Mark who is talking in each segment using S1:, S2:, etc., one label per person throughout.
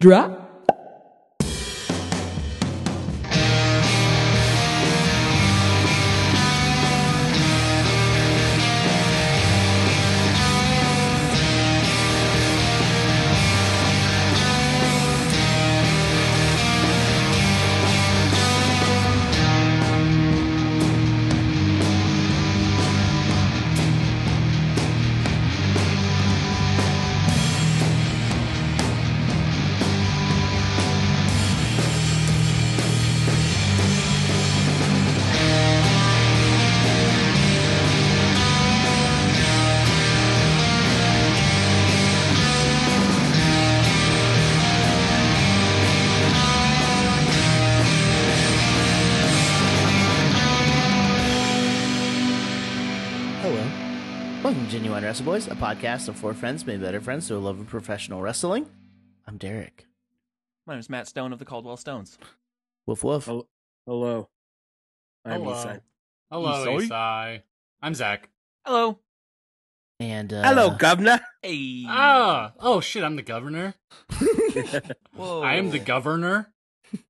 S1: Drop.
S2: Hello. Welcome to Genuine Wrestle Boys, a podcast of four friends made better friends who love professional wrestling. I'm Derek.
S3: My name's Matt Stone of the Caldwell Stones.
S2: Woof woof.
S4: Hello. Hello. I'm
S5: Hello.
S4: Isai.
S5: Hello,
S3: Isai?
S5: Isai. I'm Zach.
S3: Hello.
S2: And uh,
S4: Hello, governor.
S3: Hey.
S5: Ah, oh shit, I'm the governor.
S3: Whoa.
S5: I am the governor.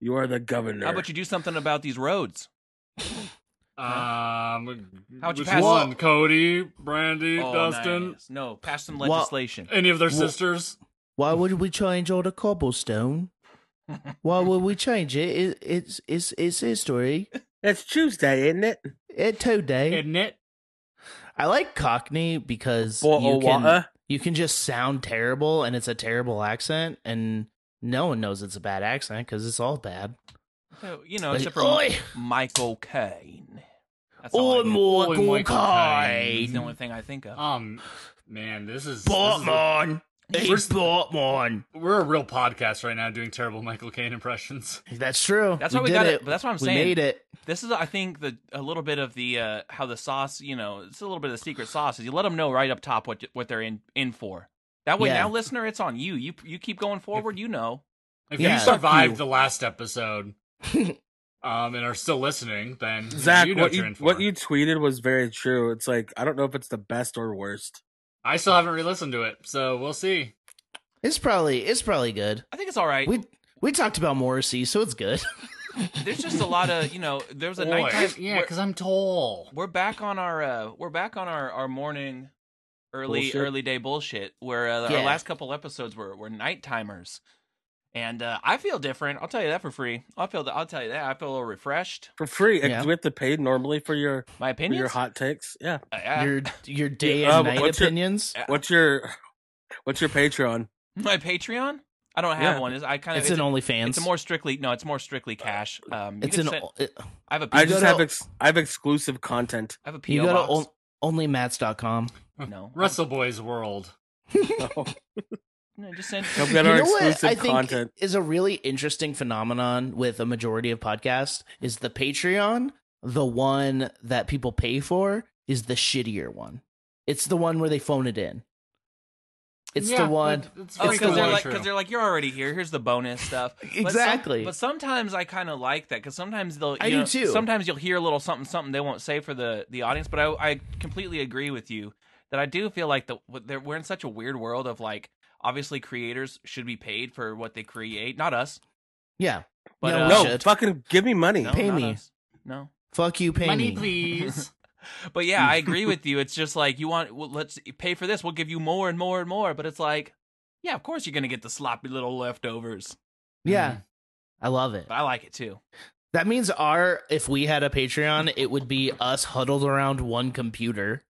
S4: you are the governor.
S3: How about you do something about these roads?
S5: Um,
S3: How'd you
S5: which
S3: pass-
S5: one? Cody, Brandy,
S3: Oh,
S5: Dustin,
S3: nice. No, pass some
S2: Well- uh,
S3: legislation.
S5: any of their
S2: Wha-
S5: sisters.
S2: why would we change all the cobblestone? why would we change it? it it's it's it's history.
S4: It's Tuesday, isn't it?
S2: It today.
S5: Isn't it?
S2: I like Cockney because
S4: Bottle
S2: you can
S4: water.
S2: you can just sound terrible and it's a terrible accent and no one knows it's a bad accent because it's all bad.
S3: So, you know,
S2: Like,
S3: except for
S2: Oi!
S3: Michael Caine. That's all I
S2: Or
S3: know.
S2: more
S5: Oi, Michael
S3: He's
S2: Caine.
S3: the only thing I think of.
S5: Um, man, this is, this is a-
S2: Batman. He's
S5: First-
S2: Batman.
S5: we're a real podcast right now doing terrible Michael Caine impressions.
S2: That's true.
S3: That's why we
S2: did
S3: got it. But that's what I'm
S2: we
S3: saying.
S2: made it.
S3: This is, I think, the a little bit of the uh, how the sauce. You know, it's a little bit of the secret sauce. Is you let them know right up top what what they're in in for. That way,
S2: Yeah.
S3: now, listener, it's on you. You you keep going forward. You know.
S5: If
S2: Yeah.
S5: you
S2: Fuck
S5: survived
S3: you.
S5: the last episode, um, and are still listening, then
S4: Zach,
S5: you know
S4: what
S5: what you're
S4: you
S5: in for.
S4: what you tweeted was very true. It's like I don't know if it's the best or worst.
S5: I still haven't re-listened to it, so we'll see.
S2: It's probably it's probably good.
S3: I think it's all right.
S2: We we talked about Morrissey, so it's good.
S3: There's just a lot of you know. There was a
S5: Boy,
S3: nighttime.
S5: yeah,
S3: where-
S5: because I'm tall.
S3: we're back on our uh we're back on our our morning early
S4: Bullshit.
S3: early day bullshit where uh,
S2: Yeah.
S3: our last couple episodes were were night timers and uh i feel different i'll tell you that for free i feel i'll tell you that i feel a little refreshed
S4: For free.
S2: Yeah.
S4: Do we have to pay normally for your
S3: my
S4: for your
S3: opinions
S4: hot takes? Yeah.
S3: Uh, yeah.
S2: Your your day
S4: Yeah,
S2: and
S4: uh,
S2: night
S4: what's your-
S2: opinions.
S3: Yeah.
S4: What's your what's your Patreon?
S3: my patreon i don't have
S4: Yeah.
S3: one It's- i kind of
S2: it's,
S3: it's,
S2: an
S3: a-
S2: OnlyFans.
S3: it's a more strictly no it's more strictly cash um you
S2: It's
S3: can
S2: an.
S3: send-
S2: it-
S3: i have a P-
S4: I
S2: go
S4: just
S2: to-
S4: have ex- I have exclusive content.
S3: I have a PO
S2: you go
S3: box.
S2: to on, onlymatch.com.
S3: no
S5: Wrestle Boys World.
S3: no just send
S4: Come get
S2: you
S4: our
S2: know
S4: exclusive
S2: what I think
S4: content.
S2: is a really interesting phenomenon with a majority of podcasts is the Patreon, the one that people pay for, is the shittier one. It's the one where they phone it in. It's
S5: Yeah,
S2: the one.
S5: that- that's
S3: Oh,
S5: very
S3: because they're
S5: clearly
S3: like,
S5: true.
S3: because they're like, you're already here. Here's the bonus stuff. But some-
S2: Exactly.
S3: But, sometimes I kind of like that because sometimes they'll.
S2: I
S3: you
S2: do
S3: know,
S2: too.
S3: Sometimes you'll hear a little something, something they won't say for the the audience. But I, I completely agree with you that I do feel like the what they're- we're in such a weird world of like obviously creators should be paid for what they create, not us.
S2: Yeah.
S3: But,
S2: Yeah,
S3: uh,
S2: we
S4: No,
S2: should.
S4: fucking give me money.
S3: No,
S2: Pay
S3: not
S2: me.
S3: us. No.
S2: Fuck you, pay
S5: money,
S2: me.
S5: please.
S3: But yeah, I agree with you. It's just like you want. Well, let's pay for this. We'll give you more and more and more. But it's like, yeah, of course you're gonna get the sloppy little leftovers.
S2: Yeah. I love it.
S3: But I like it too.
S2: That means our if we had a Patreon, it would be us huddled around one computer.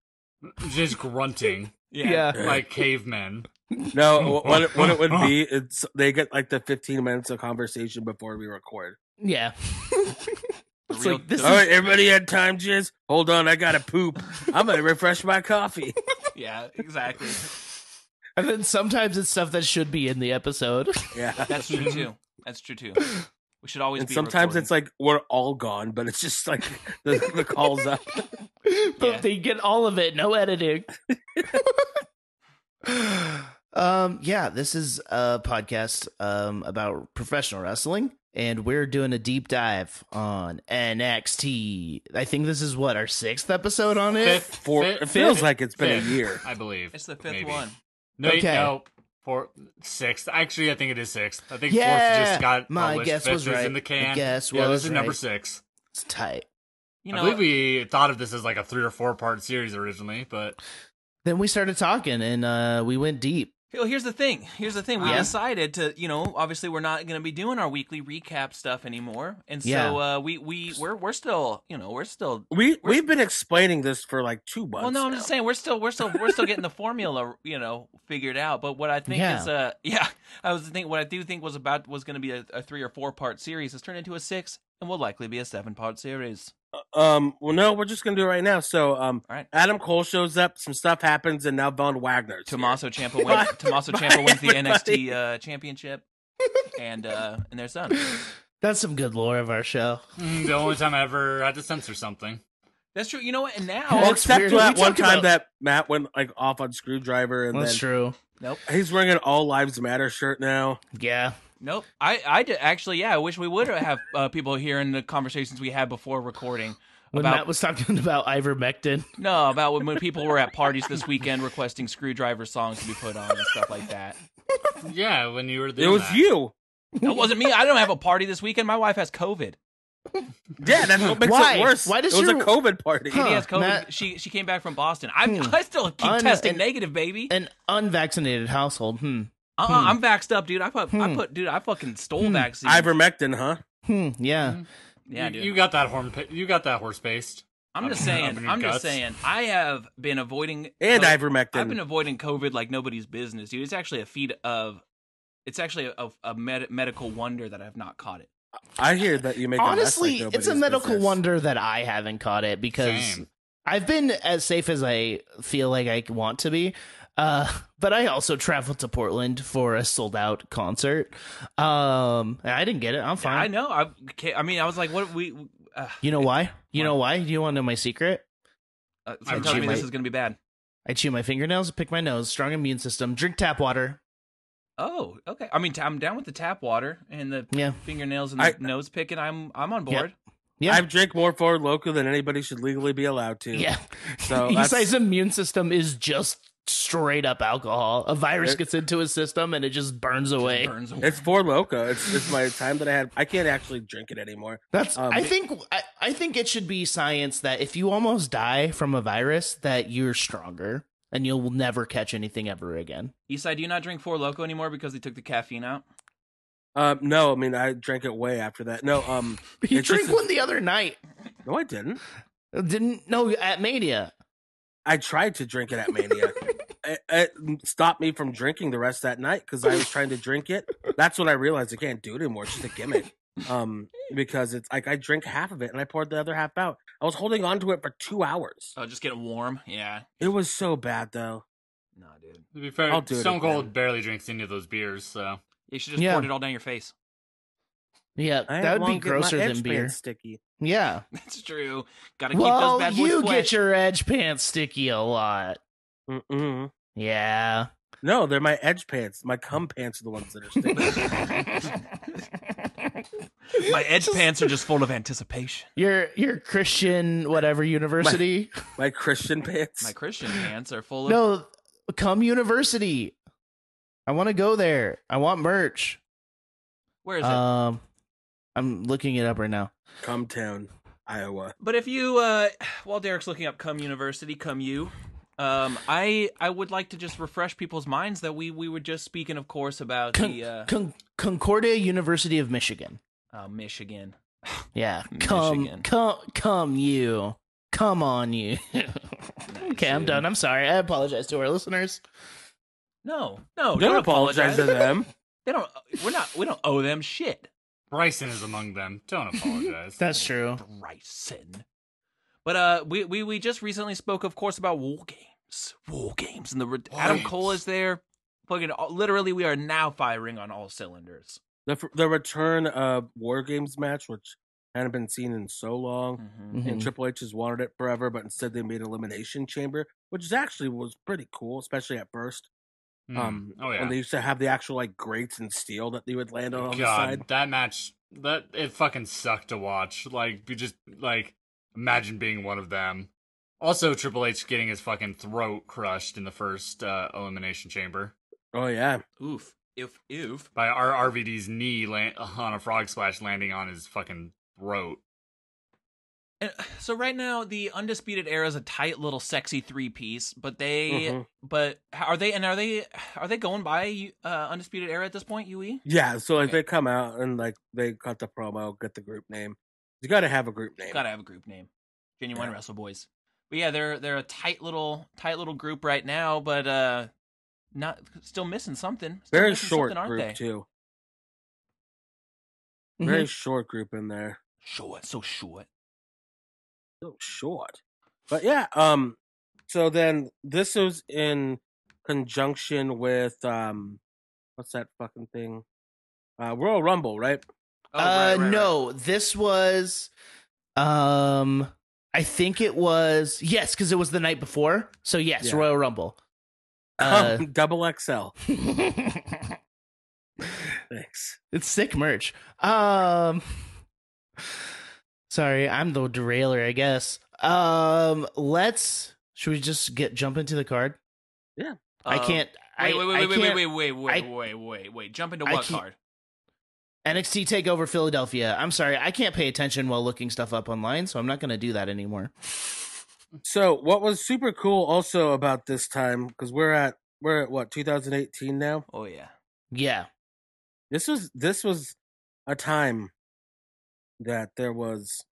S5: Just grunting like cavemen.
S4: No, wh- what it, what it would be, it's they get like the 15 minutes of conversation before we record.
S2: Yeah. it's
S3: Real-
S2: like this
S4: All right,
S2: is
S4: everybody had time, jizz. Hold on, I gotta poop. I'm gonna refresh my coffee.
S3: Yeah, exactly.
S2: and then sometimes it's stuff that should be in the episode.
S4: Yeah,
S3: That's true too. That's true too. We should always
S4: and
S3: be.
S4: sometimes
S3: recording.
S4: it's like we're all gone, but it's just like the, the calls up.
S2: but
S3: Yeah.
S2: they get all of it, no editing. um, yeah, this is a podcast um about professional wrestling, and we're doing a deep dive on NXT. I think this is what our sixth episode on it.
S5: Fifth,
S4: For
S5: fifth-
S4: it feels
S5: fifth-
S4: like it's been
S5: fifth,
S4: a year.
S5: I believe
S3: it's the fifth
S5: maybe.
S3: one.
S5: No,
S2: Okay.
S5: no, fourth, sixth. Actually, I think it is sixth. I think
S2: Yeah,
S5: fourth just got
S2: my
S5: published.
S2: guess
S5: Fifth
S2: was
S5: is
S2: right.
S5: in the can.
S2: My guess
S5: yeah,
S2: was
S5: this is number
S2: right.
S5: six.
S2: It's tight.
S3: You
S5: I
S3: know,
S5: believe we thought of this as like a three or four part series originally, but
S2: Then we started talking and uh, we went deep.
S3: Well, here's the thing. Here's the thing. We
S2: Yeah.
S3: decided to, you know, obviously we're not going to be doing our weekly recap stuff anymore, and so
S2: Yeah.
S3: uh, we we we're we're still, you know, we're still.
S4: We we've been explaining this for like two months.
S3: Well, no, I'm
S4: now.
S3: just saying we're still we're still we're still getting the formula, you know, figured out. But what I think
S2: Yeah.
S3: is, uh, yeah, I was thinking what I do think was about was going to be a, a three or four part series has turned into a six, and will likely be a seven part series.
S4: Um, well, no, we're just gonna do it right now. So, um,
S3: All right.
S4: Adam Cole shows up, some stuff happens, and now Von Wagner's here.
S3: Tommaso Ciampa wins. Tommaso
S4: Bye,
S3: Ciampa wins the
S4: everybody.
S3: NXT uh, championship, and uh, and they're done.
S2: That's some good lore of our show.
S5: mm, the only time I ever had to censor something.
S3: That's true. You know what? And now
S4: Well,
S2: That's
S4: except
S2: weird.
S4: for that
S2: We
S4: one
S2: talked
S4: time
S2: about-
S4: that Matt went like off on Screwdriver, and
S2: That's
S4: then
S2: true.
S4: he's wearing an All Lives Matter shirt now.
S2: Yeah.
S3: Nope. I, I did, actually, yeah, I wish we would have uh, people hearing the conversations we had before recording.
S2: When
S3: About-
S2: Matt was talking about ivermectin.
S3: No, about when, when people were at parties this weekend requesting screwdriver songs to be put on and stuff like that.
S5: Yeah, when you were
S4: It
S5: doing
S4: was
S5: that.
S4: you.
S3: That wasn't me. I don't have a party this weekend. My wife has COVID.
S4: Yeah, that's what makes
S2: Why?
S4: it worse.
S2: Why does
S4: it was
S2: your-
S4: a COVID party?
S2: Huh.
S3: She has COVID.
S2: Matt-
S3: She she came back from Boston. I
S2: Hmm.
S3: I still keep
S2: Un-
S3: testing
S2: and-
S3: negative, baby.
S2: An unvaccinated household. Hmm.
S3: uh-uh,
S2: hmm.
S3: I'm vaxxed up, dude. I put I
S2: Hmm.
S3: put dude. I fucking stole
S2: Hmm.
S3: vaccine.
S4: Ivermectin, huh?
S2: Hmm. Yeah.
S3: yeah,
S5: you,
S3: dude.
S5: you got that horn. pa- You got that horse paste.
S3: I'm
S5: Up
S3: just
S5: in-
S3: saying.
S5: up in your
S3: I'm just
S5: guts.
S3: saying. I have been avoiding
S4: And
S2: Oh,
S3: co-
S4: ivermectin.
S3: I've been avoiding COVID like nobody's business, dude. It's actually a feat of, it's actually a, a med- medical wonder that I've not caught it.
S4: I hear that you make. it less
S2: Honestly,
S4: like
S2: it's
S4: nobody's
S2: a medical
S4: business.
S2: wonder that I haven't caught it because
S5: Same.
S2: I've been as safe as I feel like I want to be. Uh, but I also traveled to Portland for a sold out concert. Um, and I didn't get it. I'm fine.
S3: I know. I, ca- I mean, I was like, what we. Uh,
S2: You know why? You
S3: Why?
S2: know why? Do you want to know my secret?
S3: uh,
S5: I'm
S3: someone tells me
S5: cheap,
S3: this
S5: mate.
S3: is gonna be bad.
S2: I chew my fingernails, pick my nose, strong immune system, drink tap water.
S3: Oh, okay. I mean, t- I'm down with the tap water and the
S2: Yeah.
S3: fingernails and the
S4: I-
S3: nose pick, and I'm I'm on
S2: Yeah.
S3: board.
S2: Yeah.
S4: I've drank more Ford Loco than anybody should legally be allowed to.
S2: yeah.
S4: So
S2: He
S4: that's-
S2: says immune system is just straight up alcohol. A virus
S4: It-
S2: gets into his system and it just burns away.
S3: Burns away.
S4: It's Ford Loco. It's, it's my time that I had. I can't actually drink it anymore.
S2: That's
S4: Um,
S2: I think I, I think it should be science that if you almost die from a virus that you're stronger and you'll never catch anything ever again.
S3: Eastside, do you not drink Four Loco anymore because they took the caffeine out?
S4: Um, no, I mean I drank it way after that. No, um,
S2: You
S4: It's
S2: drank
S4: just a-
S2: one the other night.
S4: no, I didn't.
S2: Uh, Didn't no at Mania.
S4: I tried to drink it at Mania. it, it stopped me from drinking the rest that night because I was trying to drink it. That's when I realized I can't do it anymore. It's just a gimmick. Um, because it's like I drink half of it and I poured the other half out. I was holding on to it for two hours.
S3: Oh, just get warm. Yeah.
S4: It was so bad though.
S3: No, dude.
S5: To be fair,
S4: I'll do it
S5: Stone
S4: again.
S5: Cold barely drinks any of those beers, so
S3: You should just
S2: Yeah.
S3: pour it all down your face.
S2: Yeah,
S4: I
S2: that would be
S4: won't get my
S2: grosser
S4: edge
S2: than
S4: band
S2: beer.
S4: Sticky.
S2: Yeah.
S3: That's true. Got to keep those
S2: Well,
S3: bad boys
S2: you
S3: fresh.
S2: get your edge pants sticky a lot.
S4: Mm-mm.
S2: Yeah.
S4: No, they're my edge pants. My cum pants are the ones that are sticky.
S3: My edge pants are just full of anticipation.
S2: Your your Christian whatever university?
S4: my Christian pants.
S3: My Christian pants are full of.
S2: no, come university. I want to go there. I want merch.
S3: Where is it?
S4: uh,
S2: Um, I'm looking it up right now.
S4: Cum town, Iowa.
S3: but if you, uh, while Derek's looking up Cum University, Cum U, um, I I would like to just refresh people's minds that we we were just speaking, of course, about
S2: Con-
S3: the uh,
S2: Con- Concordia University of Michigan.
S3: uh, Michigan.
S2: Yeah, come,
S3: Michigan.
S2: come, come, you, come on, you. okay, I'm
S3: dude.
S2: done. I'm sorry. I apologize to our listeners.
S3: No,
S2: Oh,
S3: no,
S4: Don't apologize to them.
S3: They don't. We're not. We don't owe them shit.
S5: Bryson is among them. Don't apologize.
S2: That's true.
S3: Oh. Bryson. But uh, we, we we just recently spoke, of course, about war games. War games, and the re- Adam
S5: games.
S3: Cole is there. Fucking literally, we are now firing on all cylinders.
S4: The, the return of War Games match, which hadn't been seen in so long. and
S3: Mm-hmm.
S2: Mhm.
S4: Triple H has wanted it forever, but instead they made Elimination Chamber, which is actually was pretty cool, especially at first.
S5: Mm.
S4: Um,
S5: oh yeah.
S4: when they used to have the actual like grates and steel that they would land on on the side.
S5: God, that match that it fucking sucked to watch. Like you just like imagine being one of them. Also Triple H getting his fucking throat crushed in the first uh, elimination chamber.
S4: Oh yeah.
S3: Oof. If if
S5: by R- RVD's knee land- on a frog splash landing on his fucking throat.
S3: And, so right now the undisputed era is a tight little sexy three piece, but they
S4: Mhm.
S3: but how- are they and are they are they going by uh, undisputed era at this point? E? UE.
S4: Yeah. So if
S3: Okay.
S4: they come out and like they cut the promo, get the group name. You got to have a group name.
S3: Gotta have a group name. Genuine
S4: Yeah.
S3: Wrestle Boys. But yeah, they're they're a tight little tight little group right now, but uh not still missing something. Still
S4: Very
S3: missing
S4: short
S3: something, aren't
S4: group
S3: they? Mm-hmm.
S4: too. Very short group in there.
S3: Short, so short.
S4: so short. But yeah, um so then this was in conjunction with um what's that fucking thing? Uh Royal Rumble, right?
S3: Oh,
S2: uh,
S3: right, right, right.
S2: no, this was, um, I think it was yes, because it was the night before. So yes,
S4: Yeah.
S2: Royal Rumble. Uh,
S4: Um, Double XL.
S2: it's
S4: Thanks.
S2: sick merch. Um, sorry, I'm the derailer, I guess. Um, let's. Should we just get jump into the card? I
S3: Um,
S2: can't.
S3: Wait,
S2: I,
S3: wait,
S2: I
S3: wait, wait,
S2: can't-
S3: wait, wait, wait,
S2: I-
S3: wait, wait, wait. Jump into
S2: I
S3: what
S2: can't-
S3: card?
S2: NXT Takeover Philadelphia. I'm sorry, I can't pay attention while looking stuff up online, so I'm not going to do that anymore.
S4: So what was super cool also about this time, because we're at we're at what, 2018 now?
S3: Oh yeah.
S2: Yeah.
S4: This was this was a time that there was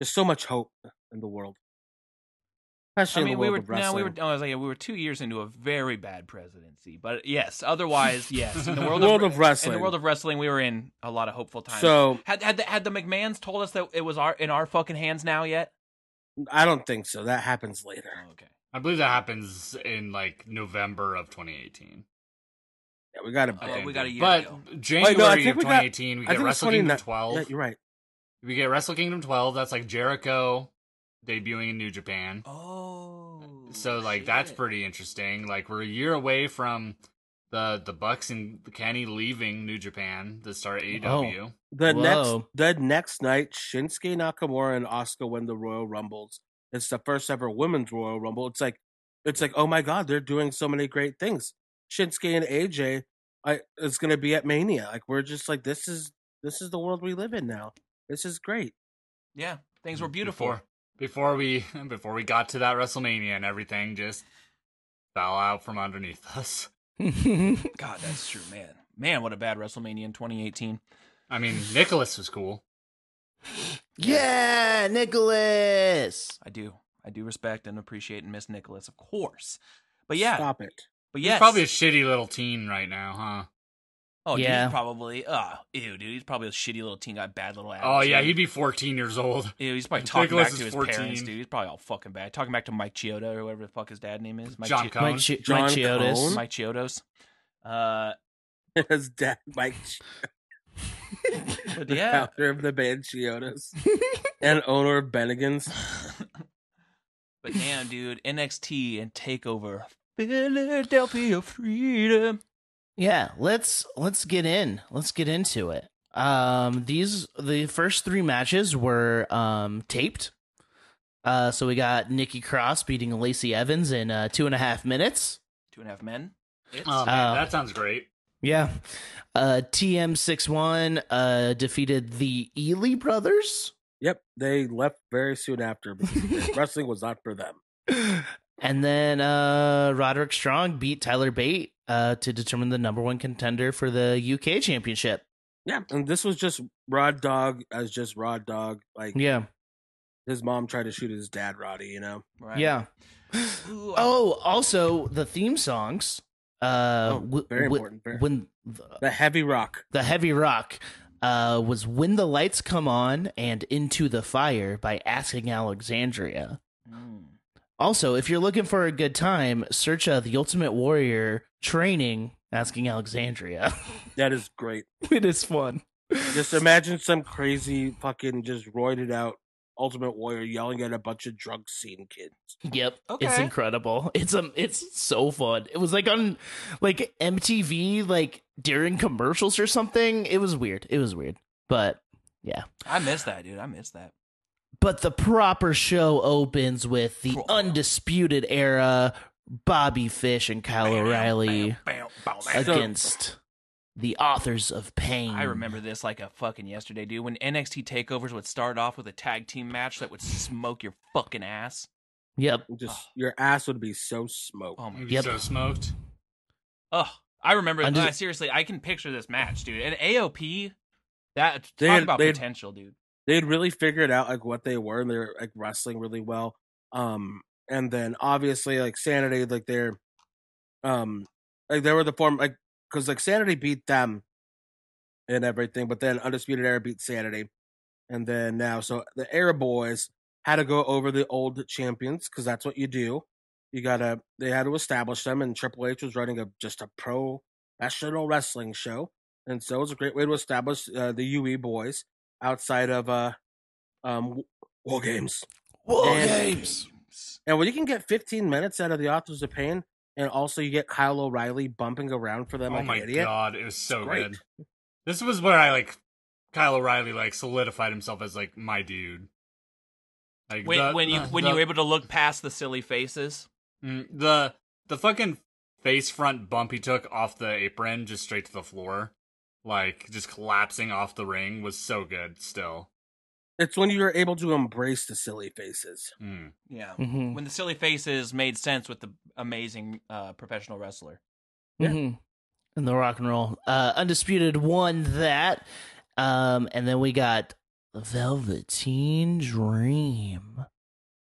S4: there's so much hope in the world. Especially
S3: I
S4: in the
S3: mean, we
S4: world
S3: were
S4: of
S3: now we were.
S4: wrestling.
S3: Oh, I was like, yeah, we were two years into a very bad presidency, but yes. Otherwise, yes. In the world,
S4: World
S3: of,
S4: of wrestling.
S3: in the world of wrestling, we were in a lot of hopeful times.
S4: so
S3: had had the, had the McMahon's told us that it was our in our fucking hands now yet?
S4: I don't think so. That happens later.
S3: Oh, okay.
S5: I believe that happens in like November of 2018.
S4: Yeah, we got to.
S3: Oh,
S5: Okay.
S3: we got a year
S5: but
S3: to go.
S5: January
S4: Wait, no, I think
S5: of
S4: we got-
S5: 2018,
S4: I
S5: we get
S4: think it's
S5: Wrestle Kingdom
S4: 29
S3: Oh.
S5: 12.
S4: Yeah, you're right.
S5: We get Wrestle Kingdom 12. That's like Jericho debuting in New Japan.
S3: Oh,
S5: so like that's pretty interesting. Like we're a year away from the the Bucks and Kenny leaving New Japan to start E AEW.
S4: The
S2: Whoa.
S4: next, the next night, Shinsuke Nakamura and Asuka win the Royal Rumbles. It's the first ever women's Royal Rumble. It's like, it's like, oh my god, they're doing so many great things. Shinsuke and AJ, I is gonna be at Mania. Like we're just like, this is this is the world we live in now. This is great.
S3: yeah. Things were beautiful.
S5: Before, before we before we got to that WrestleMania and everything just fell out from underneath us.
S3: God, that's true, man. Man, what a bad WrestleMania in 2018.
S5: I mean, Nicholas was cool.
S2: yeah, Nicholas.
S3: I do, I do respect and appreciate and miss Nicholas, of course. But yeah,
S4: stop it.
S3: but
S5: He's
S3: yes,
S5: probably a shitty little teen right now,
S3: oh, dude,
S2: Yeah.
S3: he's probably. Oh, ew, dude, he's probably a shitty little teen guy, bad little ass.
S5: huh? Oh yeah, he'd be 14 years old.
S3: Ew, he's probably talking
S5: Nicholas
S3: back
S5: is
S3: to his
S5: 14.
S3: parents, dude. He's probably all fucking bad. Talking back to Mike Chiodo or whatever the fuck his dad name is. Mike
S5: John
S3: Chi-
S5: Cone.
S2: Mike, Chi-
S4: John
S2: Mike Chiodos.
S4: Cone?
S3: Mike Chiodos. Uh,
S4: His dad, Mike,
S3: but
S4: the
S3: yeah,
S4: founder of the band Chiodas and owner of Bennigan's.
S3: but damn, dude, NXT and Takeover Philadelphia Freedom.
S2: Yeah, let's let's get in. Let's get into it. Um these the first three matches were um taped. Uh so we got Nikki Cross beating Lacey Evans in uh two and a half minutes.
S3: Two and a half men. It's,
S5: Oh, man,
S2: Uh,
S5: that sounds great.
S2: Yeah. Uh TM61 uh defeated the Ely brothers.
S4: Yep, they left very soon after because wrestling was not for them.
S2: And then uh Roderick Strong beat Tyler Bate uh to determine the number one contender for the UK championship.
S4: Yeah, and this was just Rod Dog as just Rod Dog. Like
S2: Yeah.
S4: his mom tried to shoot his dad, Roddy. You know,
S3: right.
S2: Yeah.
S3: Ooh, I-
S2: Oh, also the theme songs. Uh,
S4: Oh,
S2: w-
S4: very
S2: w-
S4: important. Very,
S2: When the,
S4: the heavy rock.
S2: the heavy rock uh, was "When the Lights Come On" and "Into the Fire" by Asking Alexandria.
S4: Hmm.
S3: Mm.
S2: Also, if you're looking for a good time, search uh, "The Ultimate Warrior Training" Asking Alexandria.
S4: That is great.
S2: it is fun.
S4: Just imagine some crazy fucking just roided out Ultimate Warrior yelling at a bunch of drug scene kids.
S2: Yep, it's
S3: Okay.
S2: incredible. It's um, it's so fun. It was like on like MTV, like during commercials or something. It was weird. It was weird, but
S3: I miss that, dude. I miss that.
S2: But the proper show opens with the
S3: Pro-
S2: undisputed era Bobby Fish and Kyle O'Reilly
S3: Bow, bow, bow, bow.
S2: against the authors of pain.
S3: I remember this like a fucking yesterday, dude. When NXT takeovers would start off with a tag team match that would smoke your fucking ass.
S2: Yep.
S4: Just your ass would be so smoked.
S3: Oh my.
S5: You'd
S3: god.
S5: be
S2: Yep.
S5: so smoked.
S3: Ugh. I remember.
S2: I'm just-
S3: uh, seriously, I can picture this match, dude. And AOP. That talk
S4: They had-
S3: about
S4: they had-
S3: potential, dude.
S4: They'd really figured out like what they were, and they're like wrestling really well. Um, and then obviously like Sanity, like they're, um, like they were the form like because like Sanity beat them, and everything, but then Undisputed Era beat Sanity, and then now so the Era Boys had to go over the old champions because that's what you do. You gotta they had to establish them, and Triple H was running a just a professional wrestling show, and so it was a great way to establish uh, the UE boys outside of uh um war games.
S2: War
S4: And-
S2: games.
S4: And when you can get 15 minutes out of the authors of pain, and also you get Kyle O'Reilly bumping around for them
S5: oh
S4: like
S5: my
S4: an idiot.
S5: god, it was so
S4: Great.
S5: good. This was where I like Kyle O'Reilly like solidified himself as like my dude. Like
S3: When,
S5: the-
S3: when you
S5: the-
S3: when
S5: the-
S3: you were able to look past the silly faces,
S5: Mm, the the fucking face front bump he took off the apron just straight to the floor, like just collapsing off the ring was so good. Still,
S4: It's when you are able to embrace the silly faces.
S5: Mm.
S3: yeah.
S2: Mhm.
S3: When the silly faces made sense with the amazing uh, professional wrestler.
S4: Yeah.
S2: Mhm. And the rock and roll. Uh, Undisputed won that. Um, and then we got Velveteen Dream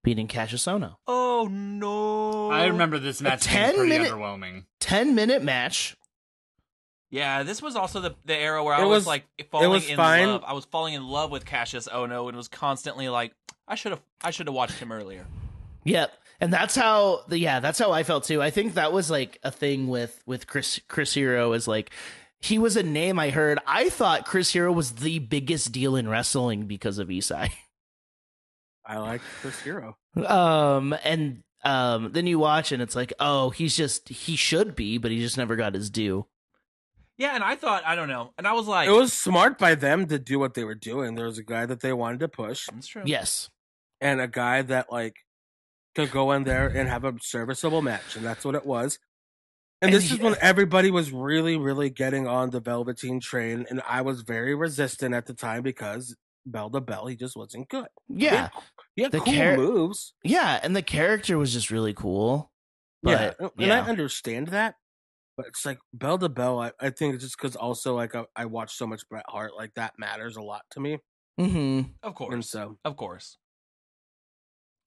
S2: beating Cassius Ohno.
S3: Oh no!
S5: I remember this match being
S2: 10
S5: pretty
S2: minute-
S5: underwhelming.
S2: 10 minute match.
S3: Yeah, this was also the the era where I
S4: It
S3: was,
S4: was-
S3: like falling
S4: was
S3: in
S4: fine.
S3: love. I was falling in love with Cassius Ono and was constantly like, I should have I should have watched him earlier.
S2: Yep. And that's how the yeah, that's how I felt too. I think that was like a thing with with Chris Chris Hero is like he was a name I heard. I thought Chris Hero was the biggest deal in wrestling because of Isai.
S4: I like Chris Hero.
S2: um and um then you watch and it's like oh he's just he should be but he just never got his due
S3: Yeah, and I thought I don't know, and I was like,
S4: It was smart by them to do what they were doing. There was a guy that they wanted to push,
S3: It's true.
S2: yes
S4: and a guy that like could go in there and have a serviceable match, and that's what it was. And
S2: And
S4: this is
S2: he-
S4: when everybody was really, really getting on the Velveteen train, and I was very resistant at the time because bell to bell, he just wasn't good.
S2: yeah
S4: Yeah,
S2: The
S4: cool
S2: char-
S4: moves.
S2: yeah and the character was just really cool
S4: Yeah, oh,
S2: but
S4: and
S2: yeah.
S4: I understand that, but it's like bell to bell. I, I think it's just because also like I, I watch so much Bret Hart, like that matters a lot to me,
S2: hmm
S3: of
S4: and
S3: course,
S4: so
S3: of course.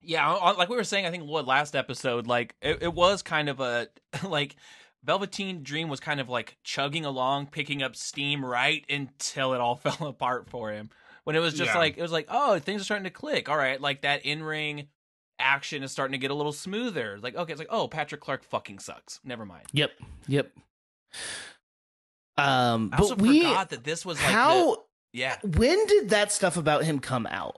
S3: Yeah, I- I- like we were saying, I think what last episode, like it, it was kind of a like Velveteen Dream was kind of like chugging along, picking up steam right until it all fell apart for him. When it was just
S5: Yeah.
S3: like it was like, oh, things are starting to click. All right, like that in ring action is starting to get a little smoother. Like okay, it's like oh, Patrick Clark fucking sucks. Never mind.
S2: yep yep um
S3: I also
S2: but we
S3: forgot that this was like
S2: how
S3: the- yeah.
S2: when did that stuff about him come out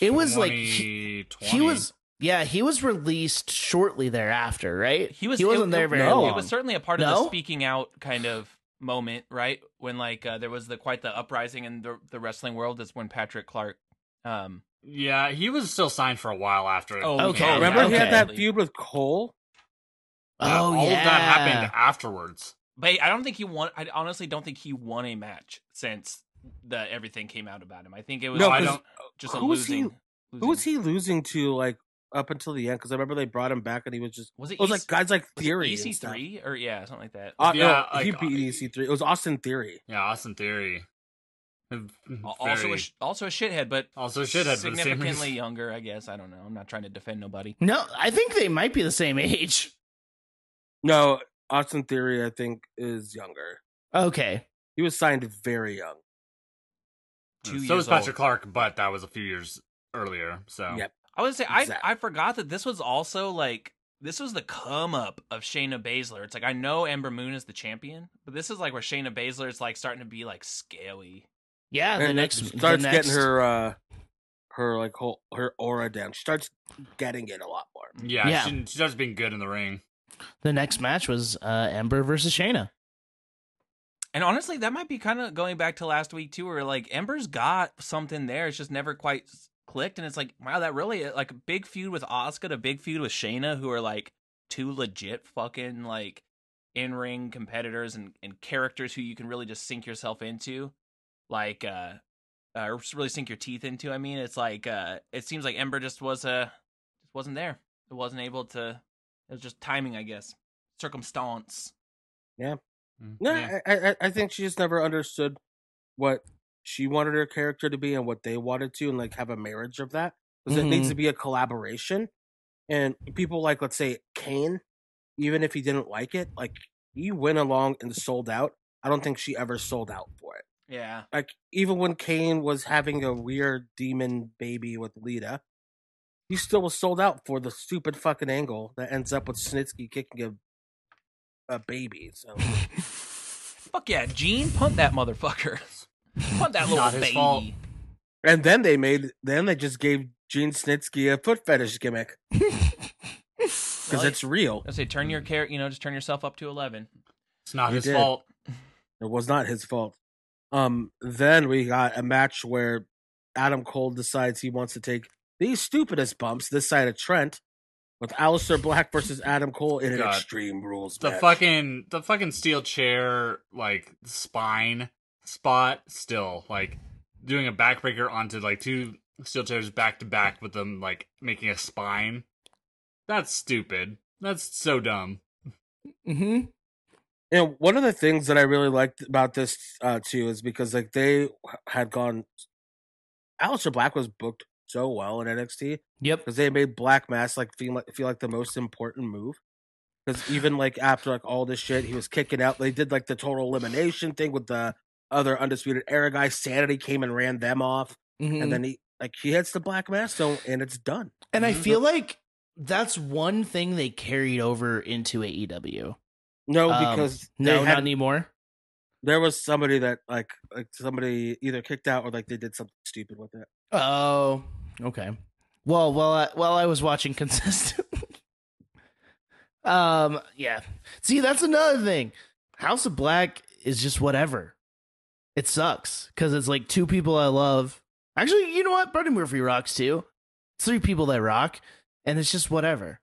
S2: It was like he-
S5: 2020.
S2: he was yeah he was released shortly thereafter right
S3: He was
S2: he wasn't
S3: it-
S2: there very
S4: no.
S2: long
S3: It was certainly a part of
S2: No?
S3: the speaking out kind of moment, right? When like uh, there was the quite the uprising in the the wrestling world. That's when Patrick Clark. Um,
S5: yeah, he was still signed for a while after. it
S3: Oh,
S5: came
S2: okay.
S5: out.
S4: remember he had
S2: Okay.
S4: that feud with Cole.
S5: Yeah,
S2: oh
S5: all
S2: yeah
S5: of that happened afterwards.
S3: but I don't think he won. I honestly don't think he won a match since the everything came out about him. I think it was
S4: No,
S3: I
S4: 'cause
S3: don't just a
S4: who was he-
S3: losing.
S4: Who
S2: Mm-hmm.
S4: was he losing to like up until the end? Because I remember they brought him back and he was just
S3: Was it?
S4: it was
S3: EC
S4: like guys like Theory. and
S2: E
S3: EC
S4: stuff.
S3: three or yeah, something like that.
S4: Uh,
S5: Yeah,
S4: no, he
S5: like,
S4: beat
S5: uh,
S4: EC3. It was Austin Theory.
S5: Yeah, Austin Theory. Very-
S4: Uh,
S3: Al- also, a, sh- also a shithead, but
S5: also shithead for the same
S3: significantly
S5: reason.
S3: younger. I guess I don't know. I'm not trying to defend nobody.
S2: no i think they might be the same age
S4: No, Austin Theory, I think, is younger.
S2: okay
S4: He was signed very young.
S3: Two
S5: so was
S3: years old.
S5: Patrick Clark, but that was a few years earlier. So
S4: Yep.
S3: I would say
S4: Exactly.
S3: I I forgot that this was also like this was the come up of Shayna Baszler. It's like I know Ember Moon is the champion, but this is like where Shayna Baszler is like starting to be like scaly.
S2: yeah the
S4: and
S2: next
S4: it
S2: the
S4: starts
S2: next-
S4: getting her uh her like whole her aura down. She starts getting it a lot more.
S5: yeah,
S2: Yeah.
S5: She, she starts being good in the ring.
S2: The next match was uh, Ember versus Shayna.
S3: And honestly, that might be kind of going back to last week too, where like Ember's got something there. It's just never quite uh, s- clicked, and it's like wow, that really like a big feud with Oscar, a big feud with Shayna, who are like two legit fucking like in ring competitors and, and characters who you can really just sink yourself into, like uh, uh or really sink your teeth into. I mean, it's like uh, it seems like Ember just was uh, just wasn't there. It wasn't able to. It was just timing, I guess. Circumstance.
S5: Mm,
S4: No,
S5: yeah.
S4: I, I, I think she just never understood what she wanted her character to be and what they wanted to, and like have a marriage of that because it needs
S2: Mhm.
S4: to be a collaboration. And people like, let's say Kane, even if he didn't like it, like he went along and sold out. I don't think she ever sold out for it.
S3: Yeah.
S4: Like even when Kane was having a weird demon baby with Lita, he still was sold out for the stupid fucking angle that ends up with Snitsky kicking a a baby. So.
S3: Fuck yeah, Gene, punt that motherfucker. punt that little
S5: Not his
S3: baby.
S5: fault.
S4: And then they made, then they just gave Gene Snitsky a foot fetish gimmick because
S3: Well,
S4: it's real.
S3: I say turn your care, you know, just turn yourself up to eleven.
S5: It's not
S4: You
S5: his
S4: did.
S5: fault.
S4: It was not his fault. Um, then we got a match where Adam Cole decides he wants to take the stupidest bumps this side of Trent with Aleister Black versus Adam Cole in an
S5: God.
S4: Extreme Rules
S5: The
S4: match.
S5: fucking the fucking steel chair like spine spot still like doing a backbreaker onto like two steel chairs back to back with them like making a spine. That's stupid. That's so dumb.
S2: Mm-hmm.
S4: And one of the things that I really liked about this uh, too is because like they had gone, Aleister Black was booked so well in NXT.
S2: Yep.
S4: because they made Black Mass like feel like feel like the most important move. Because even like after like all this shit, he was kicking out. They did like the total elimination thing with the other undisputed era guy. Sanity came and ran them off,
S2: Mhm.
S4: and then he like he hits the Black Mass zone, and it's done.
S2: And I feel like that's one thing they carried over into E AEW.
S4: No,
S2: Um,
S4: because they
S2: no,
S4: had
S2: not anymore.
S4: there was somebody that like like somebody either kicked out or like they did something stupid with it.
S2: Oh, okay. Well, while I, while I was watching consistent, um, yeah. See, that's another thing. House of Black is just whatever. It sucks because it's like two people I love. Actually, you know what? Brother Murphy rocks too. It's three people that rock, and it's just whatever.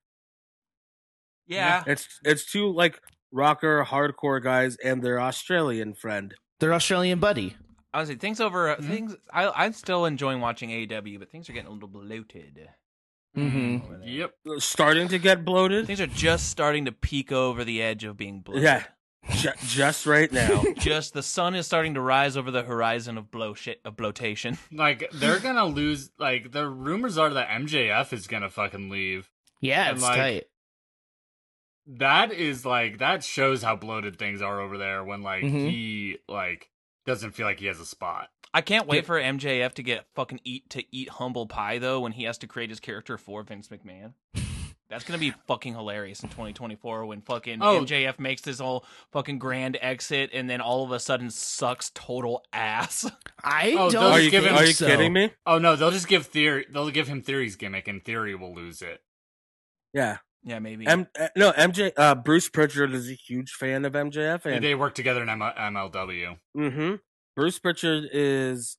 S3: Yeah.
S4: It's it's two like rocker hardcore guys and their Australian friend.
S2: Their Australian buddy.
S3: Honestly, things over uh,
S5: Mhm.
S3: things. I I'm still enjoying watching AEW, but things are getting a little bloated.
S4: Mm-hmm.
S2: Mhm.
S3: over there.
S5: Yep.
S4: uh, Starting to get bloated,
S3: Things are just starting to peek over the edge of being bloated.
S4: Yeah. ju- just right now.
S3: Just the sun is starting to rise over the horizon of blow shit of bloatation.
S5: Like they're gonna lose. Like the rumors are that MJF is gonna fucking leave.
S2: Yeah,
S5: And,
S2: it's
S5: like,
S2: tight.
S5: That is like that shows how bloated things are over there when like
S2: Mhm.
S5: he like doesn't feel like he has a spot.
S3: I can't wait for MJF to get fucking eat to eat humble pie though when he has to create his character for Vince McMahon. That's gonna be fucking hilarious in 2024 when fucking
S5: Oh.
S3: MJF makes this whole fucking grand exit and then all of a sudden sucks total ass.
S2: I
S5: Oh,
S2: don't.
S5: those
S4: Are you,
S5: giving-
S2: think
S4: are you
S2: so.
S4: kidding me?
S5: Oh no, they'll just give theory. They'll give him theory's gimmick, and theory will lose it.
S4: Yeah.
S3: Yeah, maybe.
S4: M- uh, no, MJ. Uh, Bruce Pritchard is a huge fan of MJF, and
S5: They work together in ML- MLW.
S4: hmm Bruce Pritchard is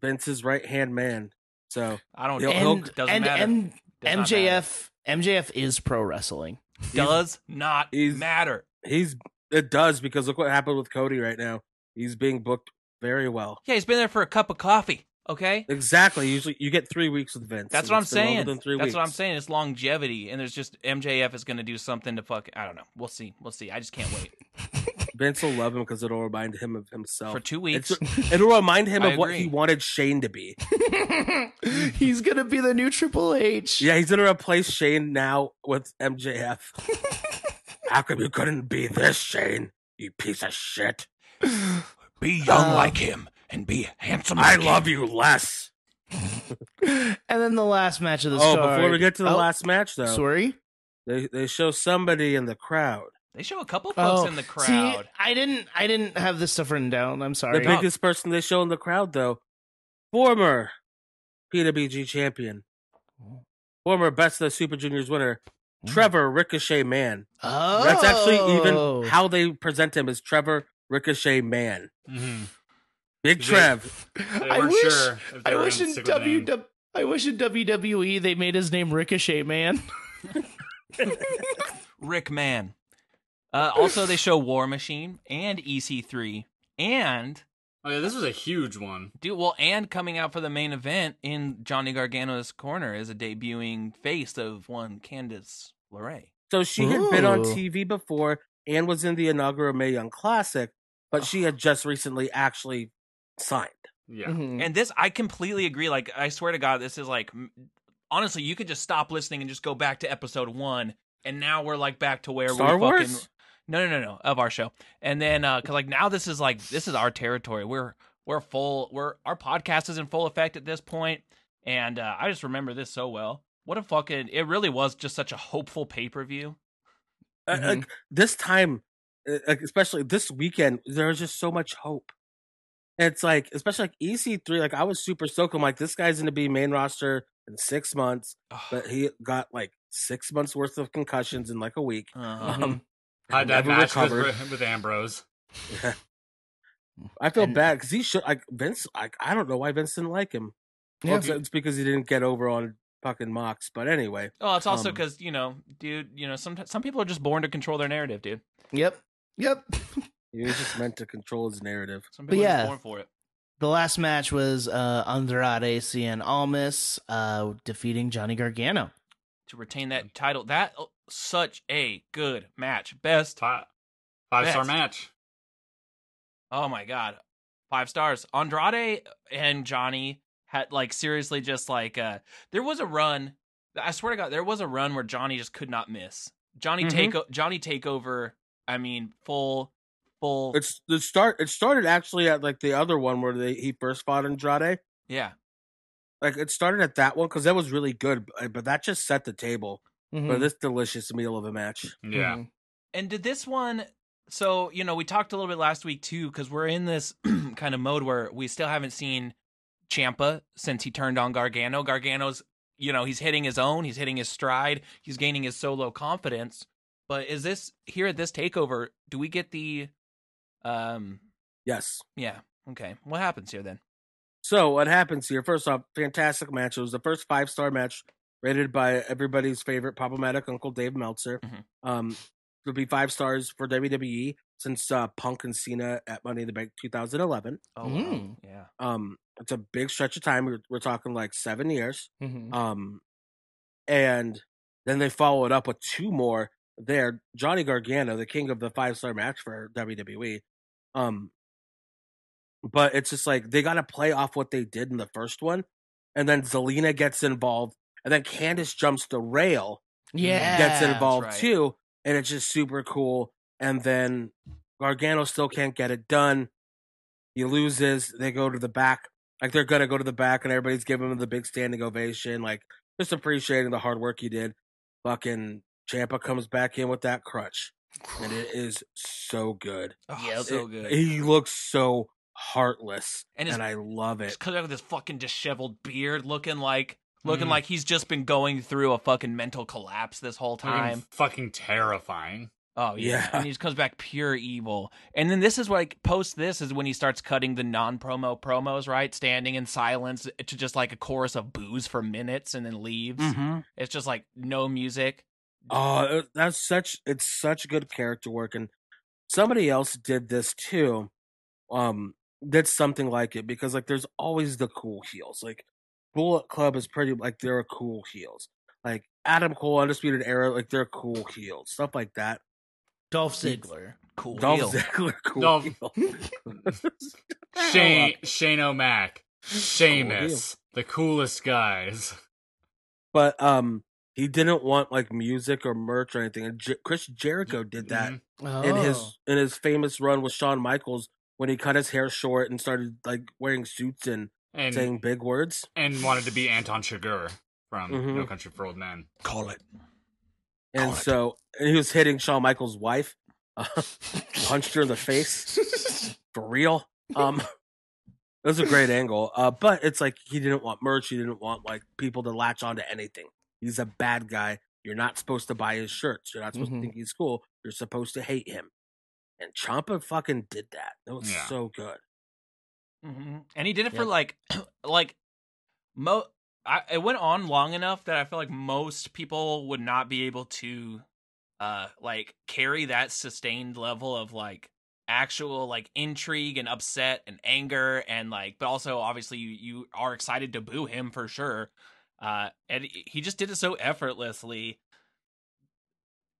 S4: Vince's right hand man. So
S3: I don't
S4: Yo,
S3: know.
S4: And- Hulk
S3: doesn't
S2: and
S3: matter.
S2: M-
S3: Does not
S2: MJF MJF is pro wrestling.
S3: does not
S4: he's-
S3: matter.
S4: he's it does because look what happened with Cody right now. He's being booked very well.
S3: Yeah, he's been there for a cup of coffee. Okay,
S4: Exactly. Usually, you get three weeks with Vince.
S3: that's
S4: and
S3: what I'm
S4: it's been longer
S3: saying.
S4: than
S3: That's
S4: three
S3: what I'm
S4: weeks.
S3: saying. It's longevity, and there's just MJF is gonna do something to fuck. I don't know. We'll see. We'll see. I just can't wait
S4: Vince will love him because it'll remind him of himself.
S3: for two weeks.
S4: It's- it'll remind him
S3: I
S4: of what
S3: agree.
S4: he wanted Shane to be.
S2: He's gonna be the new Triple H.
S4: Yeah, he's gonna replace Shane now with MJF. How come you couldn't be this Shane? You piece of shit.
S3: Be
S2: young like
S3: him and be handsome.
S4: Um, I love you less.
S2: and then the last match of the
S4: Oh,
S2: card.
S4: before we get to the
S2: Oh,
S4: last match though,
S2: sorry.
S4: they they show somebody in the crowd.
S3: They show a couple folks
S2: Oh,
S3: in the
S2: See,
S3: crowd.
S2: I didn't. I didn't have this stuff written down. I'm
S4: The
S2: sorry.
S4: biggest person they show in the crowd though, former PWG champion, former Best of the Super Juniors winner, Trevor Ricochet Man.
S2: Oh,
S4: That's actually even how they present him as Trevor Ricochet Man.
S5: Mm-hmm.
S4: Big
S5: They-
S4: Trev.
S2: I wish.
S5: if
S2: I
S5: were
S2: wish
S5: gonna
S2: in E
S5: stick with the name.
S2: WW. I wish in WWE they made his name Ricochet Man.
S3: Rick Man. Uh, also, they show War Machine and EC3 and
S5: Oh yeah, this was a huge one.
S3: dude, well, and coming out for the main event in Johnny Gargano's corner is a debuting face of one Candice LeRae.
S4: So she had been on
S2: Ooh.
S4: TV before and was in the inaugural Mae Young Classic, but she had just recently actually signed.
S5: Yeah.
S2: Mhm.
S3: And this, I completely agree. Like, I swear to God, this is like, m- honestly, you could just stop listening and just go back to episode one. And now we're like back to where
S4: Star
S3: we
S4: Wars?
S3: fucking no, no, no, no, of our show. And then, uh, cause like now this is like this is our territory. We're we're full. We're our podcast is in full effect at this point. And uh, I just remember this so well. What a fucking! It really was just such a hopeful pay per view.
S4: Uh,
S2: Mhm.
S4: like, this time, uh, like, especially this weekend, there was just so much hope. And It's like, especially like EC3, like I was super stoked. I'm like, this guy's going to be main roster in six months, but he got like six months worth of concussions in like a week.
S3: Uh,
S4: Um,
S5: I had that
S4: never
S5: match with,
S4: recovered.
S5: with Ambrose.
S4: I feel
S2: And-
S4: bad because he should like Vince. Like I don't know why Vince didn't like him. Well,
S2: Yeah.
S4: it's, it's because he didn't get over on fucking Mox. But anyway,
S3: oh, it's also
S4: um,
S3: because you know, dude. You know, some some people are just born to control their narrative, dude.
S2: Yep. Yep.
S4: he was just meant to control his narrative.
S3: Some
S2: But
S3: people are
S2: yeah.
S3: just born for it.
S2: The last match was uh, Andrade Cien Almas uh, defeating Johnny Gargano.
S3: to retain that title. That oh, such a good match. Best.
S5: Five, five star
S3: Best.
S5: match.
S3: Oh my god. Five stars. Andrade and Johnny had like seriously just like uh there was a run. I swear to god, there was a run where Johnny just could not miss. Johnny
S4: Mhm.
S3: take Johnny takeover, I mean, full full
S4: It's the start. It started actually at like the other one where they, he first fought Andrade.
S3: yeah.
S4: Like it started at that one because that was really good. But, but that just set the table
S2: Mm-hmm.
S4: for this delicious meal of a match.
S5: Yeah.
S2: Mhm.
S3: And did this one? So you know, we talked a little bit last week too, because we're in this kind of mode where we still haven't seen Champa since he turned on Gargano. Gargano's, you know, he's hitting his own, he's hitting his stride, he's gaining his solo confidence. But is this here at this takeover? Do we get the, um,
S4: Yes.
S3: yeah, okay, what happens here then?
S4: So what happens here? First off, fantastic match. It was the first five star match rated by everybody's favorite problematic Uncle Dave Meltzer.
S3: Mhm.
S4: Um, it'll be five stars for WWE since uh, Punk and Cena at Money in the Bank 2011.
S3: Oh, wow.
S2: Mm.
S3: yeah,
S4: Um, it's a big stretch of time. We're, we're talking like seven years.
S2: Mhm.
S4: Um, and then they follow it up with two more there. Johnny Gargano, the king of the five star match for WWE. Um, but it's just like they got to play off what they did in the first one. And then Zelina gets involved. And then Candice jumps the rail,
S2: Yeah.
S4: gets involved
S3: right.
S4: too. And it's just super cool. And then Gargano still can't get it done. He loses. They go to the back. Like they're going to go to the back, and everybody's giving him the big standing ovation. Like, just appreciating the hard work he did. Fucking Champa comes back in with that crutch, and it is so good.
S3: oh,
S2: Yep.
S3: so
S4: It-
S3: good.
S4: He looks so heartless,
S3: And
S4: and,
S3: his-
S4: I love it.
S3: Just comes out with this fucking disheveled beard, looking like looking
S2: Mm.
S3: like he's just been going through a fucking mental collapse this whole
S5: Fucking-
S3: time.
S5: Fucking terrifying.
S3: Oh yeah.
S4: Yeah.
S3: and he just comes back pure evil. And then this is like post this is when he starts cutting the non promo promos, right? Standing in silence to just like a chorus of boos for minutes and then leaves.
S2: Mm.
S3: It's just like no music.
S4: Oh, it- that's such it's such good character work, and somebody else did this too. Um, did something like it because like there's always the cool heels. Like Bullet Club is pretty like they're cool heels. Like Adam Cole, Undisputed Era, like they're cool heels, stuff like that.
S2: Dolph Ziggler.
S3: Cool. heel.
S4: Dolph Ziggler, cool
S5: Dolph-
S4: heel.
S5: Shane Shane O'Mac. Seamus. the coolest guys.
S4: but um he didn't want like music or merch or anything and Jer chris jericho did that
S5: Mhm.
S4: in
S2: Oh.
S4: his in his famous run with shawn michaels when he cut his hair short and started like wearing suits and
S5: Mm-hmm. And
S4: saying big words
S5: and wanted to be Anton Chigurh from
S4: Mhm.
S5: No Country for Old Men.
S3: Call it.
S4: and
S3: God.
S4: so and he was hitting shawn michaels wife punched her in the face for real um it was a great angle uh but it's like he didn't want merch he didn't want like people to latch onto anything he's a bad guy you're not supposed to buy his shirts you're not supposed
S5: Mm-hmm.
S2: Mhm.
S4: to think he's cool you're supposed to hate him and champa fucking did that it was
S5: Yeah.
S4: so
S3: hmm
S4: good
S3: Mm-hmm. And he did it for
S4: Yep.
S3: like, like, mo. I, it went on long enough that I feel like most people would not be able to, uh, like carry that sustained level of like actual like intrigue and upset and anger and like, but also obviously you you are excited to boo him for sure. Uh, and he just did it so effortlessly.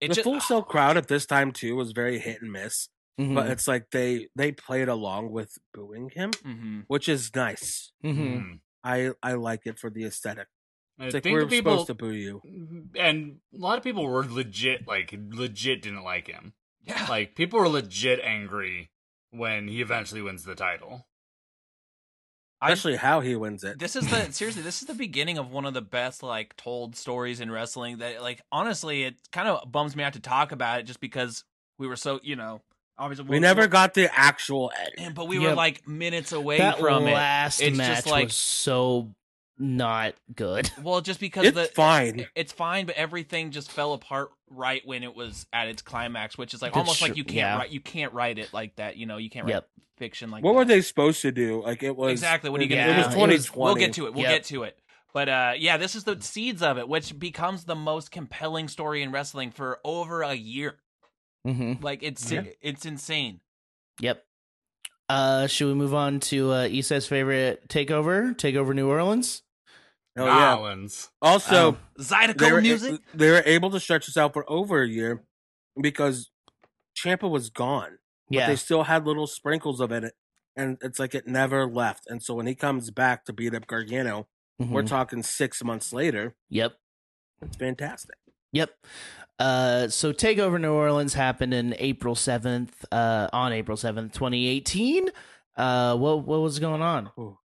S3: It
S4: the
S3: just
S4: full cell crowd at this time too was very hit and miss,
S2: Mhm.
S3: Mm-hmm.
S4: but it's like they they played along with booing him,
S3: Mhm.
S4: which is nice.
S2: Mhm.
S5: Hmm.
S4: I I like it for the aesthetic.
S5: I
S4: It's like
S5: think
S4: we're
S5: the people
S4: supposed to boo you.
S5: and a lot of people were legit like legit didn't like him.
S3: yeah.
S5: Like people were legit angry when he eventually wins the title.
S3: I-
S4: Especially how he wins it.
S3: this is the seriously this is the beginning of one of the best like told stories in wrestling that like honestly it kind of bums me out to talk about it just because we were so you know obviously
S4: We never got the actual end.
S3: and- but we
S2: Yeah.
S3: were like minutes away
S2: that
S3: from it
S2: last
S3: It's just
S2: match
S3: like-
S2: was so not good.
S3: well just because
S4: It's
S3: the
S4: fine.
S3: it's fine but everything just fell apart right when it was at its climax which is like
S2: That's
S3: almost
S2: true,
S3: like you can't
S2: yeah.
S3: write you can't write it like that you know you can't write
S2: Yep.
S3: fiction like
S4: What
S3: that.
S4: were they supposed to do? Like it was
S3: Exactly, what are
S4: It,
S3: you gonna
S4: it
S2: do?
S4: was
S2: Yeah, it
S4: twenty
S2: was-
S4: twenty.
S3: We'll get to it. We'll
S2: Yep.
S3: get to it. But uh, yeah, this is the seeds of it, which becomes the most compelling story in wrestling for over a year.
S2: Mm-hmm.
S3: Like it's
S4: Yeah.
S3: it's insane.
S2: Yep. Uh, should we move on to uh, Issa's favorite takeover? Takeover New Orleans.
S4: Oh yeah.
S5: Rollins.
S4: Also,
S2: Um,
S4: they were,
S3: Zydeco music.
S4: they were able to stretch this out for over a year because Champa was gone, but
S2: Yeah,
S4: they still had little sprinkles of it, and it's like it never left. And so when he comes back to beat up Gargano,
S2: Mhm.
S4: we're talking six months later.
S2: yep,
S4: It's fantastic.
S2: yep. Uh, so Takeover New Orleans happened in April seventh. Uh, on April seventh, twenty eighteen. Uh, what what was going on?
S4: Ooh.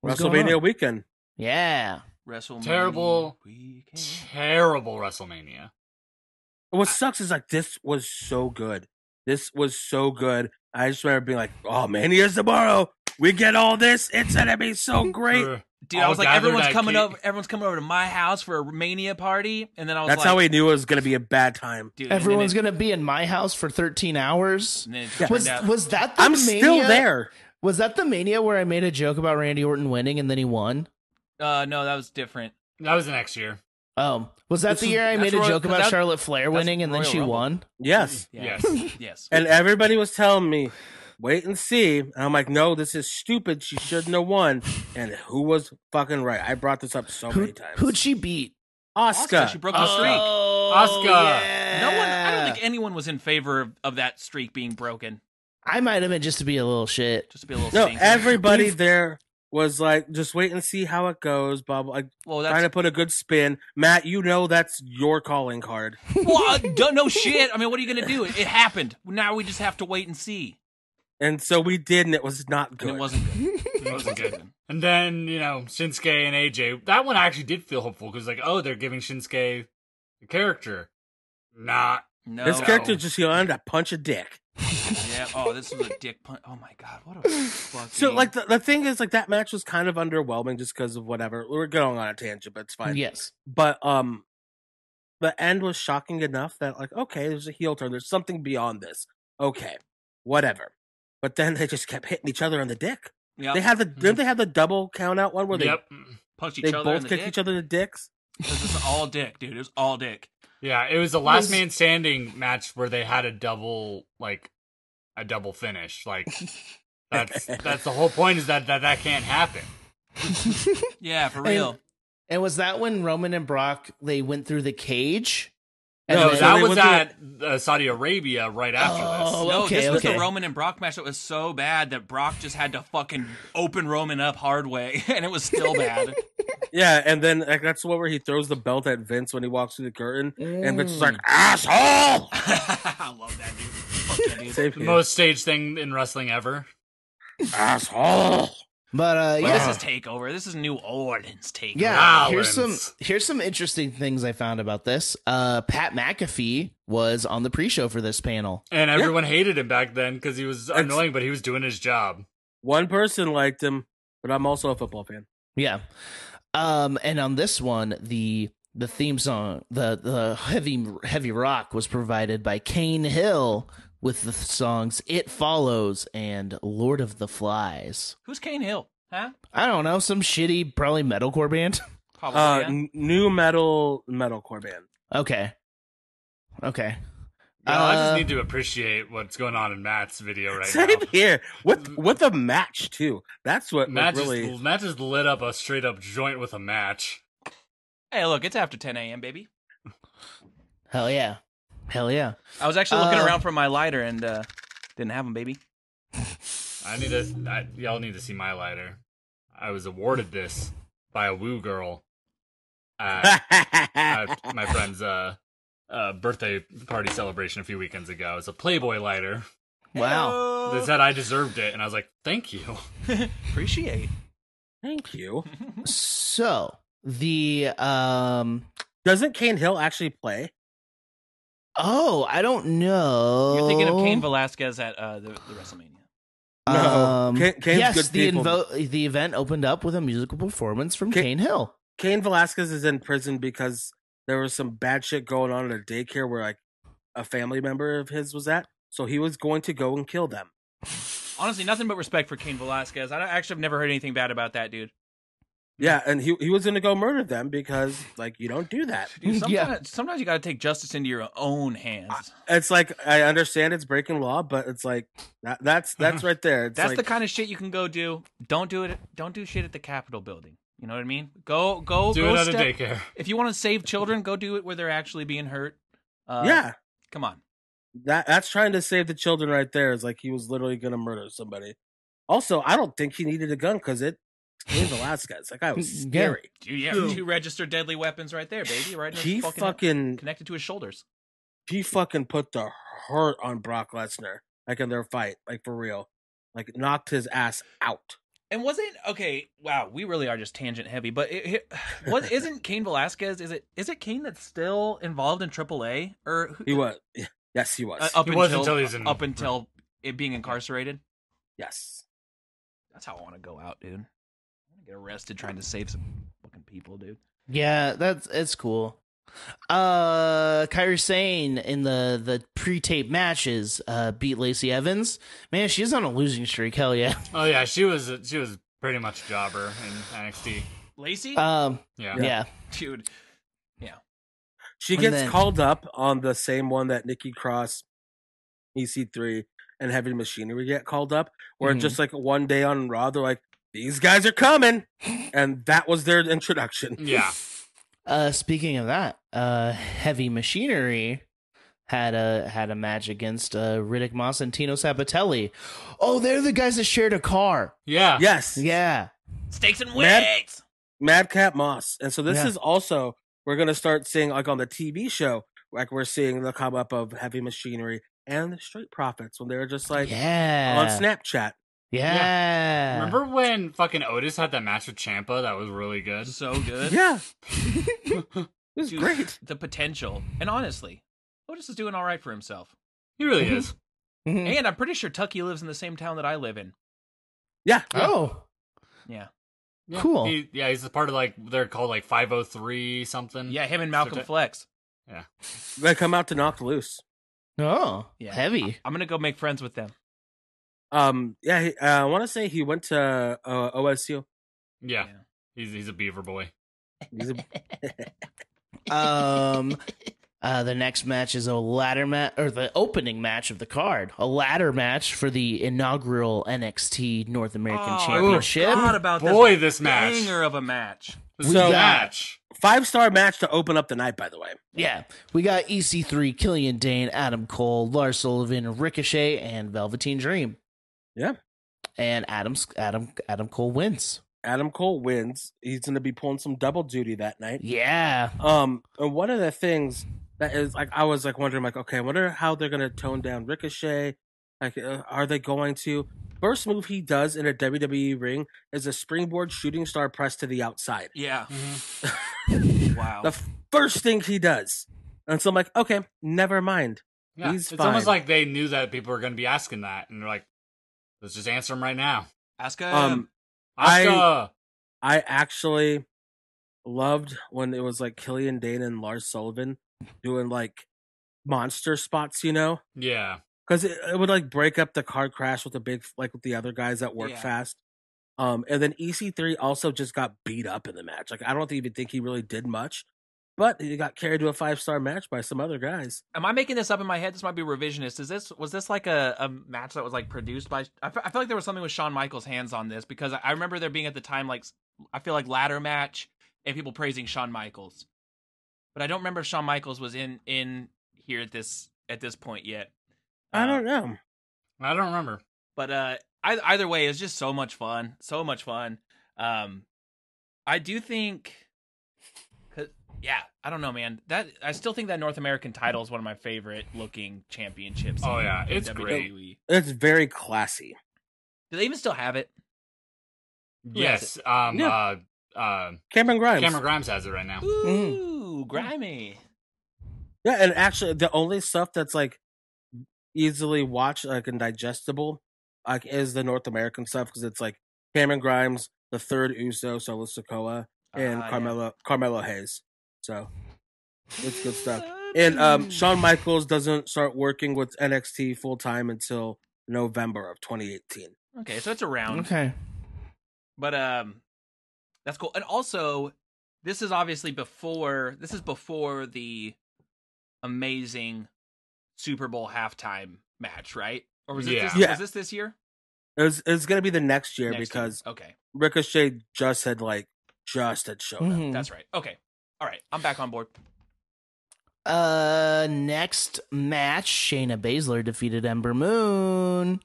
S2: What's going
S4: WrestleMania
S2: on?
S4: weekend.
S2: Yeah.
S3: WrestleMania
S5: Terrible.
S3: weekend.
S5: Terrible WrestleMania.
S2: Ah.
S4: What sucks is like this was so good. This was so good. I just remember being like, "Oh man, here's tomorrow. We get all this. It's gonna be so great."
S5: Ugh.
S3: Dude, I
S5: All
S3: was like,
S5: gathered
S3: everyone's
S5: at
S3: coming
S5: Kate-
S3: over. Everyone's coming over to my house for a mania party, and then I was
S4: That's
S3: like,
S4: how we knew it was gonna be a bad time.
S3: Dude,
S2: Everyone's
S3: and
S2: gonna be in my house for thirteen hours.
S3: then it- and then it
S4: Yeah.
S3: turned
S2: Was
S3: out-
S2: was that the
S4: I'm
S2: mania?
S4: still there.
S2: Was that the mania where I made a joke about Randy Orton winning and then he won?
S3: uh, no, that was different.
S5: That was the next year.
S2: Oh, was that
S4: This
S2: the
S4: was-
S2: year I
S3: that's
S2: made a
S3: Royal-
S2: joke about
S3: that-
S2: Charlotte Flair
S3: that's
S2: winning and then
S3: Royal
S2: she
S3: Rumble.
S2: won?
S4: Yes,
S3: Yeah.
S5: Yes.
S3: yes.
S4: and everybody was telling me, "Wait and see." And I'm like, "No, this is stupid. She shouldn't have won." And who was fucking right? I brought this up so
S2: Who
S4: many times.
S2: who'd she beat? Oh,
S4: Oscar?
S3: Asuka, she broke the streak.
S4: Oh,
S5: Asuka.
S2: yeah.
S3: No one. I don't think anyone was in favor of, of that streak being broken.
S2: I might have been just to be a little shit.
S3: Just to be a little.
S4: no,
S3: stinker.
S4: everybody
S2: We've-
S4: there was like, "Just wait and see how it goes." Blah blah. Like,
S3: Well,
S4: trying to
S3: that's
S4: put a good spin. Matt, you know that's your calling card.
S3: well, I don't know shit. I mean, what are you gonna do? It, it happened. Now we just have to wait and see.
S4: And so we did, and it was not
S3: And
S4: good.
S3: it wasn't good.
S5: It wasn't good. And then, you know, Shinsuke and AJ. That one I actually did feel hopeful because, like, oh, they're giving Shinsuke a character. Nah.
S3: No.
S4: This character just going to punch a dick.
S3: Yeah. Oh, this was a dick punch. Oh my god, what a fucking.
S4: So, like, the, the thing is, like, that match was kind of underwhelming just because of whatever. We're going on a tangent, but it's fine.
S2: Yes.
S4: But, um, the end was shocking enough that, like, okay, there's a heel turn. There's something beyond this. Okay, whatever. But then they just kept hitting each other on the dick.
S3: yeah,
S4: They had the didn't they have the double count out one where they
S5: yep.
S3: punched Mm-hmm.
S4: they
S3: each other. in
S4: both
S3: the
S4: kicked
S3: dick.
S4: each other in the dicks?
S3: This is all dick, dude. It was all dick.
S5: Yeah, it was the last
S2: Was-
S5: man standing match where they had a double, like, a double finish. Like, that's that's the whole point is that that, that can't happen.
S3: Yeah, for
S2: And-
S3: real.
S2: And was that when Roman and Brock they went through the cage? And
S5: No,
S2: then-
S5: that
S4: they
S5: was
S4: went to-
S5: at uh, Saudi Arabia right after
S2: Oh,
S5: this.
S3: no,
S2: okay,
S3: this was
S2: okay.
S3: the Roman and Brock match that was so bad that Brock just had to fucking open Roman up hard way, and it was still bad.
S4: Yeah, and then like, that's the one where he throws the belt at Vince when he walks through the curtain, and Vince is like,
S2: Mm.
S4: "Asshole!"
S3: I love that dude. Fuck yeah, dude.
S4: Same
S5: The
S4: here.
S5: most staged thing in wrestling ever.
S4: asshole.
S2: But uh,
S3: But
S2: yeah,
S3: this is takeover. This is New Orleans takeover.
S2: Yeah,
S5: Wow,
S2: here's some
S5: Lance.
S2: here's some interesting things I found about this. Uh, Pat McAfee was on the pre-show for this panel.
S5: And everyone hated him back then because he was
S4: It's-
S5: annoying, but he was doing his job.
S4: One person liked him, but I'm also a football fan.
S2: Yeah, um, and on this one, the the theme song, the the heavy heavy rock was provided by Kane Hill with the songs "It Follows" and "Lord of the Flies."
S3: Who's Kane Hill? Huh?
S2: I don't know, some shitty probably metalcore band.
S3: Probably.
S4: Uh,
S3: yeah.
S4: n- new metal metalcore band.
S2: Okay. Okay.
S5: Y'all, I just
S2: Uh,
S5: need to appreciate what's going on in Matt's video right
S4: Same
S5: now.
S4: here
S3: Mm.
S4: with with a match too. That's what like,
S5: Matt,
S4: really.
S5: just, Matt just lit up a straight up joint with a match.
S3: Hey, look, it's after 10 a.m., baby.
S2: Hell yeah. Hell yeah.
S3: I was actually looking
S2: Uh,
S3: around for my lighter and uh, didn't have them, baby.
S5: I need to. I, y'all need to see my lighter. I was awarded this by a woo girl at, at my friend's uh, uh, birthday party celebration a few weekends ago. It's a Playboy lighter.
S2: Wow.
S5: They said I deserved it, and I was like, "Thank you."
S3: Appreciate.
S4: Thank you.
S2: So the um
S4: Doesn't Kane Hill actually play?
S2: oh I don't know.
S3: You're thinking of Kane Velasquez at uh, the, the WrestleMania.
S2: Um,
S4: No. Kane- Kane's
S2: yes,
S4: good
S2: the
S4: people.
S2: invo- the event opened up with a musical performance from
S4: Ka-
S2: Kane Hill.
S4: Kane Velasquez is in prison because there was some bad shit going on at a daycare where like a family member of his was at. So he was going to go and kill them.
S3: Honestly, nothing but respect for Kane Velasquez. I don't- actually have never heard anything bad about that dude. Mm.
S4: Yeah, and he he was going to go murder them because like you don't do that.
S3: Dude, sometimes,
S2: Yeah.
S3: sometimes you got to take justice into your own hands.
S4: It's like I understand it's breaking law, but it's like that, that's that's right there. It's
S3: That's
S4: like,
S3: the kind of shit you can go do. Don't do it. Don't do shit at the Capitol building. You know what I mean? Go, go,
S5: Do
S3: go.
S5: it at
S3: step-
S5: a daycare.
S3: If you want to save children, go do it where they're actually being hurt. Uh,
S4: yeah.
S3: Come on.
S4: That that's trying to save the children right there. Is like he was literally going to murder somebody. Also, I don't think he needed a gun because it Kane Velasquez. That guy was
S2: Yeah.
S4: scary.
S3: Dude, yeah,
S5: Yeah.
S3: two registered deadly weapons right there, baby. Right in his
S4: He
S3: fucking-
S4: fucking
S3: connected to his shoulders.
S4: he fucking put the hurt on Brock Lesnar, like in their fight, like for real, like knocked his ass out.
S3: And wasn't okay? Wow, we really are just tangent heavy. But it, it, what isn't Kane Velasquez? Is it is it Kane that's still involved in AAA or who-
S4: He was, yes, he was,
S3: uh, up
S5: He
S3: until,
S5: was until he's in-
S3: up until it being incarcerated?
S4: yes.
S3: That's how I want to go out, dude. I'm gonna get arrested trying to save some fucking people, dude.
S2: Yeah, that's it's cool. Uh, Kyrie Sane in the the pre-tape matches uh beat Lacey Evans. Man, she's on a losing streak. Hell yeah.
S5: Oh yeah, she was. She was pretty much jobber in NXT.
S3: Lacey,
S4: Uh,
S2: Um,
S5: Yeah.
S2: yeah.
S3: dude.
S4: She
S2: And
S4: gets
S2: then-
S4: called up on the same one that Nikki Cross, EC3, and Heavy Machinery get called up, where
S2: Mhm.
S4: just like one day on Raw, they're like, "These guys are coming," and that was their introduction.
S5: Yeah.
S2: Uh, speaking of that, uh, Heavy Machinery had a had a match against uh Riddick Moss and Tino Sabatelli. Oh, they're the guys that shared a car.
S5: Yeah.
S4: Yes,
S2: Yeah.
S3: Stakes and
S4: Man.
S3: weights.
S4: Madcap Moss. And so this
S2: Yeah.
S4: is also we're gonna start seeing like on the TV show, like we're seeing the come up of heavy machinery and the street profits when they were just like
S2: yeah.
S4: on Snapchat.
S2: Yeah.
S5: Remember when fucking Otis had that match with Champa? That was really good.
S3: So good.
S4: Yeah. it was
S3: Dude,
S4: great.
S3: The potential, and honestly, Otis is doing all right for himself.
S5: He really is.
S2: Mhm.
S4: Mm.
S3: And I'm pretty sure Tucky lives in the same town that I live in.
S4: Yeah.
S2: Oh.
S3: Yeah.
S5: Yeah.
S2: Cool.
S5: He, yeah, he's a part of like they're called like 503
S4: Mm.
S5: something.
S3: Yeah, him and Malcolm
S5: So-
S3: Flex.
S4: They come out to knock loose.
S2: Oh.
S3: Yeah.
S2: Heavy.
S3: I'm gonna go make friends with them.
S4: Um yeah, he, uh, I wanna say he went to uh, OSU.
S5: Yeah.
S3: Yeah.
S5: He's he's a beaver boy.
S4: He's a-
S2: um uh the next match is a ladder match or the opening match of the card a ladder match for the inaugural nxt north american
S3: Oh, I
S2: championship
S3: forgot about
S5: Boy,
S3: this,
S5: this match.
S3: banger of a match.
S5: This
S2: We
S5: is a
S2: got-
S5: match.
S4: Five star match to open up the night, by the way.
S2: yeah we got ec3 killian dane adam cole lars sullivan ricochet and velveteen dream
S4: Yeah.
S2: and adam adam adam cole wins
S4: Adam Cole wins. He's gonna be pulling some double duty that night.
S2: yeah
S4: Um, and one of the things that is like I was like wondering, like, okay, I wonder how they're gonna tone down Ricochet. Like, uh, are they going to? First move he does in a WWE ring is a springboard shooting star press to the outside.
S3: Yeah. wow.
S4: The first thing he does, and so I'm like, okay, never mind.
S5: Yeah.
S4: He's
S5: it's almost
S4: fine.
S5: like they knew that people were going to be asking that, and they're like, let's just answer them right now.
S3: Asuka.
S4: Um, I-
S5: Asuka.
S4: I actually loved when it was like Killian Dane and Lars Sullivan doing like monster spots, you know,
S5: yeah.
S4: because it, it would like break up the car crash with the big like with the other guys that work
S3: Yeah.
S4: fast. Um, and then EC3 also just got beat up in the match. Like I don't even think he really did much, but he got carried to a five star match by some other guys.
S3: Am I making this up in my head? This might be revisionist. Is this was this like a, a match that was like produced by? I fe- I feel like there was something with Shawn Michaels' hands on this because I, I remember there being at the time like s- I feel like ladder match and people praising Shawn Michaels, but I don't remember if Shawn Michaels was in in here at this at this point yet.
S4: I
S3: Uh,
S4: don't know.
S5: I don't remember.
S3: but uh ei- either way it's just so much fun so much fun um i do think 'cause- yeah i don't know man that i still think that north american title is one of my favorite looking championships
S5: Oh,
S3: in-
S5: yeah,
S3: in
S5: it's great.
S3: WWE.
S4: It's very classy.
S3: do they even still have it
S5: Yes. Um.
S4: Yeah.
S5: Uh. Uh.
S4: Cameron Grimes.
S5: Cameron Grimes has it right now.
S3: ooh grimy
S4: Yeah, and actually, the only stuff that's like easily watched, like and digestible, like is the North American stuff because it's like Cameron Grimes, the third Uso, Solo Sokoa, and
S3: Ah, yeah.
S4: Carmelo Carmelo Hayes. So
S2: mm-hmm.
S4: it's good stuff. And
S3: Hmm.
S4: um, Shawn Michaels doesn't start working with NXT full time until November of 2018.
S3: okay so it's around
S2: Okay.
S3: But um that's cool. And also, this is obviously before this is before the amazing Super Bowl halftime match, right? Or was it this
S5: Yeah.
S4: Yeah.
S3: was this this year?
S4: It's it's gonna be the next year
S3: Next year.
S4: because
S3: Okay.
S4: Ricochet just had like just had shown up.
S2: Mhm.
S3: That's right. Okay. All right. I'm back on board.
S2: Uh, next match, Shayna Baszler defeated Ember Moon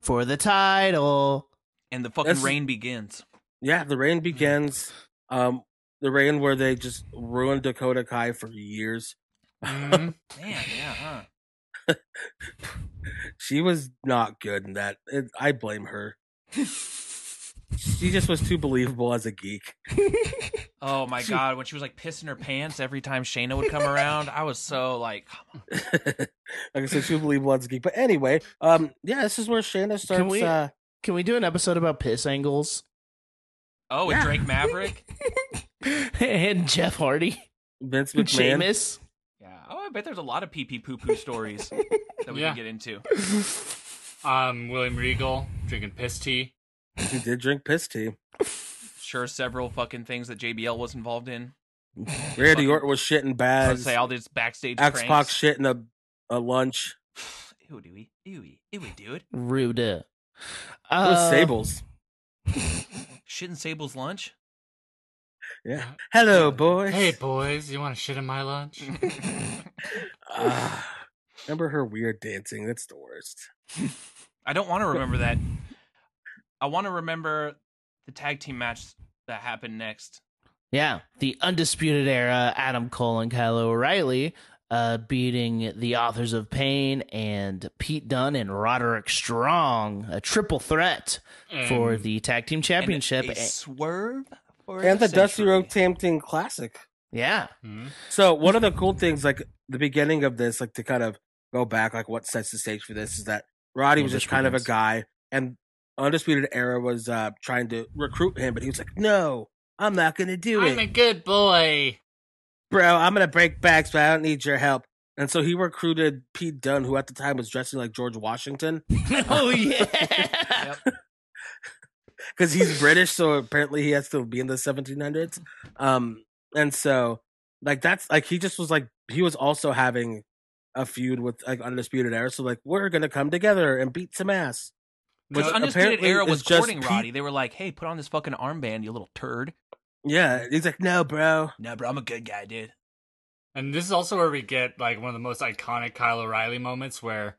S2: for the title.
S3: And the fucking
S4: That's-
S3: rain begins.
S4: Yeah, the rain begins. Um, the rain where they just ruined Dakota Kai for years.
S3: Man,
S5: Mhm.
S3: yeah, huh?
S4: She was not good in that. It, I blame her. she just was too believable as a geek.
S3: Oh my god, when she was like pissing her pants every time Shayna would come around, I was so like, come on.
S4: like I said, too believable as a geek. But anyway, um, yeah, this is where Shayna starts.
S2: we-
S4: uh,
S2: Can we do an episode about piss angles
S3: oh, and
S4: Yeah.
S3: Drake Maverick.
S2: and Jeff Hardy
S4: Vince
S2: and
S4: McMahon.
S2: Sheamus?
S3: Yeah. Oh, I bet there's a lot of pee pee poo poo stories that we can
S5: Yeah.
S3: get into.
S5: um. William Regal drinking piss tea.
S4: She did drink piss tea.
S3: sure several fucking things that JBL was involved in.
S4: Randy
S3: Fucking-
S4: Orton was shitting
S3: I'd
S4: bags.
S3: say all these backstage
S4: X Pac
S3: pranks.
S4: shitting a a lunch.
S3: Ew, dooey, ewy, ewy, dude.
S2: Rude. Uh,
S4: It was Sables.
S3: Shit in Sable's lunch.
S4: Yeah. Hello, boys.
S5: Hey boys, you want to shit in my lunch?
S4: Ah, remember her weird dancing? That's the worst.
S3: I don't want to remember that. I want to remember the tag team match that happened next.
S2: Yeah, the undisputed era, Adam Cole and Kyle O'Reilly uh, beating the authors of Pain and Pete Dunne and Roderick Strong, a triple threat for
S5: And
S2: the tag team
S3: And
S2: championship. eh.
S3: a
S2: A-
S3: swerve for
S4: and
S3: a
S4: the Dusty
S3: century.
S4: Road Tam Team Classic.
S2: yeah,
S5: Mhm.
S4: So one of the cool things, like the beginning of this, like to kind of go back, like what sets the stage for this is that Roddy
S2: Yeah,
S4: was just
S2: Rich
S4: kind of a
S2: Reigns.
S4: guy, and Undisputed Era was uh trying to recruit him, but he was like, "No, I'm not gonna do
S5: I'm
S4: it,
S5: a good boy.
S4: bro. I'm gonna break backs, but I don't need your help." And so he recruited Pete Dunne, who at the time was dressing like George Washington,
S2: oh yeah.
S3: Yep.
S4: because he's British, so apparently he has to be in the 1700s. Um, and so like that's like he just was like he was also having a feud with like Undisputed Era, so like we're gonna come together and beat some ass.
S3: Which
S4: Which
S3: Undisputed
S4: apparently
S3: Era
S4: is
S3: was
S4: just
S3: courting
S4: Pete-
S3: Roddy. They were like, hey, put on this fucking armband, you little turd.
S4: Yeah, he's like, no, bro.
S3: No, bro, I'm a good guy, dude.
S5: And this is also where we get like one of the most iconic Kyle O'Reilly moments where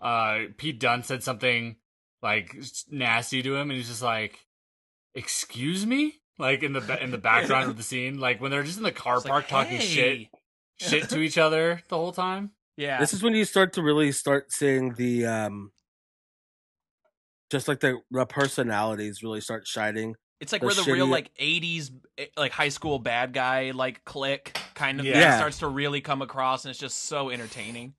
S5: uh Pete Dunne said something like s- nasty to him and he's just like excuse me? Like in the ba- in the background of the scene, like when they're just in the car
S3: It's like,
S5: park talking shit
S3: "Hey."
S5: shit to each other the whole time.
S3: Yeah.
S4: This is when you start to really start seeing the um, just like the the personalities really start shining.
S3: It's like
S4: the
S3: where the real
S4: shitty-
S3: like '80s eh, like high school bad guy like click kind of
S5: Yeah.
S3: thing
S4: Yeah.
S3: starts to really come across, and it's just so entertaining.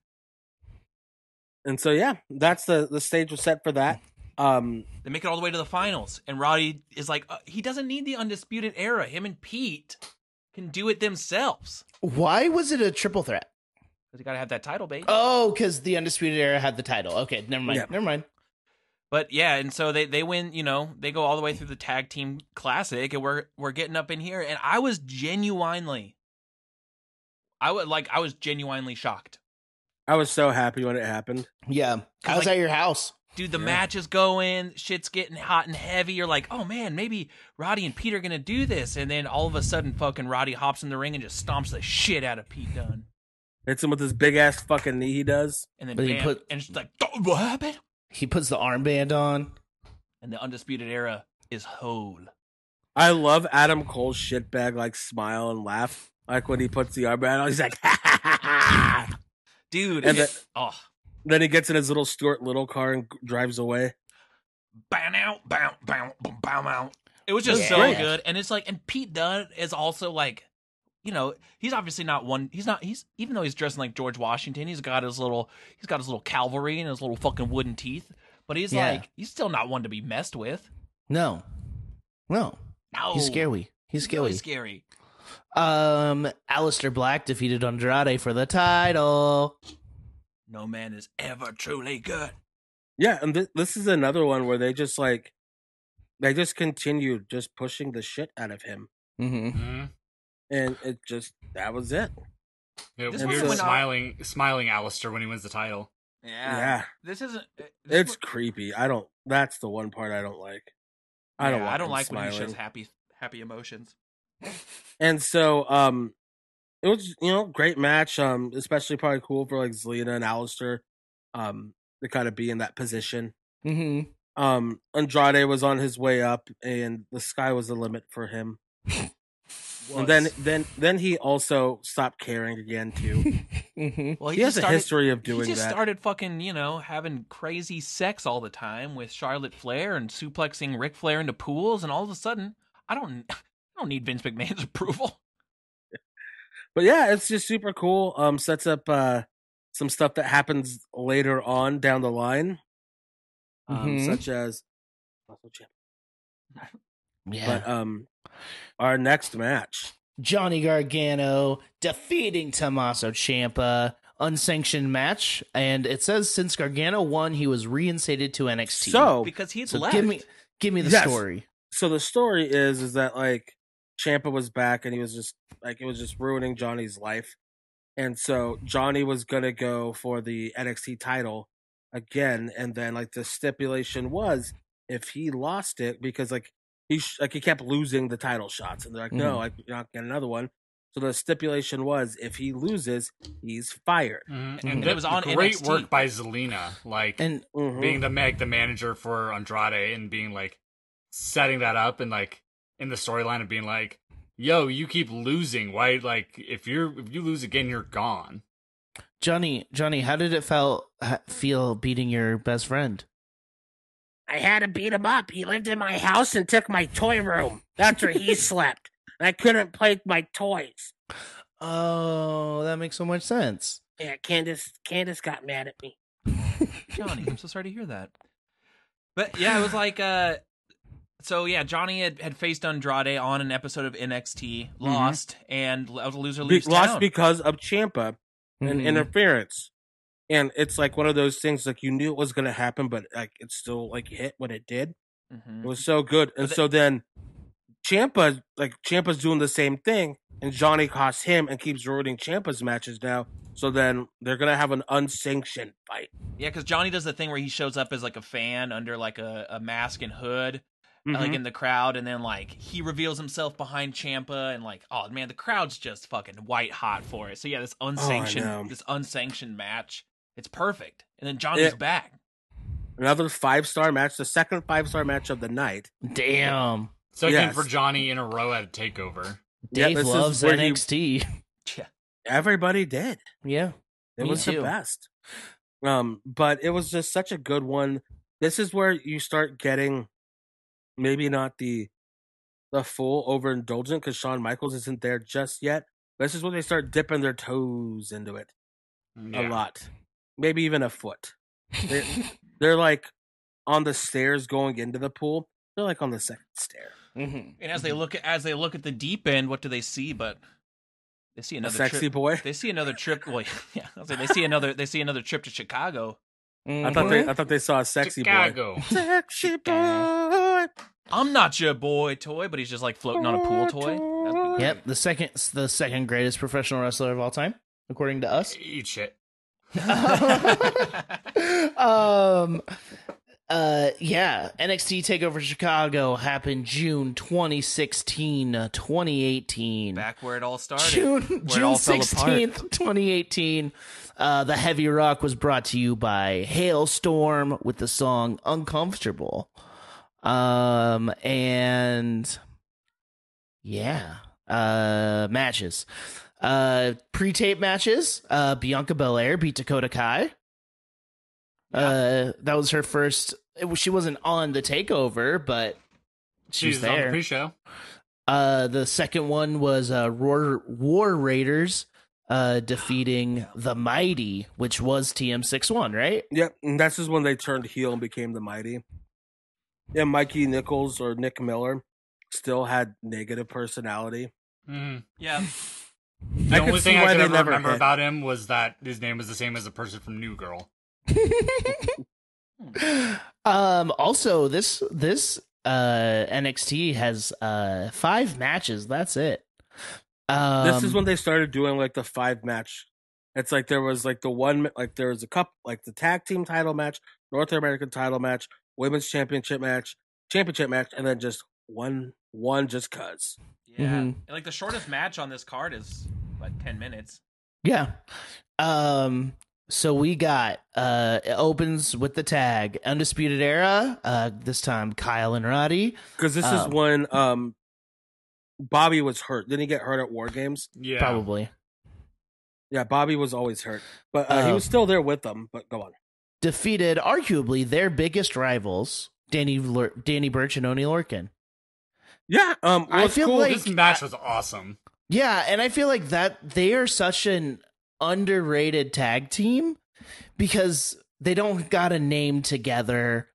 S4: And so yeah, that's the the stage was set for that. Um,
S3: They make it all the way to the finals, and Roddy is like, uh, he doesn't need the undisputed era. Him and Pete can do it themselves.
S2: Why was it a triple threat?
S3: 'Cause They got to have that title, babe.
S2: Oh, because the undisputed era had the title. Okay, never mind.
S4: Yeah.
S2: Never mind.
S3: But yeah, and so they they win. You know, they go all the way through the tag team classic, and we're we're getting up in here, and I was genuinely, I would like I was genuinely shocked.
S4: I was so happy when it happened.
S2: Yeah. I was
S3: like-
S2: at your house.
S3: Dude, the
S4: Yeah.
S3: match is going, shit's getting hot and heavy. You're like, oh man, maybe Roddy and Pete are gonna do this, and then all of a sudden, fucking Roddy hops in the ring and just stomps the shit out of Pete Dunne,
S4: Hits him with his big ass fucking knee. He does.
S3: and then
S2: But he
S3: bam,
S2: put-
S3: and she's like, "Oh, what happened?
S2: He puts the armband on.
S3: And the undisputed era is whole.
S4: I love Adam Cole's shitbag like smile and laugh. Like when he puts the armband on, he's like, ha ha ha ha.
S3: dude.
S4: And
S3: it-
S4: the-
S3: oh,
S4: Then he gets in his little Stuart Little car and g- drives away.
S3: bow out, bow, bow, bow, bow out. It was just
S2: Yeah.
S3: so
S2: Great.
S3: good, and it's like, and Pete Dunne is also like, you know, he's obviously not one. He's not. He's even though he's dressing like George Washington, he's got his little, he's got his little cavalry and his little fucking wooden teeth. But he's
S2: Yeah.
S3: like, he's still not one to be messed with.
S2: No. No.
S3: No,
S2: He's scary. He's
S3: He's really
S2: scary.
S3: scary.
S2: Um Alistair Black defeated Andrade for the title.
S3: No man is ever truly good.
S4: Yeah, and th- this is another one where they just like, they just continued just pushing the shit out of him,
S2: Mm-hmm.
S5: Mhm.
S4: and it just that was it.
S5: Yeah,
S3: This
S5: weird
S4: one went off-
S5: smiling, smiling Alistair when he wins the title.
S4: yeah.
S3: This isn't. uh, This
S4: It's creepy. I don't. That's the one part I don't like. I don't.
S3: yeah,
S4: want
S3: I don't
S4: him
S3: like
S4: smiling.
S3: when he shows happy, happy emotions.
S4: And so, um, it was you know great match. Um, especially probably cool for like Zelina and Alistair, um, to kind of be in that position.
S2: Mm-hmm.
S4: Um, Andrade was on his way up, and the sky was the limit for him. And then, then, then he also stopped caring again too.
S2: Mm-hmm.
S3: Well,
S4: he,
S3: he,
S4: has
S3: just started,
S4: a history of doing
S3: he just
S4: that.
S3: started fucking, you know, having crazy sex all the time with Charlotte Flair and suplexing Ric Flair into pools, and all of a sudden, I don't, I don't need Vince McMahon's approval.
S4: but yeah, it's just super cool. Um, sets up uh some stuff that happens later on down the line, um,
S3: Mm-hmm.
S2: Mhm.
S4: such as.
S2: Yeah.
S4: But um, our next match.
S2: Johnny Gargano defeating Tommaso Ciampa, unsanctioned match, and it says since Gargano won, he was reinstated to NXT.
S4: Oh, So,
S3: Because he's
S2: So
S3: left.
S2: give me give me the
S4: Yes.
S2: story.
S4: so the story is is that like Champa was back and he was just like it was just ruining Johnny's life, and so Johnny was gonna go for the NXT title again, and then like the stipulation was if he lost it because like he sh- like he kept losing the title shots, and they're like
S2: Mhm.
S4: no, like you're not getting another one. So the stipulation was if he loses, he's fired.
S2: Mhm.
S5: Mhm. And
S2: It
S5: that
S3: Mm-hmm. was on
S5: great
S3: NXT.
S5: work by Zelina, like
S2: And
S4: Mhm.
S5: being the like the manager for Andrade and being like setting that up and like in the storyline of being like, "Yo, you keep losing. Why? Like, if you're if you lose again, you're gone."
S2: Johnny, Johnny, how did it felt ha- feel beating your best friend?
S4: I had to beat him up. He lived in my house and took my toy room. That's where he slept. And I couldn't play with my toys.
S2: Oh, that makes so much sense.
S4: Yeah, Candace Candace got mad at me.
S3: Johnny, I'm so sorry to hear that. But yeah, it was like uh so yeah, Johnny had, had faced Andrade on an episode of NXT, lost, and that was a loser
S4: Mm-hmm. Be-
S3: leaves
S4: lost
S3: town. Mm-hmm.
S4: because of Champa and
S2: Mhm.
S4: interference. And it's like one of those things like you knew it was gonna happen, but like it still like hit when it did. It
S3: Mhm.
S4: was so good. And
S3: But the-
S4: so then Champa like Champa's doing the same thing and Johnny costs him and keeps ruining Champa's matches now. So then they're gonna have an unsanctioned fight.
S3: Yeah, because Johnny does the thing where he shows up as like a fan under like a, a mask and hood, like
S4: Mm-hmm.
S3: in the crowd, and then like he reveals himself behind Champa, and like oh man, the crowd's just fucking white hot for it. So yeah, this unsanctioned
S4: Oh, know.
S3: this unsanctioned match, it's perfect. And then Johnny's
S4: Yeah.
S3: back.
S4: Another five star match, the second five star match of the night.
S2: Damn,
S5: Second
S4: Yes.
S5: for Johnny in a row at a takeover.
S4: Yeah,
S2: Dave
S4: this is
S2: loves
S4: where he-
S2: NXT.
S3: Yeah.
S4: Everybody did.
S2: yeah,
S4: It
S2: Me
S4: was
S2: too.
S4: the best. Um, but it was just such a good one. This is where you start getting maybe not the the full overindulgent because Shawn Michaels isn't there just yet. This is when they start dipping their toes into it a
S5: Yeah.
S4: lot, maybe even a foot. They're, they're like on the stairs going into the pool. They're like on the second stair.
S2: Mhm.
S3: And as
S4: Mm-hmm.
S3: they look as they look at the deep end, what do they see? But they see
S4: A
S3: another
S4: sexy
S3: trip.
S4: boy.
S3: They see another trip. Well, yeah, I was like, they see another. They see another trip to Chicago.
S4: I thought they I thought they saw a sexy boy.
S5: Chicago.
S4: Sexy boy.
S3: I'm not your boy toy, but he's just like floating on a pool toy. That'd be great.
S2: Yep, the second the second greatest professional wrestler of all time, according to us.
S5: Eat shit.
S2: um uh yeah nxt takeover chicago happened june 2016 uh, 2018
S3: Back where it all started.
S2: june
S3: where it
S2: june
S3: all fell apart.
S2: 16th 2018 uh the heavy rock was brought to you by hailstorm with the song uncomfortable um and yeah uh matches uh pre-tape matches uh bianca belair beat dakota kai uh, that was her first. It, was- she wasn't on the takeover, but she was
S5: She's on the
S2: there.
S5: pre-show.
S2: uh, the second one was uh, War, War Raiders uh, defeating the Mighty, which was TM61, right?
S4: Yep, and that's just when they turned heel and became the mighty. Yeah, Mikey Nichols or Nick Miller still had negative personality.
S5: Mm.
S3: Yeah.
S5: The
S4: I could
S5: only thing
S4: see
S5: I
S4: why
S5: could
S4: they
S5: ever
S4: never
S5: remember
S4: hit.
S5: about him was that his name was the same as the person from New Girl.
S2: um. Also, this this uh NXT has uh five matches. That's it. Um,
S4: this is when they started doing like the five match. It's like there was like the one like there was a cup like the tag team title match, North American title match, women's championship match, championship match, and then just one one just cuz.
S3: Yeah.
S4: Mm-hmm.
S2: Mhm.
S3: And like the shortest match on this card is like 10 minutes.
S2: Yeah. Um so we got uh it opens with the tag Undisputed Era, uh this time Kyle and Roddy.
S4: Because this
S2: Um.
S4: is when um Bobby was hurt. Didn't he get hurt at War Games?
S5: Yeah.
S2: Probably.
S4: Yeah, Bobby was always hurt, but uh, he
S2: Um.
S4: was still there with them. But go on.
S2: Defeated arguably their biggest rivals, Danny Lur- Danny Birch and Oni Lorcan.
S4: Yeah, um,
S2: I
S4: what's
S2: feel
S4: cool-
S2: like-
S5: this match was awesome.
S2: Yeah, and I feel like that they are such an underrated tag team because they don't got a name together.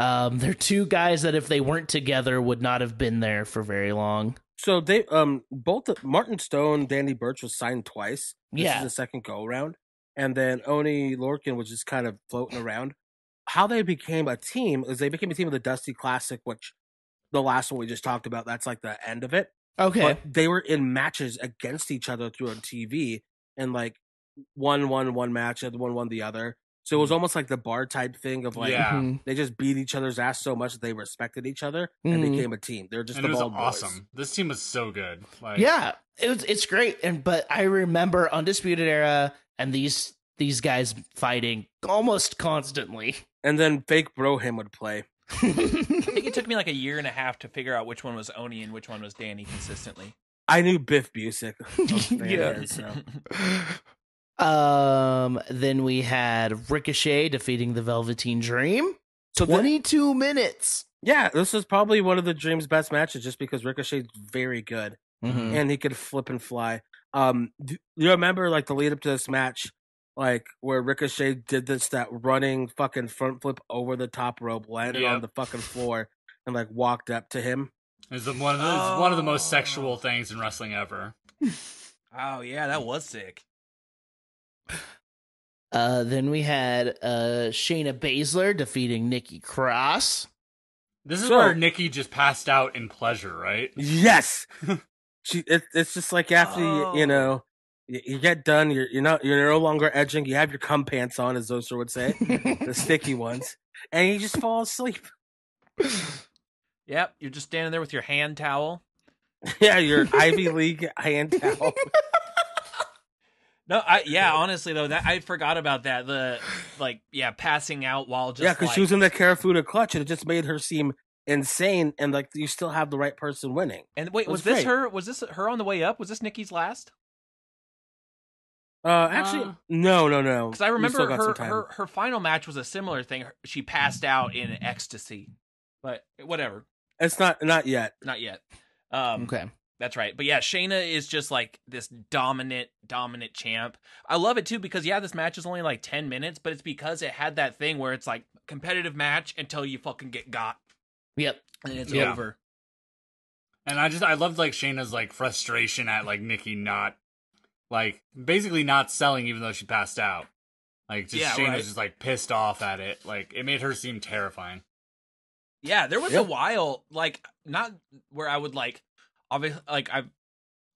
S2: Um, they're two guys that if they weren't together would not have been there for very long.
S4: so they um both Martin Stone, Danny Birch was signed twice. This
S2: Yeah.
S4: is the second go around, and then Oni Lorkin was just kind of floating around. How they became a team is they became a team of the Dusty Classic, which the last one we just talked about. That's like the end of it.
S2: Okay.
S4: But they were in matches against each other through on TV, and like one won one match, and one won the other. So it was almost like the bar type thing of like
S5: Mm. Yeah.
S2: Mhm.
S4: they just beat each other's ass so much that they respected each other and
S2: Mhm.
S4: became a team. They're just
S5: Mm-hmm. and
S4: the
S5: it was
S4: bald boys.
S5: awesome. This team was so good. Like,
S2: yeah it was, it's great and but i remember undisputed era and these these guys fighting almost constantly
S4: And then fake Broham would play.
S3: I think it took me like a year and a half to figure out which one was Oni and which one was Danny consistently.
S4: I knew Biff Busick. I was a fan
S2: Yeah.
S4: then, so.
S2: um then we had ricochet defeating the velveteen dream
S4: So then-
S2: 22 minutes
S4: yeah, this is probably one of the Dream's best matches just because Ricochet's very good
S2: Mhm.
S4: and he could flip and fly. Um, do you remember like the lead up to this match, like where Ricochet did this that running fucking front flip over the top rope, landed
S5: Yep.
S4: on the fucking floor, and like walked up to him.
S5: It's the- one of the, it's one of the most
S3: Oh.
S5: sexual things in wrestling ever.
S3: oh, yeah, that was sick.
S2: uh then we had uh shayna baszler defeating nikki cross
S5: This is
S4: So-
S5: where Nikki just passed out in pleasure, right?
S4: Yes. she. It, it's just like after you, you know, you, you get done. You're you're not you're no longer edging. You have your cum pants on, as Zoser would say, the sticky ones, and you just fall asleep.
S3: Yep, you're just standing there with your hand towel.
S4: yeah, your Ivy League hand towel.
S3: No, I yeah, honestly though, that I forgot about that. The like yeah, passing out while just
S4: yeah, because
S3: like,
S4: she was in the Carafuda clutch, and it just made her seem insane. And like you still have the right person winning.
S3: And wait,
S4: It
S3: was
S4: was
S3: this
S4: great.
S3: her? Was this her on the way up? Was this Nikki's last?
S4: Uh, actually,
S5: Uh.
S4: no, no, no.
S3: Because I
S4: We
S3: remember
S4: still got
S3: her,
S4: some time.
S3: her her final match was a similar thing. Her- She passed out in ecstasy, but whatever,
S4: It's not not yet.
S3: not yet. Um,
S2: okay
S3: That's right. But yeah, Shayna is just like this dominant, dominant champ. I love it too because yeah, this match is only like ten minutes, but it's because it had that thing where it's like competitive match until you fucking get got
S2: yep
S3: and it's
S5: Yeah.
S3: over.
S5: And I just I loved like Shayna's like frustration at like Nikki not like basically not selling even though she passed out. Like just
S3: Yeah,
S5: Shane
S3: right.
S5: was just like pissed off at it. Like it made her seem terrifying.
S3: Yeah, there was
S4: Yeah.
S3: a while like not where I would like obviously like I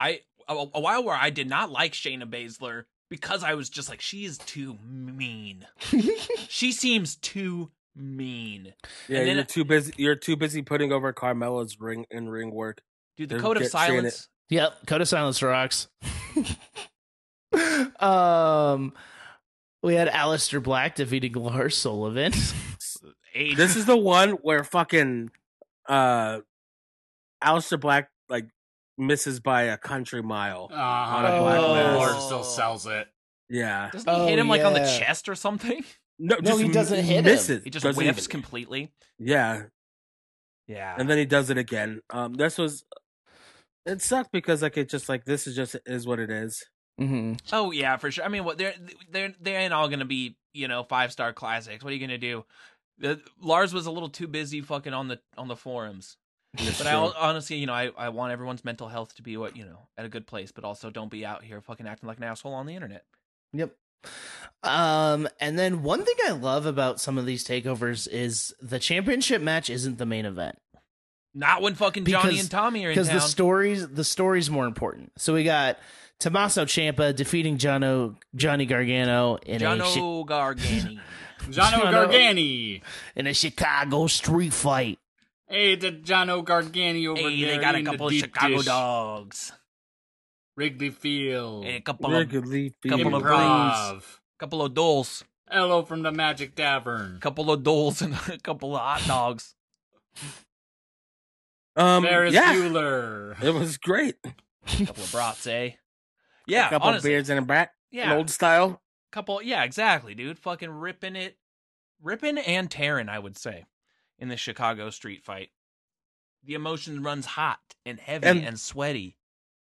S3: I a, a while where I did not like Shayna Baszler because I was just like she is too mean. she seems too mean.
S4: Yeah,
S3: And then-
S4: you're too busy. You're too busy putting over Carmella's ring and ring work.
S3: Dude, the
S4: They're
S3: code of
S4: get Shayna-
S3: silence.
S2: Yep, Code of Silence rocks. um, we had Alistair Black defeating Lars Sullivan. Eight.
S4: This is the one where fucking uh, Alistair Black like misses by a country mile.
S5: Uh,
S4: a black
S3: Oh.
S4: mask.
S5: Lord still sells it.
S4: Yeah,
S3: Doesn't he
S2: Oh,
S3: hit him like on the
S2: yeah.
S3: chest or something?
S4: no,
S2: No, he doesn't hit him.
S4: misses.
S3: He just
S4: Doesn't
S3: whiffs
S4: even-
S3: completely.
S4: Yeah,
S3: Yeah.
S4: and then he does it again. Um, this was it sucked because like it just like this is just is what it is.
S2: hmm
S3: Oh yeah, for sure. I mean, what they're they're they ain't all gonna be you know five star classics. What are you gonna do? The, Lars was a little too busy fucking on the on the forums.
S4: That's
S3: But I
S4: true.
S3: al- honestly, you know, I, I want everyone's mental health to be what you know at a good place, but also don't be out here fucking acting like an asshole on the internet.
S2: Yep. Um, and then one thing I love about some of these takeovers is the championship match isn't the main event
S3: Not when fucking Johnny
S2: Because-
S3: and Tommy are in
S2: because
S3: town.
S2: the stories the story's more important. So we got Tommaso Ciampa defeating Jono, Johnny Gargano in a
S3: Jono
S2: chi-
S3: Gargani.
S5: Jono
S2: Jono-
S5: Gargani.
S2: in a Chicago street fight.
S5: Hey, the Jono Gargani over
S3: hey,
S5: there.
S3: they got a
S5: eating the
S3: couple of
S5: deep
S3: Chicago
S5: dish. Oh.
S3: dogs.
S5: Wrigley Field.
S3: Hey, a couple of
S4: Wrigley
S3: couple
S4: Field.
S3: of uh,
S5: Improv.
S3: couple of dolls,
S5: Hello from the Magic Tavern.
S3: couple of dolls, and a couple of hot dogs.
S4: um,
S5: Ferris
S4: yeah,
S5: Bueller.
S4: it was great.
S3: couple of brats, eh? Yeah,
S4: a couple
S3: honestly.
S4: beards and a brat,
S3: Yeah,
S4: an old style.
S3: couple. Yeah, exactly, dude. Fucking ripping it, ripping and tearing. I would say, in the Chicago street fight, the emotion runs hot and heavy and,
S4: And-
S3: sweaty.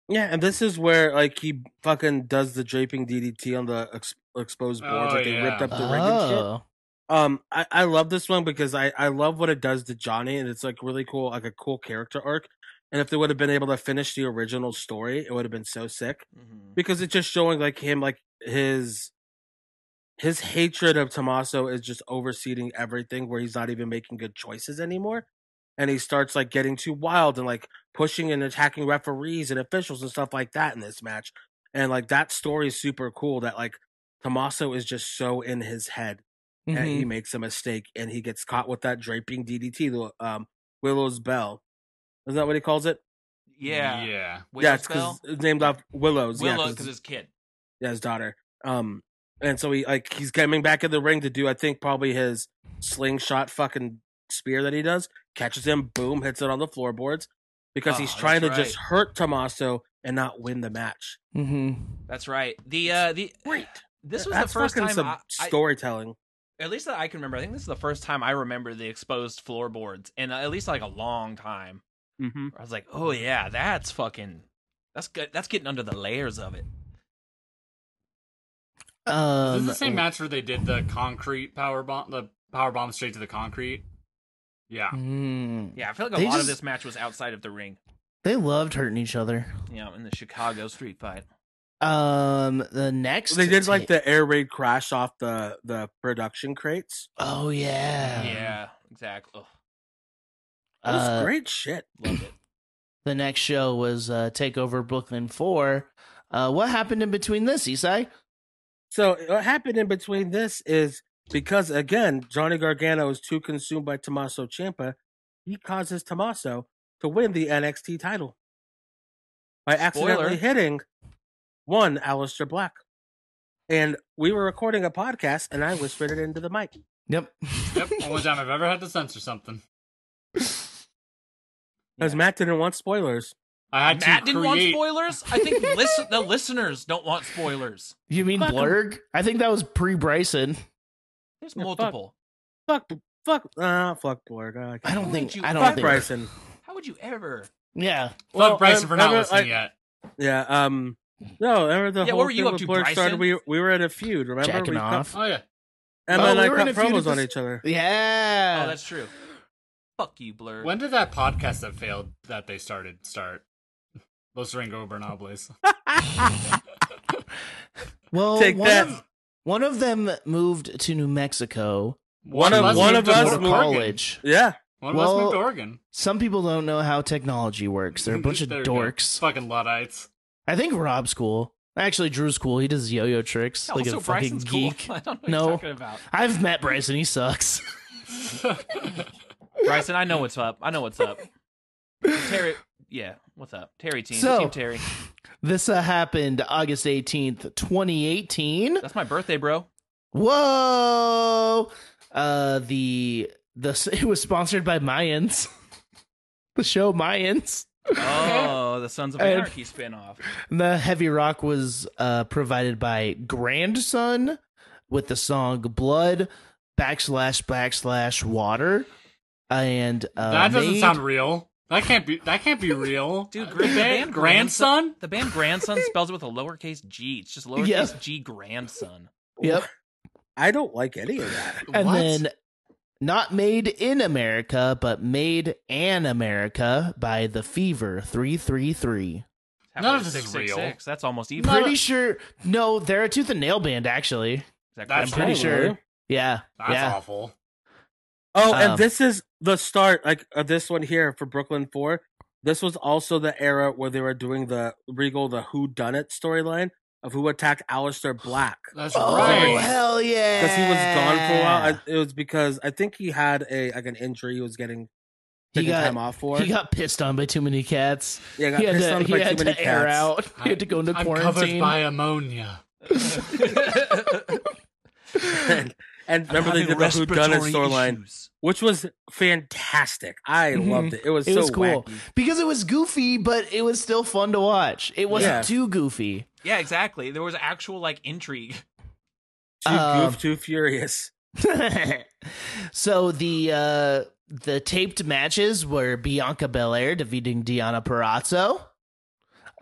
S4: Yeah, and this is where like he fucking does the draping DDT on the ex- exposed board
S5: Oh,
S4: that they
S5: yeah.
S4: ripped up the ring and shit.
S2: Oh.
S4: Um, I, I love this one because I I love what it does to Johnny, and it's like really cool, like a cool character arc. And if they would have been able to finish the original story, it would have been so sick because it's just showing like him, like his his hatred of Tommaso is just overseeding everything, where he's not even making good choices anymore, and he starts like getting too wild and like pushing and attacking referees and officials and stuff like that in this match. And like that story is super cool. That like Tommaso is just so in his head and he
S3: Mm-hmm.
S2: Mhm.
S4: makes a mistake and he gets caught with that draping DDT, the um, Willow's Bell. Isn't that what he calls it?
S3: Yeah,
S5: Yeah.
S4: yeah, it's because it's named off Willow's. yeah,
S3: Willow
S4: 'cause-
S3: because his kid.
S4: yeah, his daughter. Um, and so he like he's coming back in the ring to do, I think probably his slingshot fucking spear that he does catches him, boom, hits it on the floorboards because
S3: Ah,
S4: he's
S3: that's
S4: trying to
S3: right.
S4: just hurt Tommaso and not win the match.
S2: Mm-hmm.
S3: That's right. The uh the
S4: Great.
S3: this was
S4: That's
S3: the first
S4: fucking
S3: time
S4: some
S3: I, I-
S4: storytelling.
S3: at least that I can remember. I think this is the first time I remember the exposed floorboards, and at least like a long time.
S4: Mm-hmm.
S3: I was like, oh yeah, that's fucking. That's good. That's getting under the layers of it.
S5: Is
S2: Um,
S5: this the same match where they did the concrete power bomb, the power bomb straight to the concrete? Yeah.
S4: Mm-hmm.
S2: mm.
S3: Yeah, I feel like a
S2: They
S3: lot of
S2: just-
S3: this match was outside of the ring.
S2: They loved hurting each other.
S3: you know, in the Chicago street fight.
S2: Um, the next
S4: They did
S2: ta-
S4: like the air raid crash off the the production crates.
S2: Oh yeah,
S3: Yeah, exactly. Ugh,
S4: That was
S2: Uh,
S4: great shit.
S3: loved it.
S2: The next show was uh, Takeover Brooklyn Four. Uh, what happened in between this, Isai?
S4: So what happened in between this is because again, Johnny Gargano is too consumed by Tommaso Ciampa, he causes Tommaso to win the NXT title by
S3: Spoiler.
S4: accidentally hitting one Aleister Black. And we were recording a podcast, and I whispered it into the mic.
S2: Yep.
S5: Yep. Only time I've ever had to censor something.
S4: Because
S3: Yeah.
S4: Matt didn't want spoilers.
S5: I had
S3: Matt
S5: to
S3: didn't want
S5: create.
S3: spoilers. I think listen, the listeners don't want spoilers.
S2: You mean
S4: Fuck 'em.
S2: Blurg? I think that was pre Bryson.
S3: There's
S4: Yeah, fuck.
S3: multiple.
S4: Fuck, fuck, ah, fuck Blurg. I can't-
S2: I don't
S3: Who
S2: think.
S3: did you-
S2: I don't
S4: fuck
S2: think.
S4: Bryson.
S3: How would you ever?
S2: Yeah.
S5: Fuck Bryson
S4: I-
S5: for not
S4: I- I-
S5: listening yet.
S4: Yeah. Um. No. Remember the
S3: Yeah,
S4: whole
S3: what were you
S4: thing
S3: up
S4: with
S3: to,
S4: Blur started.
S3: Bryson?
S4: We we were in a feud. Remember
S2: Jacking
S4: we cut-
S2: off.
S5: Oh yeah.
S4: Emma
S2: Oh,
S4: and
S2: we
S4: I
S2: were in
S4: cut
S2: a feud at
S4: promos on
S2: this-
S4: each other.
S2: Yeah.
S3: Oh, that's true. Fuck you, Blur.
S5: When did that podcast that failed that they started start? Los Ringo Bernables.
S2: well,
S4: Take
S2: Oh, one
S4: that.
S2: of- One of them moved to New Mexico.
S4: One of-
S2: to
S4: one
S5: moved
S4: of
S5: to
S4: us
S2: go to
S5: Oregon.
S2: college.
S4: Yeah.
S5: One of us
S2: Well,
S5: moved to Oregon.
S2: Some people don't know how technology works. They're a bunch of
S5: Mm-hmm. There we go.
S2: dorks.
S5: Fucking luddites.
S2: I think Rob's cool. Actually, Drew's cool. He does yo-yo tricks like
S3: also,
S2: a fucking
S3: Bryson's
S2: geek.
S3: Cool. I don't know what
S2: No.
S3: you're talking about.
S2: I've met Bryson. He sucks.
S3: Bryson, I know what's up. I know what's up. Terry, yeah, what's up? Terry team.
S2: So-
S3: team Terry.
S2: This uh, happened August 18th, 2018.
S3: That's my birthday, bro.
S2: Whoa! Uh, the the it was sponsored by Mayans, the show Mayans.
S3: Oh, the Sons of
S2: And-
S3: Anarchy spinoff.
S2: And the heavy rock was uh, provided by Grandson with the song "Blood Backslash Backslash Water," and uh,
S5: that doesn't
S2: made-
S5: sound real. That can't be. That can't be real,
S3: Dude,
S5: The
S3: Grand,
S5: band grandson.
S3: The band grandson spells it with a lowercase g. It's just lowercase
S2: Yeah.
S3: g grandson.
S2: Yep.
S4: I don't like any of that.
S2: and
S5: What?
S2: then not made in America, but made an America by the Fever Three Three Three.
S3: Halfway
S5: None
S3: to
S5: of this is
S3: 666. That's almost even.
S2: Pretty sure. No, they're a Tooth and Nail band, actually.
S3: Exactly.
S5: That's
S2: I'm pretty
S5: Oh,
S2: sure.
S4: really?
S2: Yeah.
S5: That's
S2: yeah.
S5: awful.
S4: Oh, and
S2: Um,
S4: this is the start, like uh, this one here for Brooklyn Four. This was also the era where they were doing the Regal, the Who Done It storyline of who attacked Aleister Black
S5: That's
S2: Oh
S5: right.
S2: hell yeah!
S4: because he was gone for a while. I, it was because I think he had a like an injury he was getting
S2: He
S4: taking
S2: got-
S4: time off for.
S2: he got pissed on by too many cats.
S4: yeah,
S2: he had
S4: pissed
S2: to,
S4: on
S2: he
S4: by
S2: had
S4: too
S2: to
S4: many
S2: air
S4: cats.
S2: out. He had to go into
S5: I'm covered
S2: quarantine.
S5: by ammonia.
S4: and, and remember they did the Who Done It storyline, which was fantastic. I
S2: Mhm.
S4: loved Mm-hmm. it. It was
S2: It
S4: so
S2: was cool.
S4: wacky.
S2: because it was goofy, but it was still fun to watch. It wasn't
S4: Yeah.
S2: too goofy.
S3: Yeah, exactly. There was actual like intrigue.
S4: Too
S2: Uh,
S4: goof, too furious.
S2: so the uh the taped matches were Bianca Belair defeating Diana Perazzo.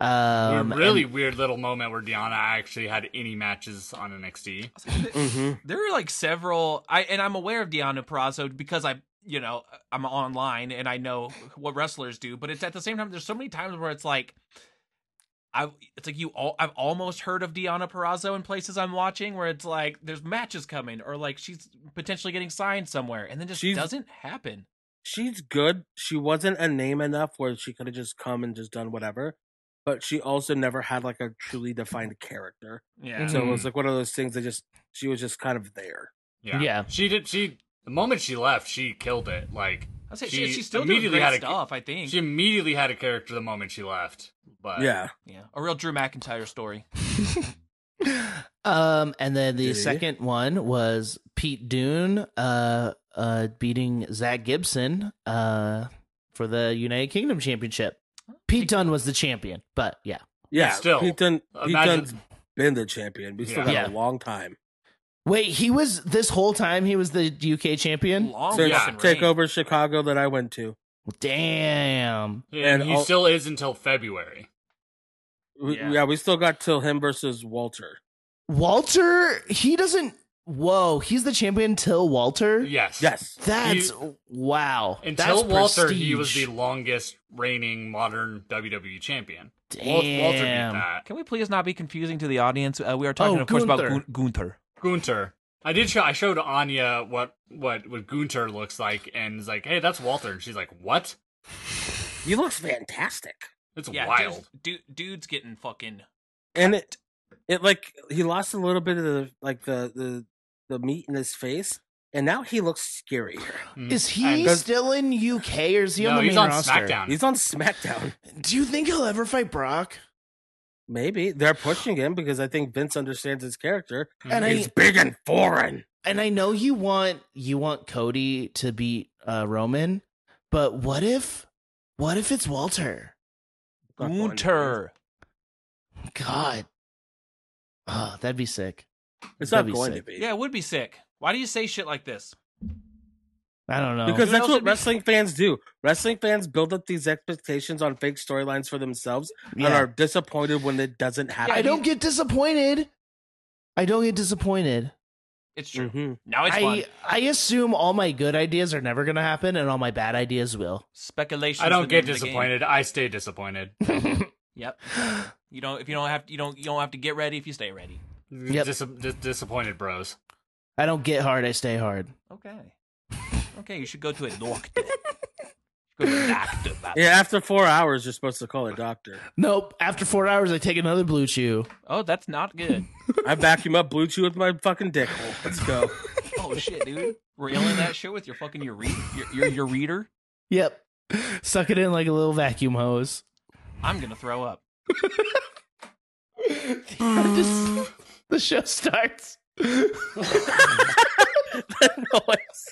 S2: Um,
S5: a really weird little moment where Deanna actually had any matches on NXT.
S4: hmm
S3: There are like several, I and I'm aware of Deanna Perazzo because I, you know, I'm online and I know what wrestlers do. But it's at the same time, there's so many times where it's like, I, it's like you all, I've almost heard of Deanna Perazzo in places I'm watching where it's like there's matches coming or like she's potentially getting signed somewhere, and then just
S4: She's-
S3: doesn't happen.
S4: she's good. She wasn't a name enough where she could have just come and just done whatever. But she also never had like a truly defined character.
S3: Yeah,
S4: So
S5: Mm.
S4: it was like one of those things that just she was just kind of there.
S5: Yeah.
S2: Yeah.
S5: She did. She the moment she left, she killed it. Like
S3: I say
S5: she
S3: she, she's still doing
S5: immediately
S3: great
S5: had a-
S3: stuff. I think.
S5: she immediately had a character the moment she left. But
S4: yeah.
S3: yeah, a real Drew McIntyre story.
S2: um, and then the
S4: Did he?
S2: second one was Pete Dune uh, uh, beating Zach Gibson uh, for the United Kingdom Championship. Pete Dunne was the champion, but yeah,
S4: Yeah.
S5: still,
S4: Pete Dunne Pete
S5: imagine-
S4: Dunne's been the champion. We still
S5: Yeah.
S4: got
S2: Yeah.
S4: a long time.
S2: wait, he was this whole time he was the UK champion.
S3: Long
S4: Since
S5: Oh, yeah.
S3: fucking reign.
S4: take over Chicago that I went to.
S2: Damn,
S5: and,
S4: and
S5: he
S4: all-
S5: still is until February.
S4: We,
S3: Yeah.
S4: yeah. we still got till him versus Walter.
S2: Walter, he doesn't. Whoa, he's the champion till Walter.
S5: Yes.
S4: Yes.
S2: That's wow.
S5: Until
S2: That's
S5: Walter, he was the
S2: prestige.
S5: longest reigning modern WWE champion. Wal- Walter beat
S2: Damn.
S5: that.
S3: Can we please not be confusing to the audience? Uh, we are talking,
S2: Oh,
S3: of course, about
S2: Gunther.
S3: Gun- Gunther.
S5: Gunter. I did show I showed Anya what what what Gunter looks like and is like, hey, that's Walter. And she's like, What?
S4: He looks fantastic.
S5: It's
S3: yeah,
S5: wild.
S3: Dude, dude's getting fucking.
S4: and it it like he lost a little bit of the like the the the meat in his face and now he looks scarier
S5: Mm.
S2: Is he
S5: And-
S2: still in UK or is he on
S5: no,
S2: the
S5: he's
S2: main
S5: on
S2: roster?
S5: SmackDown.
S4: he's on smackdown
S2: Do you think he'll ever fight Brock?
S4: maybe they're pushing him because i think vince understands his character
S5: Mm-hmm.
S2: And
S4: he's
S2: I
S4: big and foreign
S2: and I know you want you want Cody to beat uh, Roman, but what if what if it's Walter?
S4: Not going to
S3: Gunther.
S2: God, oh, that'd be sick.
S4: be. it's
S2: That'd
S4: not
S2: be
S4: going
S2: sick.
S4: to be
S3: Yeah, it would be sick. Why do you say shit like this?
S2: I don't know.
S4: because
S3: Who
S4: that's
S3: else would
S4: what
S3: be-
S4: wrestling fans do wrestling fans build up these expectations on fake storylines for themselves and
S2: Yeah.
S4: are disappointed when it doesn't happen
S2: I don't get disappointed. I don't get disappointed.
S3: It's true.
S4: Mhm.
S5: Mm-hmm.
S3: Now it's fun.
S2: I I assume all my good ideas are never gonna happen, and all my bad ideas will.
S3: Speculation.
S5: I don't get disappointed. I stay disappointed.
S3: Yep. You don't. If you don't have, to, you don't. You don't have to get ready if you stay ready.
S2: Yep.
S5: Dis- dis- disappointed bros.
S2: I don't get hard, I stay hard.
S3: Okay. Okay, you should go to a doctor. go to a doctor. man.
S4: Yeah, after four hours, you're supposed to call a doctor.
S2: Nope. After four hours, I take another blue chew.
S3: Oh, that's not good.
S4: I back him up, blue chew with my fucking dick. hole. Let's go.
S3: Oh shit, dude. Railing that shit with your fucking ureter, your, your ureter.
S2: Yep. Suck it in like a little vacuum hose.
S3: I'm gonna throw up.
S2: Just- the show starts.
S4: that noise.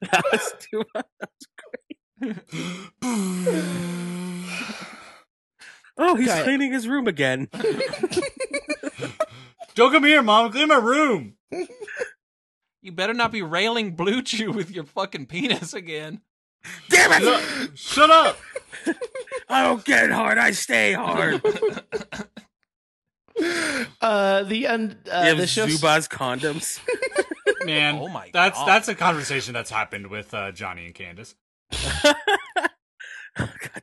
S4: That was too much. Oh, he's
S2: Okay.
S4: cleaning his room again.
S5: Don't come here, mom. Clean my room.
S3: You better not be railing blue chew with your fucking penis again.
S4: Damn it!
S5: Shut- Shut up.
S4: I don't get hard. I stay hard.
S2: Uh, the un- uh,
S4: you
S2: the
S4: have
S2: show.
S4: Zubaz condoms.
S5: man.
S3: Oh my
S5: that's
S3: God.
S5: that's a conversation that's happened with uh, Johnny and Candace,
S4: God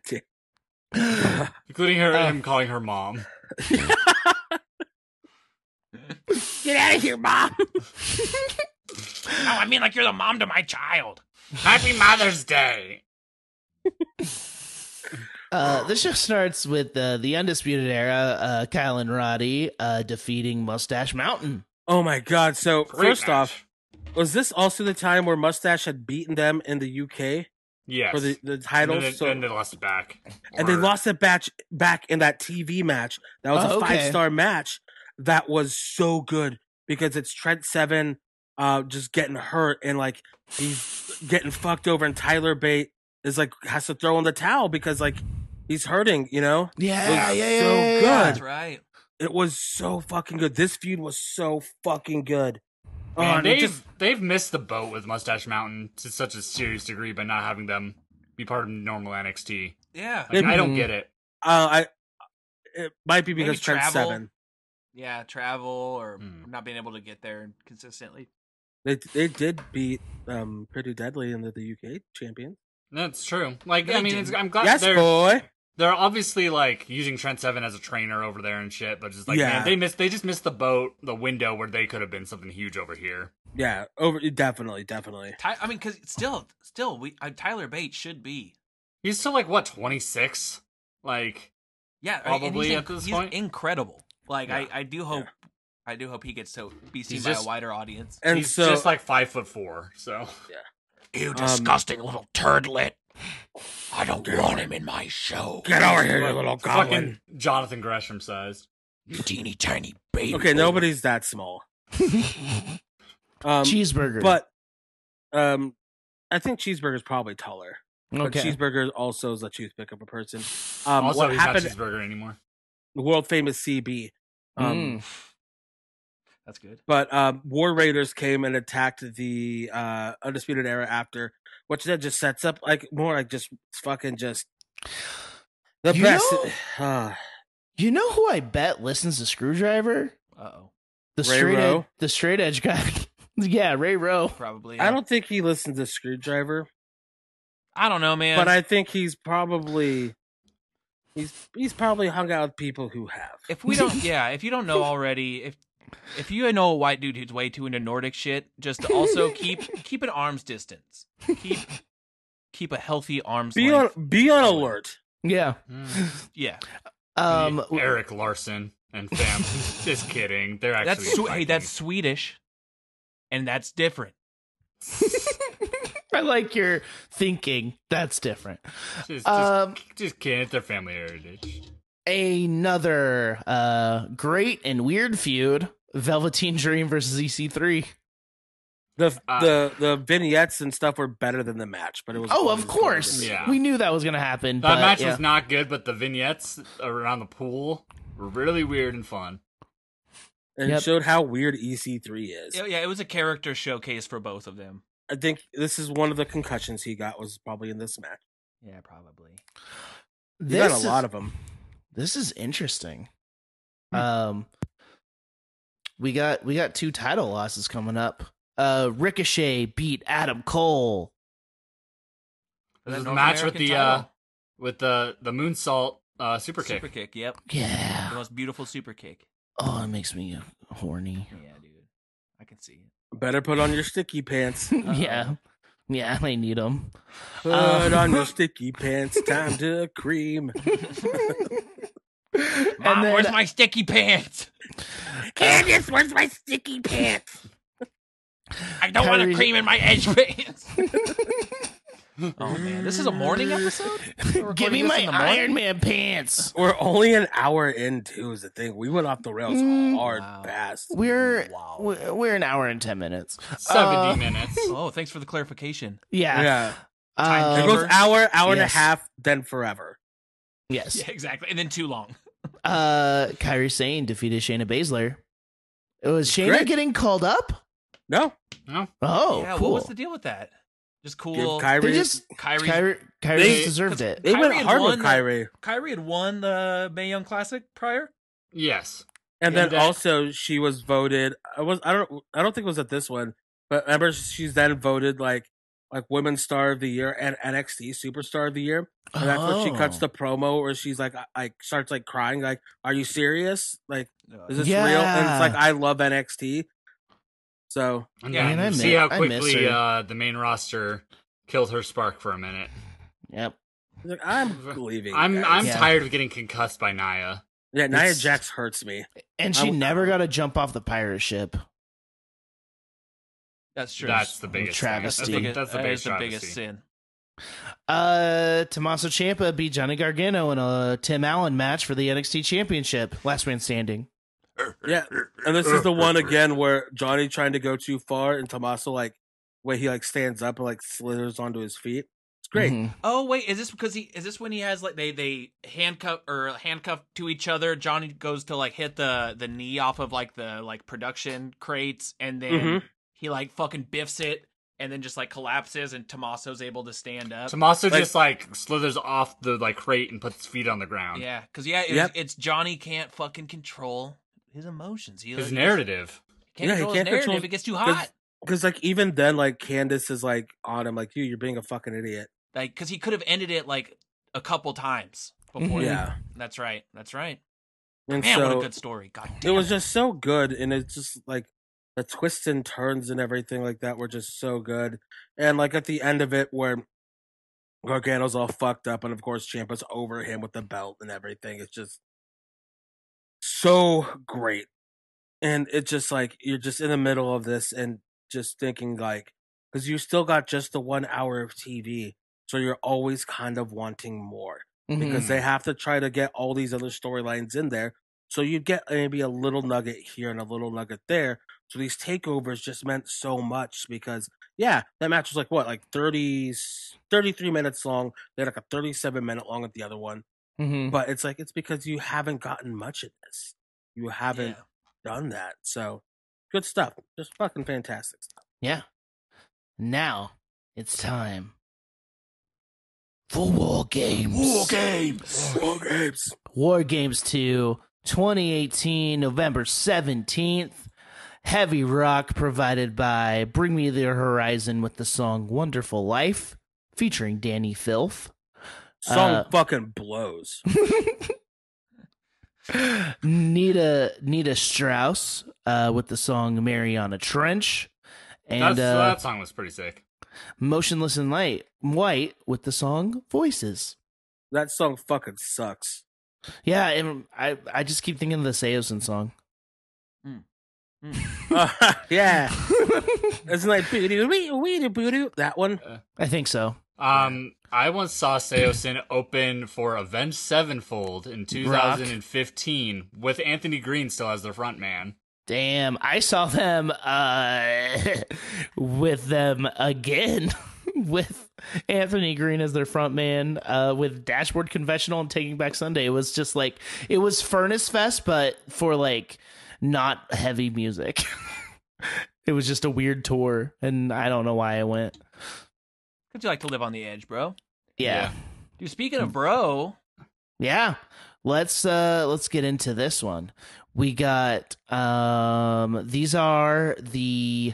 S4: damn.
S5: including her
S2: Uh.
S5: him calling her mom.
S4: Get out of here, mom.
S3: No, I mean like you're the mom to my child.
S5: Happy Mother's Day.
S2: Uh, the show starts with uh, the Undisputed Era, uh, Kyle and Roddy uh, defeating Mustache Mountain.
S4: Oh my god. So
S5: Great
S4: first
S5: match.
S4: off, was this also the time where Mustache had beaten them in the UK
S5: yes,
S4: for the, the
S5: and then,
S4: titles?
S5: it-
S4: so
S5: then they lost it back,
S4: and they
S5: Or-
S4: lost that batch back in that TV match. That was
S2: Oh,
S4: a
S2: okay.
S4: five star match that was so good because it's Trent Seven uh, just getting hurt and like he's getting fucked over, and Tyler Bate is like has to throw in the towel because like he's hurting, you know.
S2: Yeah,
S4: It was
S2: yeah,
S4: so
S2: yeah, yeah, yeah.
S4: good.
S3: That's right.
S4: It was so fucking good. This feud was so fucking good. Oh,
S5: Man,
S4: and it
S5: they've
S4: just-
S5: they've missed the boat with Mustache Mountain to such a serious degree by not having them be part of normal NXT.
S3: Yeah.
S5: Like,
S4: They-
S5: I don't get it.
S4: uh, I it might be
S3: Maybe
S4: because Trent
S3: travel.
S4: Seven.
S3: Yeah, travel or
S5: Hmm.
S3: not being able to get there consistently.
S4: They they did beat um pretty deadly in the, the UK champion.
S5: That's true. Like
S3: They
S5: I mean, it's,
S3: didn't.
S5: I'm glad
S4: yes,
S5: they're
S4: boy.
S5: they're obviously like using Trent Seven as a trainer over there and shit, but just like
S4: Yeah.
S5: man, they missed they just missed the boat, the window where they could have been something huge over here.
S4: Yeah, over definitely, definitely.
S3: Ty- I mean, because still, still, we uh, Tyler Bates should be.
S5: He's still like what twenty six, like
S3: Yeah, right, and he's
S5: Probably
S3: in-
S5: at this
S3: he's
S5: point.
S3: incredible. Like
S5: Yeah.
S3: I, I do hope, I do hope he gets to be seen
S5: He's
S3: by
S5: just-
S3: a wider audience.
S4: And
S5: he's
S4: so,
S5: just like five foot four. So
S6: You
S4: Um, disgusting
S6: little turdlet. I don't want him in my show.
S4: get over here, you
S5: Like,
S4: little
S5: fucking
S4: goblin.
S5: Jonathan Gresham sized.
S6: You teeny tiny baby.
S4: Okay, nobody's that small. Um,
S2: Cheeseburger.
S4: but um, I think cheeseburger's probably taller. But
S2: okay.
S4: cheeseburger also is a toothpick of a person. Um,
S5: also,
S4: what
S5: he's
S4: happened?
S5: not cheeseburger anymore.
S4: World famous CB. Um,
S2: Mm.
S3: That's good.
S4: But um, War Raiders came and attacked the uh, Undisputed Era after, which then just sets up like more like just fucking just the
S2: You
S4: best.
S2: know-
S4: Ah,
S2: You know who I bet listens to Screwdriver?
S3: Uh oh,
S2: The
S4: Ray
S2: straight edge,
S4: Rowe?
S2: the straight edge guy. yeah, Ray Rowe.
S3: probably.
S4: I don't think he listens to Screwdriver,
S3: I don't know, man.
S4: but I think he's probably he's he's probably hung out with people who have.
S3: if we don't, yeah, if you don't know already, if if you know a white dude who's way too into Nordic shit, just also keep keep an arm's distance. Keep keep a healthy arm's
S4: Be on
S3: length.
S4: be on alert.
S2: Yeah.
S5: Hmm.
S3: Yeah,
S2: Um,
S5: Eric Larson and fam. just kidding. They're actually
S3: that's swe- hey,
S5: Vikings.
S3: that's Swedish, and that's different.
S2: Mm. I like your thinking. That's different.
S5: just just,
S2: Um,
S5: just kidding. It's their family heritage.
S2: another uh great and weird feud velveteen dream versus E ec3
S4: The
S5: Uh,
S4: the the vignettes and stuff were better than the match, but it was
S2: oh
S4: always
S2: of course
S4: better than-
S5: Yeah.
S2: we knew that was gonna happen
S5: That
S2: but,
S5: match
S2: yeah.
S5: was not good, but the vignettes around the pool were really weird and fun.
S4: and
S2: Yep.
S4: it showed how weird EC3 is.
S3: Yeah, yeah, it was a character showcase for both of them.
S4: I think this is one of the concussions he got was probably in this match.
S3: Yeah, probably.
S4: He
S2: this
S4: got a
S2: is,
S4: lot of Hmm. them.
S2: this is interesting um we got we got two title losses coming up uh ricochet beat adam cole
S5: This
S3: That
S5: is a
S3: North
S5: match with
S3: American
S5: the uh,
S3: title.
S5: with the the moonsault uh, super kick.
S3: super kick. Yep, the
S2: yeah
S3: most beautiful super kick.
S2: Oh, it makes me horny.
S3: Yeah, dude. I can see it.
S4: Better put on your sticky pants.
S2: Yeah. Yeah, I need them.
S4: Put
S2: Um,
S4: on your sticky pants. Time to cream.
S3: Mom, where's my sticky pants?
S6: Candace, where's my sticky pants?
S3: I don't want to
S2: Kyrie-
S3: cream in my edge pants. oh man, this is a morning episode. We're
S2: Give me
S3: recording this
S2: my
S3: in the morning?
S2: Iron Man pants.
S4: We're only an hour in, too, is the thing. We went off the rails
S2: Mm.
S4: hard
S3: Wow.
S4: fast.
S2: We're
S4: Wow.
S2: we're we're an hour and ten minutes.
S5: 70
S2: Uh,
S5: minutes.
S3: Oh, thanks for the clarification.
S2: Yeah.
S4: yeah.
S2: Uh,
S4: It goes hour, hour and a
S2: Yes.
S4: half, then forever.
S2: yes.
S3: Yeah, exactly. And then too long.
S2: Uh, Kyrie Sane defeated Shayna Baszler. It was Shayna
S4: Great.
S2: getting called up.
S4: No.
S2: Oh,
S3: yeah,
S2: cool.
S3: what was the deal with that? Just cool.
S4: Give Kyrie.
S2: they just
S3: Kyrie, Kyrie,
S2: Kyrie, Kyrie
S5: They-
S2: deserved it.
S4: they
S3: Kyrie
S4: went
S3: had
S4: hard
S3: won
S4: with
S3: the-
S4: Kyrie.
S3: had won the May Young Classic prior.
S5: Yes.
S4: And
S5: Yeah,
S4: then
S5: that-
S4: also she was voted. I was I don't I don't think it was at this one, but remember she's then voted like like women's star of the year and NXT superstar of the year. And that's when she
S3: Oh.
S4: cuts the promo where she's like I- like starts like crying like Are you serious? Like
S2: Oh.
S4: is this real? And
S2: Yeah.
S4: it's like I love NXT. So
S5: And
S3: Yeah,
S5: then
S2: man, I
S5: see
S2: mi-
S5: how
S2: I miss
S5: quickly
S2: her.
S5: uh, the main roster killed her spark for a minute.
S2: Yep.
S4: like, I'm leaving.
S5: I'm
S4: guys.
S5: I'm
S2: Yeah.
S5: tired of getting concussed by Naya.
S4: yeah. Nia
S2: it's-
S4: Jax hurts me.
S2: And
S4: I
S2: she
S4: w-
S2: never got to jump off the pirate ship.
S3: That's true.
S5: That's the biggest thing.
S3: That's the
S2: travesty.
S3: biggest,
S5: That's the
S3: that is
S5: biggest,
S3: the biggest
S5: travesty.
S3: sin.
S2: Uh, Tommaso Ciampa beat Johnny Gargano in a Tim Allen match for the NXT Championship. Last man standing.
S4: Yeah, and this is the one again where Johnny trying to go too far, and Tommaso like where he like stands up and like slithers onto his feet. It's great.
S2: Mhm.
S3: Oh wait, is this because he is this when he has like they they handcuff or handcuff to each other? Johnny goes to like hit the the knee off of like the like production crates, and then
S4: Mhm.
S2: Mm-hmm.
S3: he like fucking biffs it, and then just like collapses, and Tommaso's able to stand up.
S5: Tommaso
S4: Like-
S5: just like slithers off the like crate and puts his feet on the ground.
S3: yeah, because yeah, it was-
S4: Yep.
S3: it's Johnny can't fucking control his emotions. He,
S5: His
S3: like,
S5: narrative.
S3: can't
S4: Yeah, he
S3: control
S4: can't
S3: his narrative.
S4: control-
S3: it gets too
S4: Because-
S3: hot.
S2: Mm-hmm.
S4: Because like even then, like Candace is like on him, like you, you're being a fucking idiot.
S3: Like because he could have ended it like a couple times before.
S2: Mhm.
S3: that.
S4: Mm-hmm. Yeah,
S3: that's right. That's right.
S4: and
S3: Man,
S4: so
S3: what a good story. God
S4: it
S3: damn
S4: was just so good, and it's just like the twists and turns and everything like that were just so good. And like at the end of it, where Gargano's all fucked up, and of course Champa's over him with the belt and everything. It's just so great, and it's just like you're just in the middle of this and just thinking like because you still got just the one hour of TV, so you're always kind of wanting more
S2: Mhm.
S4: because they have to try to get all these other storylines in there. So you'd get maybe a little nugget here and a little nugget there. So these takeovers just meant so much because, yeah, that match was like what, like 30, 33 minutes long. They had like a 37 minute long at the other one.
S2: Mhm.
S4: But it's like, it's because you haven't gotten much of this. You haven't done that. So good stuff. Just fucking fantastic stuff.
S2: Yeah. Now it's time for War Games. War Games.
S4: War games.
S2: War Games 2, 2018, November 17th. Heavy rock provided by Bring Me the Horizon with the song Wonderful Life featuring Danny Filth.
S4: Song
S2: Uh,
S4: fucking blows.
S2: Nita Nita Strauss uh, with the song Mariana Trench. And
S5: That's,
S2: uh,
S5: that song was pretty sick.
S2: Motionless in Light White with the song Voices.
S4: That song fucking sucks.
S2: Yeah, and I I just keep thinking of the Seosin song.
S4: yeah. Isn't like booty wee wee doo boo doo that one?
S2: I think so.
S5: Um, I once saw Seosin open for Avenged Sevenfold in 2015 with Anthony Green still as their front man.
S2: Damn, I saw them uh with them again with Anthony Green as their front man uh with Dashboard Conventional and Taking Back Sunday. It was just like it was Furnace Fest but for like not heavy music. it was just a weird tour and I don't know why I went.
S3: Could you like to live on the edge, bro?
S2: Yeah.
S5: Yeah.
S3: Dude, speaking
S4: Mm.
S3: of bro,
S2: Yeah. Let's uh let's get into this one. We got um these are the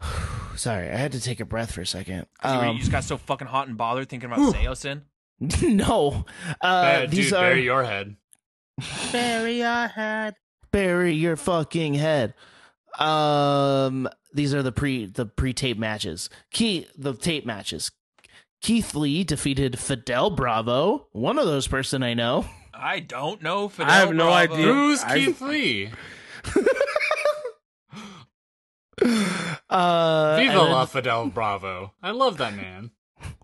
S2: Sorry, I had to take a breath for a second.
S3: 'cause you were- you
S2: Um,
S3: just got so fucking hot and bothered thinking about Seosin.
S2: no. Uh
S5: Bad-
S2: these
S5: dude,
S2: are
S5: bury your head.
S4: Bury our head.
S2: bury your fucking head. Um, these are the pre the pre tape matches. Key the tape matches. Keith Lee defeated Fidel Bravo, one of those person I know.
S3: I don't know. Fidel
S4: I have no
S3: Bravo.
S4: idea.
S5: Who's
S4: I-
S5: Keith Lee?
S2: Uh, and
S5: Viva
S2: then
S5: La Fidel Bravo. I love that man.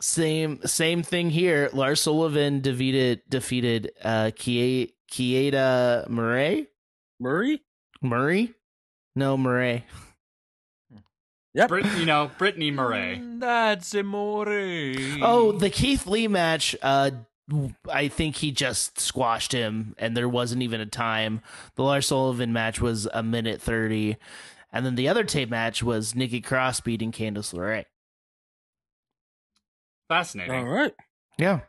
S2: Same same thing here. Lars Sullivan defeated defeated uh Kie- Kieda Murray
S4: Murray?
S2: Murray. No Murray.
S4: Yep.
S5: Brit, you know, Brittany Murray.
S3: Mm, That's Amore.
S2: Oh, the Keith Lee match. Uh, I think he just squashed him, and there wasn't even a time. The Lars Sullivan match was a minute thirty, and then the other tape match was Nikki Cross beating Candice LeRae.
S4: All
S5: Fascinating.
S4: right.
S2: Yeah,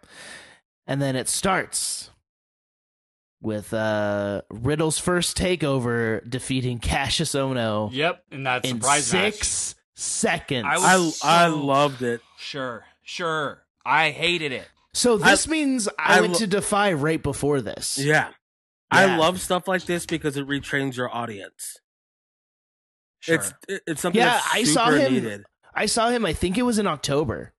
S2: and then it starts with uh Riddle's first takeover defeating Cassius Ono
S5: Yep, and that
S2: Oh. in
S5: surprise match.
S2: six seconds.
S3: I was-
S4: I I
S3: So-
S4: loved it.
S3: sure, sure. I hated it.
S2: so this means I,
S4: I
S2: went
S4: lo-
S2: to Defy right before this.
S4: Yeah. I
S2: Yeah.
S4: love stuff like this because it retrains your audience.
S3: Sure.
S4: It's it- it's something
S2: Yeah,
S4: that's
S2: I
S4: super
S2: saw him
S4: needed.
S2: I saw him. I think it was in October.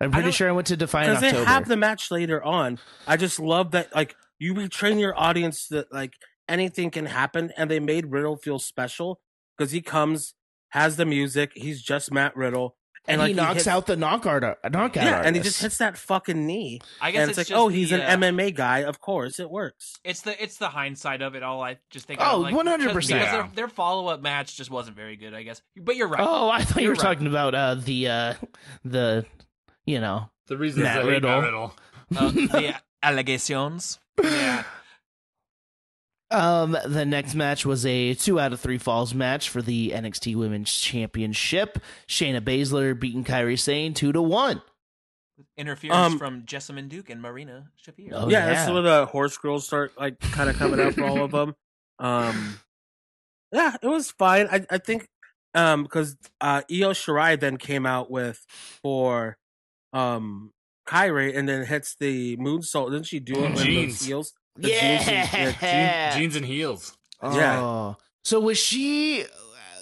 S2: I'm
S3: I
S2: pretty
S3: don't-
S2: sure I went to Defy in
S4: Because they
S2: October.
S4: have the match later on. I just love that like you retrain your audience that like anything can happen and they made Riddle feel special because he comes, has the music, he's just Matt Riddle.
S2: and
S4: like,
S2: he knocks
S4: hits-
S2: out the knock art, knockout
S4: Yeah, and he
S2: artist.
S4: just hits that fucking knee.
S3: I guess
S4: And it's,
S3: it's,
S4: like,
S3: just
S4: oh, he's
S3: the, uh,
S4: an MMA guy. Of course, it works.
S3: It's the it's the hindsight of it all. I just think
S2: Oh,
S3: I'm like,
S2: 100%.
S3: because their, their follow up match just wasn't very good. I guess, but you're right.
S2: Oh, I thought you
S3: You're
S2: were
S3: right.
S2: talking about uh, the uh, the you know.
S5: The reason
S2: Matt
S5: that
S2: Riddle.
S5: Riddle. Riddle.
S3: Uh, the allegations. Yeah.
S2: Um, the next match was a two out of three falls match for the NXT Women's Championship. Shayna Baszler beating Kyrie Sane two to one.
S3: Interference
S4: Um,
S3: from Jessamine Duke and Marina Shafir.
S2: Oh,
S4: yeah, that's
S2: yeah.
S4: where the horse girls start like kind of coming out for all of them. Um, yeah, it was fine. I I think um because uh, Io Shirai then came out with for um Kyrie and then hits the moonsault. Didn't she do it with those
S5: Jeans.
S4: heels? The jeans
S2: Yeah,
S4: and- yeah,
S5: Jean- jeans and heels.
S4: yeah.
S2: Oh. So was she?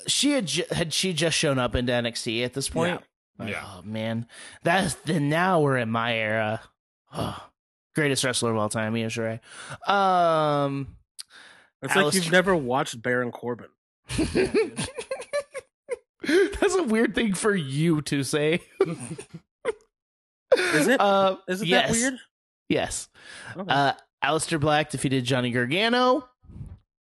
S2: She had ju- had she just shown up in NXT at this point? Like,
S5: Yeah.
S2: Oh man, that's then. Now we're in my era. Oh, greatest wrestler of all time, Io Shirai. Um,
S4: It's like
S2: Alice-
S4: you've never watched Baron Corbin.
S2: that's a weird thing for you to say.
S4: Is it?
S2: Uh,
S4: Isn't
S2: yes,
S4: that weird?
S2: Yes.
S4: Okay.
S2: Uh, Alistair Black defeated Johnny Gargano.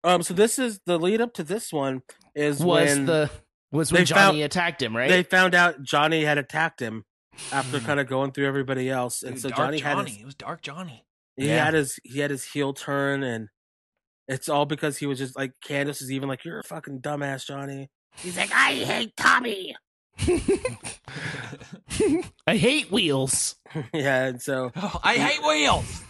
S4: um, so this is the lead up to this one is
S2: Was
S4: when
S2: the was when
S4: they
S2: Johnny
S4: found-
S2: attacked him, right?
S4: they found out Johnny had attacked him after kind of going through everybody else,
S3: Hmm. Dude,
S4: and so
S3: Dark
S4: Johnny, had
S3: Johnny.
S4: his,
S3: It was Dark Johnny.
S4: he
S2: Yeah.
S4: had his he had his heel turn, and it's all because he was just like Candace is even like you're a fucking dumbass, Johnny. He's like I hate Tommy.
S2: I hate wheels.
S4: yeah, and so
S3: Oh, I hate wheels.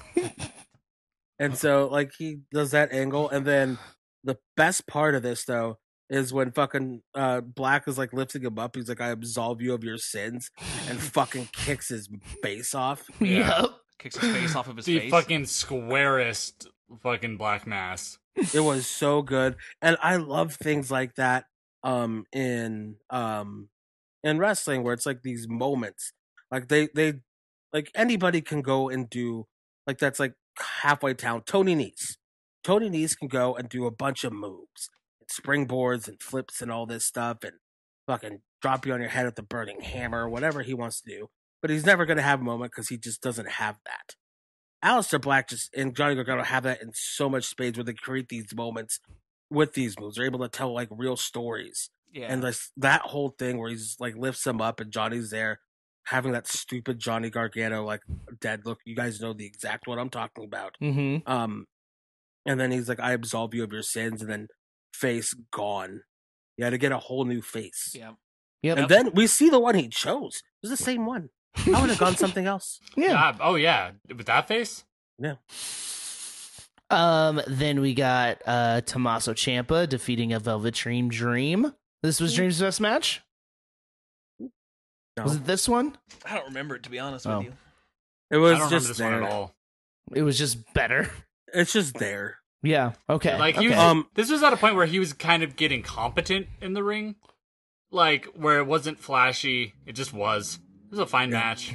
S4: and so like he does that angle, and then the best part of this though is when fucking uh Black is like lifting him up. He's like I absolve you of your sins, and fucking kicks his face off.
S5: Yeah.
S2: Yup.
S3: Kicks his face off of his
S5: the
S3: face.
S5: fucking squarest fucking black mass.
S4: it was so good and i love things like that um in um in wrestling where it's like these moments like they they like anybody can go and do like that's like halfway town tony Nese. tony Nese can go and do a bunch of moves springboards and flips and all this stuff and fucking drop you on your head with the burning hammer whatever he wants to do but he's never going to have a moment because he just doesn't have that Alistair Black just and Johnny Gargano have that in so much space where they create these moments with these moves. They're able to tell like real stories.
S3: Yeah.
S4: And like that whole thing where he's like lifts him up and Johnny's there having that stupid Johnny Gargano like dead look. You guys know the exact what I'm talking about.
S2: Mm-hmm.
S4: Um and then he's like, I absolve you of your sins and then face gone. You had to get a whole new face.
S3: yeah.
S2: Yep.
S4: And then we see the one he chose. It was the same one. I would have gone something else.
S2: Yeah.
S5: God, oh yeah, with that face.
S2: Um. Then we got uh Tommaso Ciampa defeating a Velvet Dream Dream. This was Dream's best match.
S4: Mm-hmm. No.
S2: Was it this one?
S3: I don't remember it to be honest
S2: Oh.
S3: with you.
S4: It
S5: I
S4: was
S5: don't remember
S4: just
S5: this one
S4: there.
S5: at all.
S2: It was just better.
S4: It's just there.
S2: Yeah. Okay.
S5: Like
S2: okay.
S5: he was,
S4: Um,
S5: this was at a point where he was kind of getting competent in the ring, like where it wasn't flashy. It just was. It was a fine
S4: Yeah.
S5: match.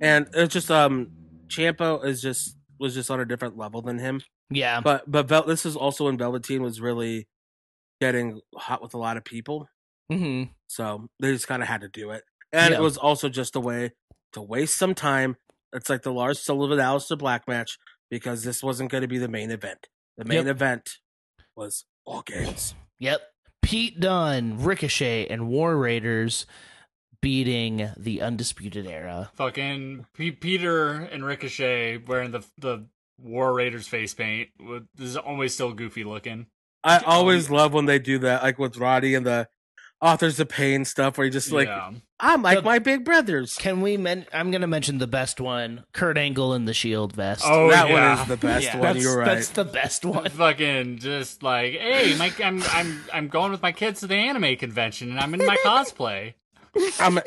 S4: And it's just um Champa is just was just on a different level than him.
S2: yeah.
S4: But but Vel- this is also when Velveteen was really getting hot with a lot of people.
S2: hmm
S4: So they just kind of had to do it. And
S2: Yeah.
S4: it was also just a way to waste some time. It's like the Lars Sullivan Alistair Black match because this wasn't going to be the main event. The main
S2: Yep.
S4: event was all games.
S2: Yep. Pete Dunne, Ricochet, and War Raiders beating the Undisputed Era.
S5: Fucking P- Peter and Ricochet wearing the the War Raiders face paint. with- This is always still goofy looking.
S4: I always love when they do that, like with Roddy and the authors of pain stuff, where you just like,
S5: yeah.
S4: I'm like
S2: The-
S4: my big brothers.
S2: Can we? Men- I'm going to mention the best one: Kurt Angle in the Shield E vest.
S5: Oh
S4: that
S5: yeah.
S4: one is the best
S3: Yeah.
S4: one.
S2: that's,
S4: You're right.
S2: that's the best one.
S5: fucking just like, hey, my, I'm I'm I'm going with my kids to the anime convention and I'm in my cosplay.
S4: I'm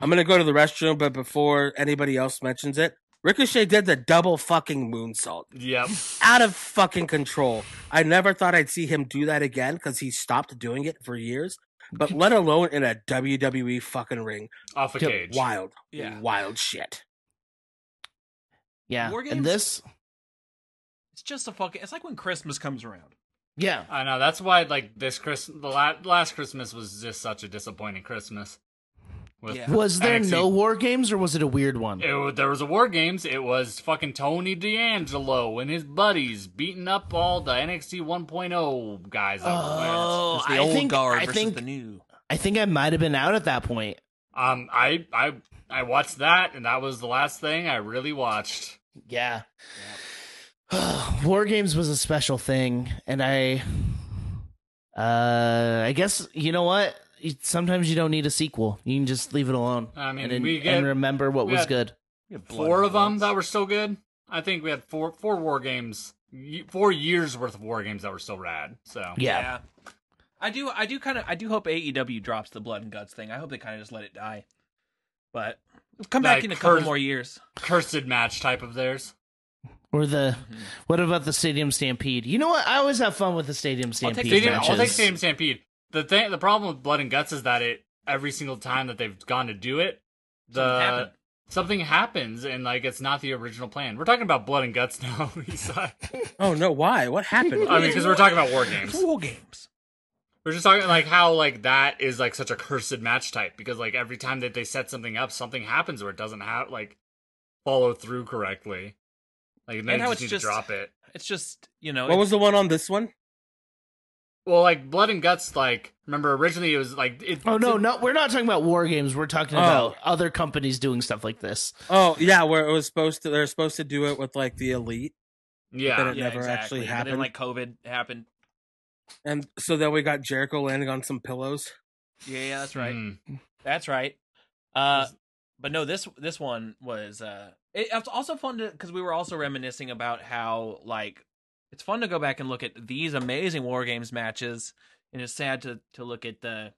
S4: I'm gonna go to the restroom, but before anybody else mentions it, Ricochet did the double fucking moonsault.
S5: Yep.
S4: Out of fucking control. I never thought I'd see him do that again because he stopped doing it for years. But let alone in a WWE fucking ring.
S5: Off a
S2: Yep.
S5: cage.
S4: Wild.
S3: Yeah.
S4: Wild shit.
S2: Yeah.
S3: War
S2: And
S3: games?
S2: this.
S3: It's just a fucking. It's like when Christmas comes around.
S2: Yeah.
S5: I know. That's why, like this Chris, the la- last Christmas was just such a disappointing Christmas. With
S3: Yeah.
S2: Was there
S5: NXT.
S2: no war games, or was it a weird one?
S5: It, wa- there was a War Games. It was fucking Tony D'Angelo and his buddies beating up all the NXT 1.0 guys. everywhere.
S2: Oh,
S3: It's the
S2: I
S3: old
S2: think
S3: guard
S2: I
S3: versus
S2: think
S3: the new.
S2: I think I might have been out at that point.
S5: Um, I I I watched that, and that was the last thing I really watched.
S2: Yeah. War games was a special thing, and I, uh, I guess you know what. You- Sometimes you don't need a sequel. You can just leave it alone.
S5: I mean,
S2: and, then-
S5: we
S2: and
S5: get-
S2: remember what
S5: we
S2: was
S5: had-
S2: good.
S3: We have blood
S5: Four
S3: on
S5: of
S3: our
S5: them
S3: hands.
S5: that were still good. I think we had four four War Games, y- four years worth of War Games that were still rad. So
S2: Yeah.
S3: I do. I do kind of. I do hope AEW drops the blood and guts thing. I hope they kind of just let it die. But we'll come back
S5: Like
S3: in a couple
S5: Kurt-
S3: more years.
S5: cursed match type of theirs.
S2: Or the
S4: Mm-hmm.
S2: what about the stadium stampede? You know what? I always have fun with the stadium
S3: take
S2: stampede
S5: They
S3: These
S5: didn't.
S2: matches.
S5: I'll take Stadium Stampede. The thing, the problem with Blood and Guts is that it every single time that they've gone to do it, the
S3: Something
S5: something,
S3: happened.
S5: happens and like it's not the original plan. We're talking about Blood and Guts now. Esai.
S4: Oh no, why? What happened?
S5: I mean, because we're talking about war games.
S3: War games.
S5: We're just talking like how like that is like such a cursed match type because like every time that they set something up, something happens where it doesn't have like follow through correctly. Like and they
S3: And how
S5: just need
S3: it's
S5: to
S3: just-
S5: drop it.
S3: It's just you know.
S4: what was the one on this one?
S5: Well, like Blood and Guts, like remember originally it was like it,
S2: Oh no, no, we're not talking about war games. We're talking
S4: Oh.
S2: about other companies doing stuff like this.
S4: Oh yeah, where it was supposed to they're supposed to do it with like the elite.
S5: yeah.
S4: it never actually
S3: And then
S4: happened.
S3: like COVID happened.
S4: And so then we got Jericho landing on some pillows.
S3: Yeah, yeah, that's right.
S5: Mm.
S3: That's right. Uh, but no, this this one was uh, it, it's also fun to because we were also reminiscing about how like it's fun to go back and look at these amazing war games matches, and it's sad to to look at the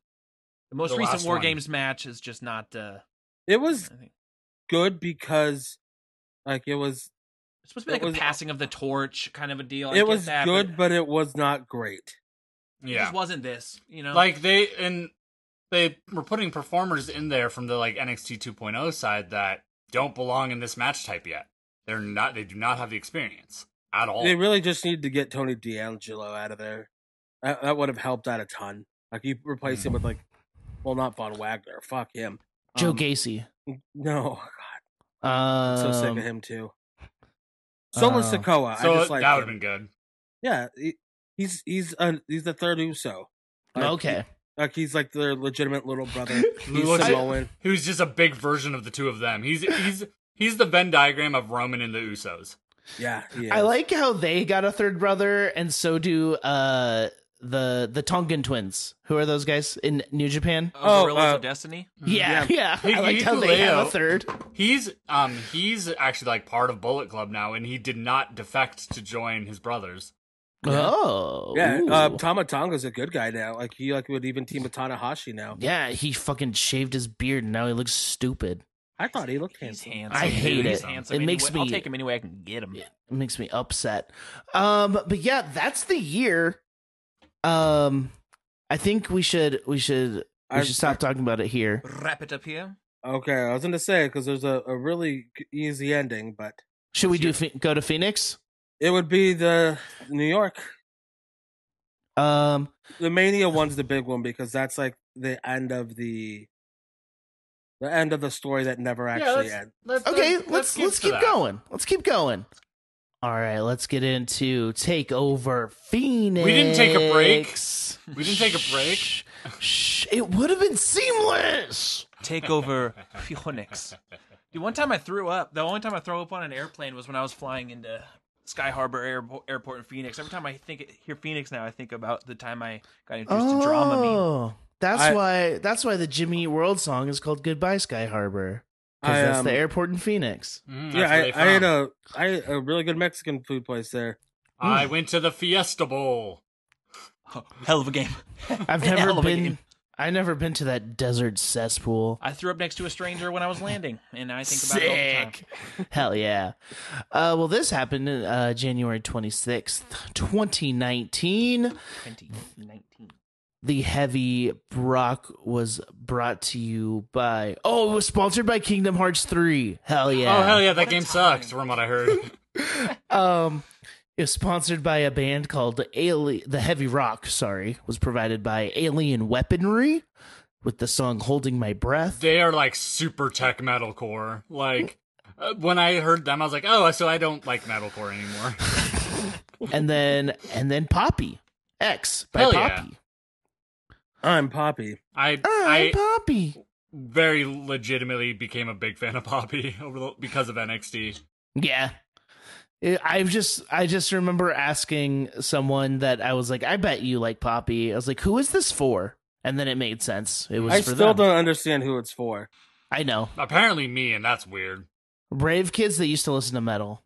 S3: the most
S5: The
S3: recent
S5: last
S3: war
S5: one.
S3: games match is just not. Uh,
S4: It
S3: I
S4: was
S3: think
S4: good because like it was
S3: it's supposed to be
S4: it
S3: like a
S4: was-
S3: passing of the torch kind of a deal. I
S4: it
S3: get
S4: was
S3: that,
S4: good,
S3: but
S4: but... it was not great.
S3: it
S5: Yeah.
S3: just wasn't this. You know,
S5: like they and they were putting performers in there from the like NXT 2.0 side that don't belong in this match type yet. They're not. They do not have the experience at all.
S4: They really just needed to get Tony D'Angelo out of there. That, that would have helped out a ton. Like you replace him with like, well, not Von Wagner. Fuck him.
S2: Mm. Joe
S4: Um,
S2: Gacy.
S4: No,
S2: Um,
S4: so sick of him too. So was
S2: uh,
S4: Sokoa.
S5: so
S4: I just like
S5: that would have
S4: him.
S5: been good.
S4: yeah. he- he's he's uh, he's the third Uso. Like,
S2: Okay.
S4: like he's like their legitimate little brother. He's
S5: looks-
S4: Samoan.
S5: He was just a big version of the two of them. He's he's he's the Venn diagram of Roman and the Usos.
S4: Yeah, he
S2: I
S4: is.
S2: like how they got a third brother, and so do uh the the Tongan twins. Who are those guys in New Japan?
S3: oh,
S4: oh,
S3: Gorillas
S4: uh,
S3: of Destiny.
S2: Yeah, yeah.
S5: Hey,
S2: I liked how
S5: you
S2: they have a
S5: Leo.
S2: third.
S5: He's um he's actually like part of Bullet Club now, and he did not defect to join his brothers.
S2: Oh,
S4: Yeah,
S2: ooh.
S4: uh, Tama Tonga's a good guy now. Like he like would even team with Tanahashi now.
S2: yeah. He fucking shaved his beard, and now he looks stupid.
S4: I thought he looked
S3: He's
S4: handsome.
S3: handsome.
S2: I hate
S3: He's
S2: it.
S3: handsome
S2: It
S3: anyway.
S2: makes
S3: I'll
S2: me-
S3: take him anyway I can get him.
S2: Yeah. It makes me upset. Um, but yeah, that's the year. Um, I think we should we should we
S4: I-
S2: should stop talking about it here.
S3: Wrap it up here.
S4: Okay, I was gonna say because there's a, a really g- easy ending, but
S2: Should we do ph go to Phoenix?
S4: it would be the New York.
S2: Um,
S4: The Mania one's the big one because that's like the end of the the end of the story that never actually
S5: that's-
S4: ends.
S5: Let's,
S2: okay, let's
S5: get
S2: let's
S5: to
S2: keep
S5: that.
S2: going. Let's keep going. All right, let's get into take over Phoenix.
S5: didn't take a break. We didn't take a break.
S2: Shh, shh, it would have been seamless.
S3: Take over Phoenix. Dude, one time I threw up. The only time I throw up on an airplane was when I was flying into Sky Harbor Air- Airport in Phoenix. Every time I think hear Phoenix now, I think about the time I got introduced to Dramamine.
S2: Oh, that's
S4: I-
S2: why that's why the Jimmy Eat World song is called "Goodbye Sky Harbor" because
S4: I,
S2: that's
S4: um,
S2: the airport in Phoenix.
S4: Yeah,
S5: Mm, that's where
S4: I,
S5: they
S4: I had uh,
S5: found.
S4: a I had a really good Mexican food place there.
S5: I went to the Fiesta Bowl.
S3: Oh, hell of a game.
S2: I've
S3: Hell
S2: never
S3: of a
S2: been.
S3: game.
S2: I never been to that desert cesspool.
S3: I threw up next to a stranger when I was landing, and I think about it all the time.
S2: Sick. Hell yeah. Uh, well, this happened uh, January 26th, 2019. Oh.
S3: 2019.
S2: The heavy Brock was brought to you by. Oh, it was sponsored by Kingdom Hearts 3. Hell yeah.
S5: Oh hell yeah, that
S3: a
S5: game
S3: time.
S5: sucks from what I heard.
S2: Um, it was sponsored by a band called Ali- The Heavy Rock, sorry, was provided by Alien Weaponry with the song Holding My Breath.
S5: they are like super tech metalcore. Like uh, when I heard them, I was like, oh, so I don't like metalcore anymore.
S2: And then and then Poppy. X by
S5: Hell yeah.
S2: Poppy.
S4: I'm Poppy.
S5: I
S2: I'm
S5: I
S2: Ah, Poppy.
S5: very legitimately became a big fan of Poppy over the, because of NXT.
S2: Yeah. I- I've just I just remember asking someone that I was like, I bet you like Poppy. I was like, who is this for? And then it made sense. It was
S4: I
S2: for
S4: still
S2: them.
S4: don't understand who it's for.
S2: I know.
S5: Apparently me, and that's weird.
S2: Brave kids that used to listen to metal.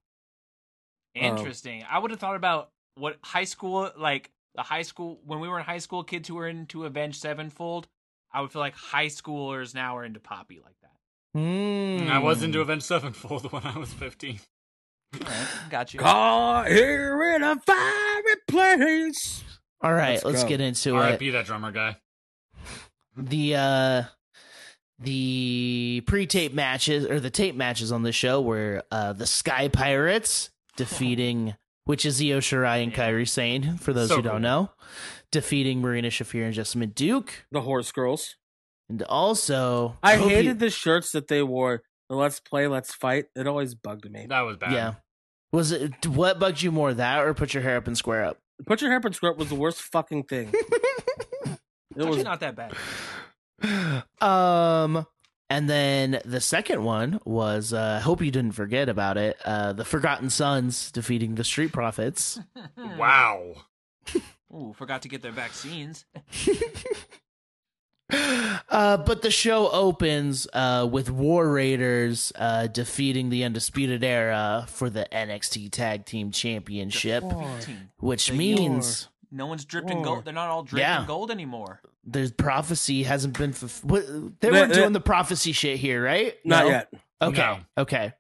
S3: Interesting. I would have thought about what high school, like the high school, when we were in high school, kids who were into Avenged Sevenfold. I would feel like high schoolers now are into Poppy like that.
S2: Mm.
S5: I was
S4: Hmm.
S5: into Avenged Sevenfold when I was fifteen.
S3: All right, got you.
S4: Caught here in a fireplace.
S2: All right,
S4: Let's
S2: let's,
S4: go.
S2: get into it.
S5: R.I.P. that drummer guy.
S2: the uh the pre-tape matches or the tape matches on the show were uh the Sky Pirates defeating which is Io Shirai and Kyrie Sane for those
S5: So
S2: who don't
S5: cool.
S2: know, defeating Marina Shafir and Jessamine Duke,
S4: The horse girls.
S2: and also
S4: I
S2: hope you-
S4: hated the shirts that they wore. The let's play, let's fight. It always bugged me.
S5: That was bad.
S2: yeah. Was it what bugged you more that or put your hair up and square up?
S4: Put your hair up and squirt was the worst fucking thing. it
S3: It's
S4: was
S3: actually not that bad.
S2: um and then the second one was uh hope you didn't forget about it uh the forgotten sons defeating the street profits
S3: Hmm.
S5: Wow.
S3: Ooh, forgot to get their vaccines.
S2: uh but the show opens uh with war raiders uh defeating the undisputed era for the NXT tag team championship
S3: Defeating.
S2: which
S3: The
S2: means
S3: No one's dripped in
S4: War.
S3: gold. They're not all dripped
S2: Yeah.
S3: in gold anymore.
S2: the prophecy hasn't been fulfilled. They
S4: The-
S2: weren't
S4: the-
S2: doing the prophecy shit here, right?
S4: not
S2: No?
S4: yet.
S2: Okay.
S5: No.
S2: Okay.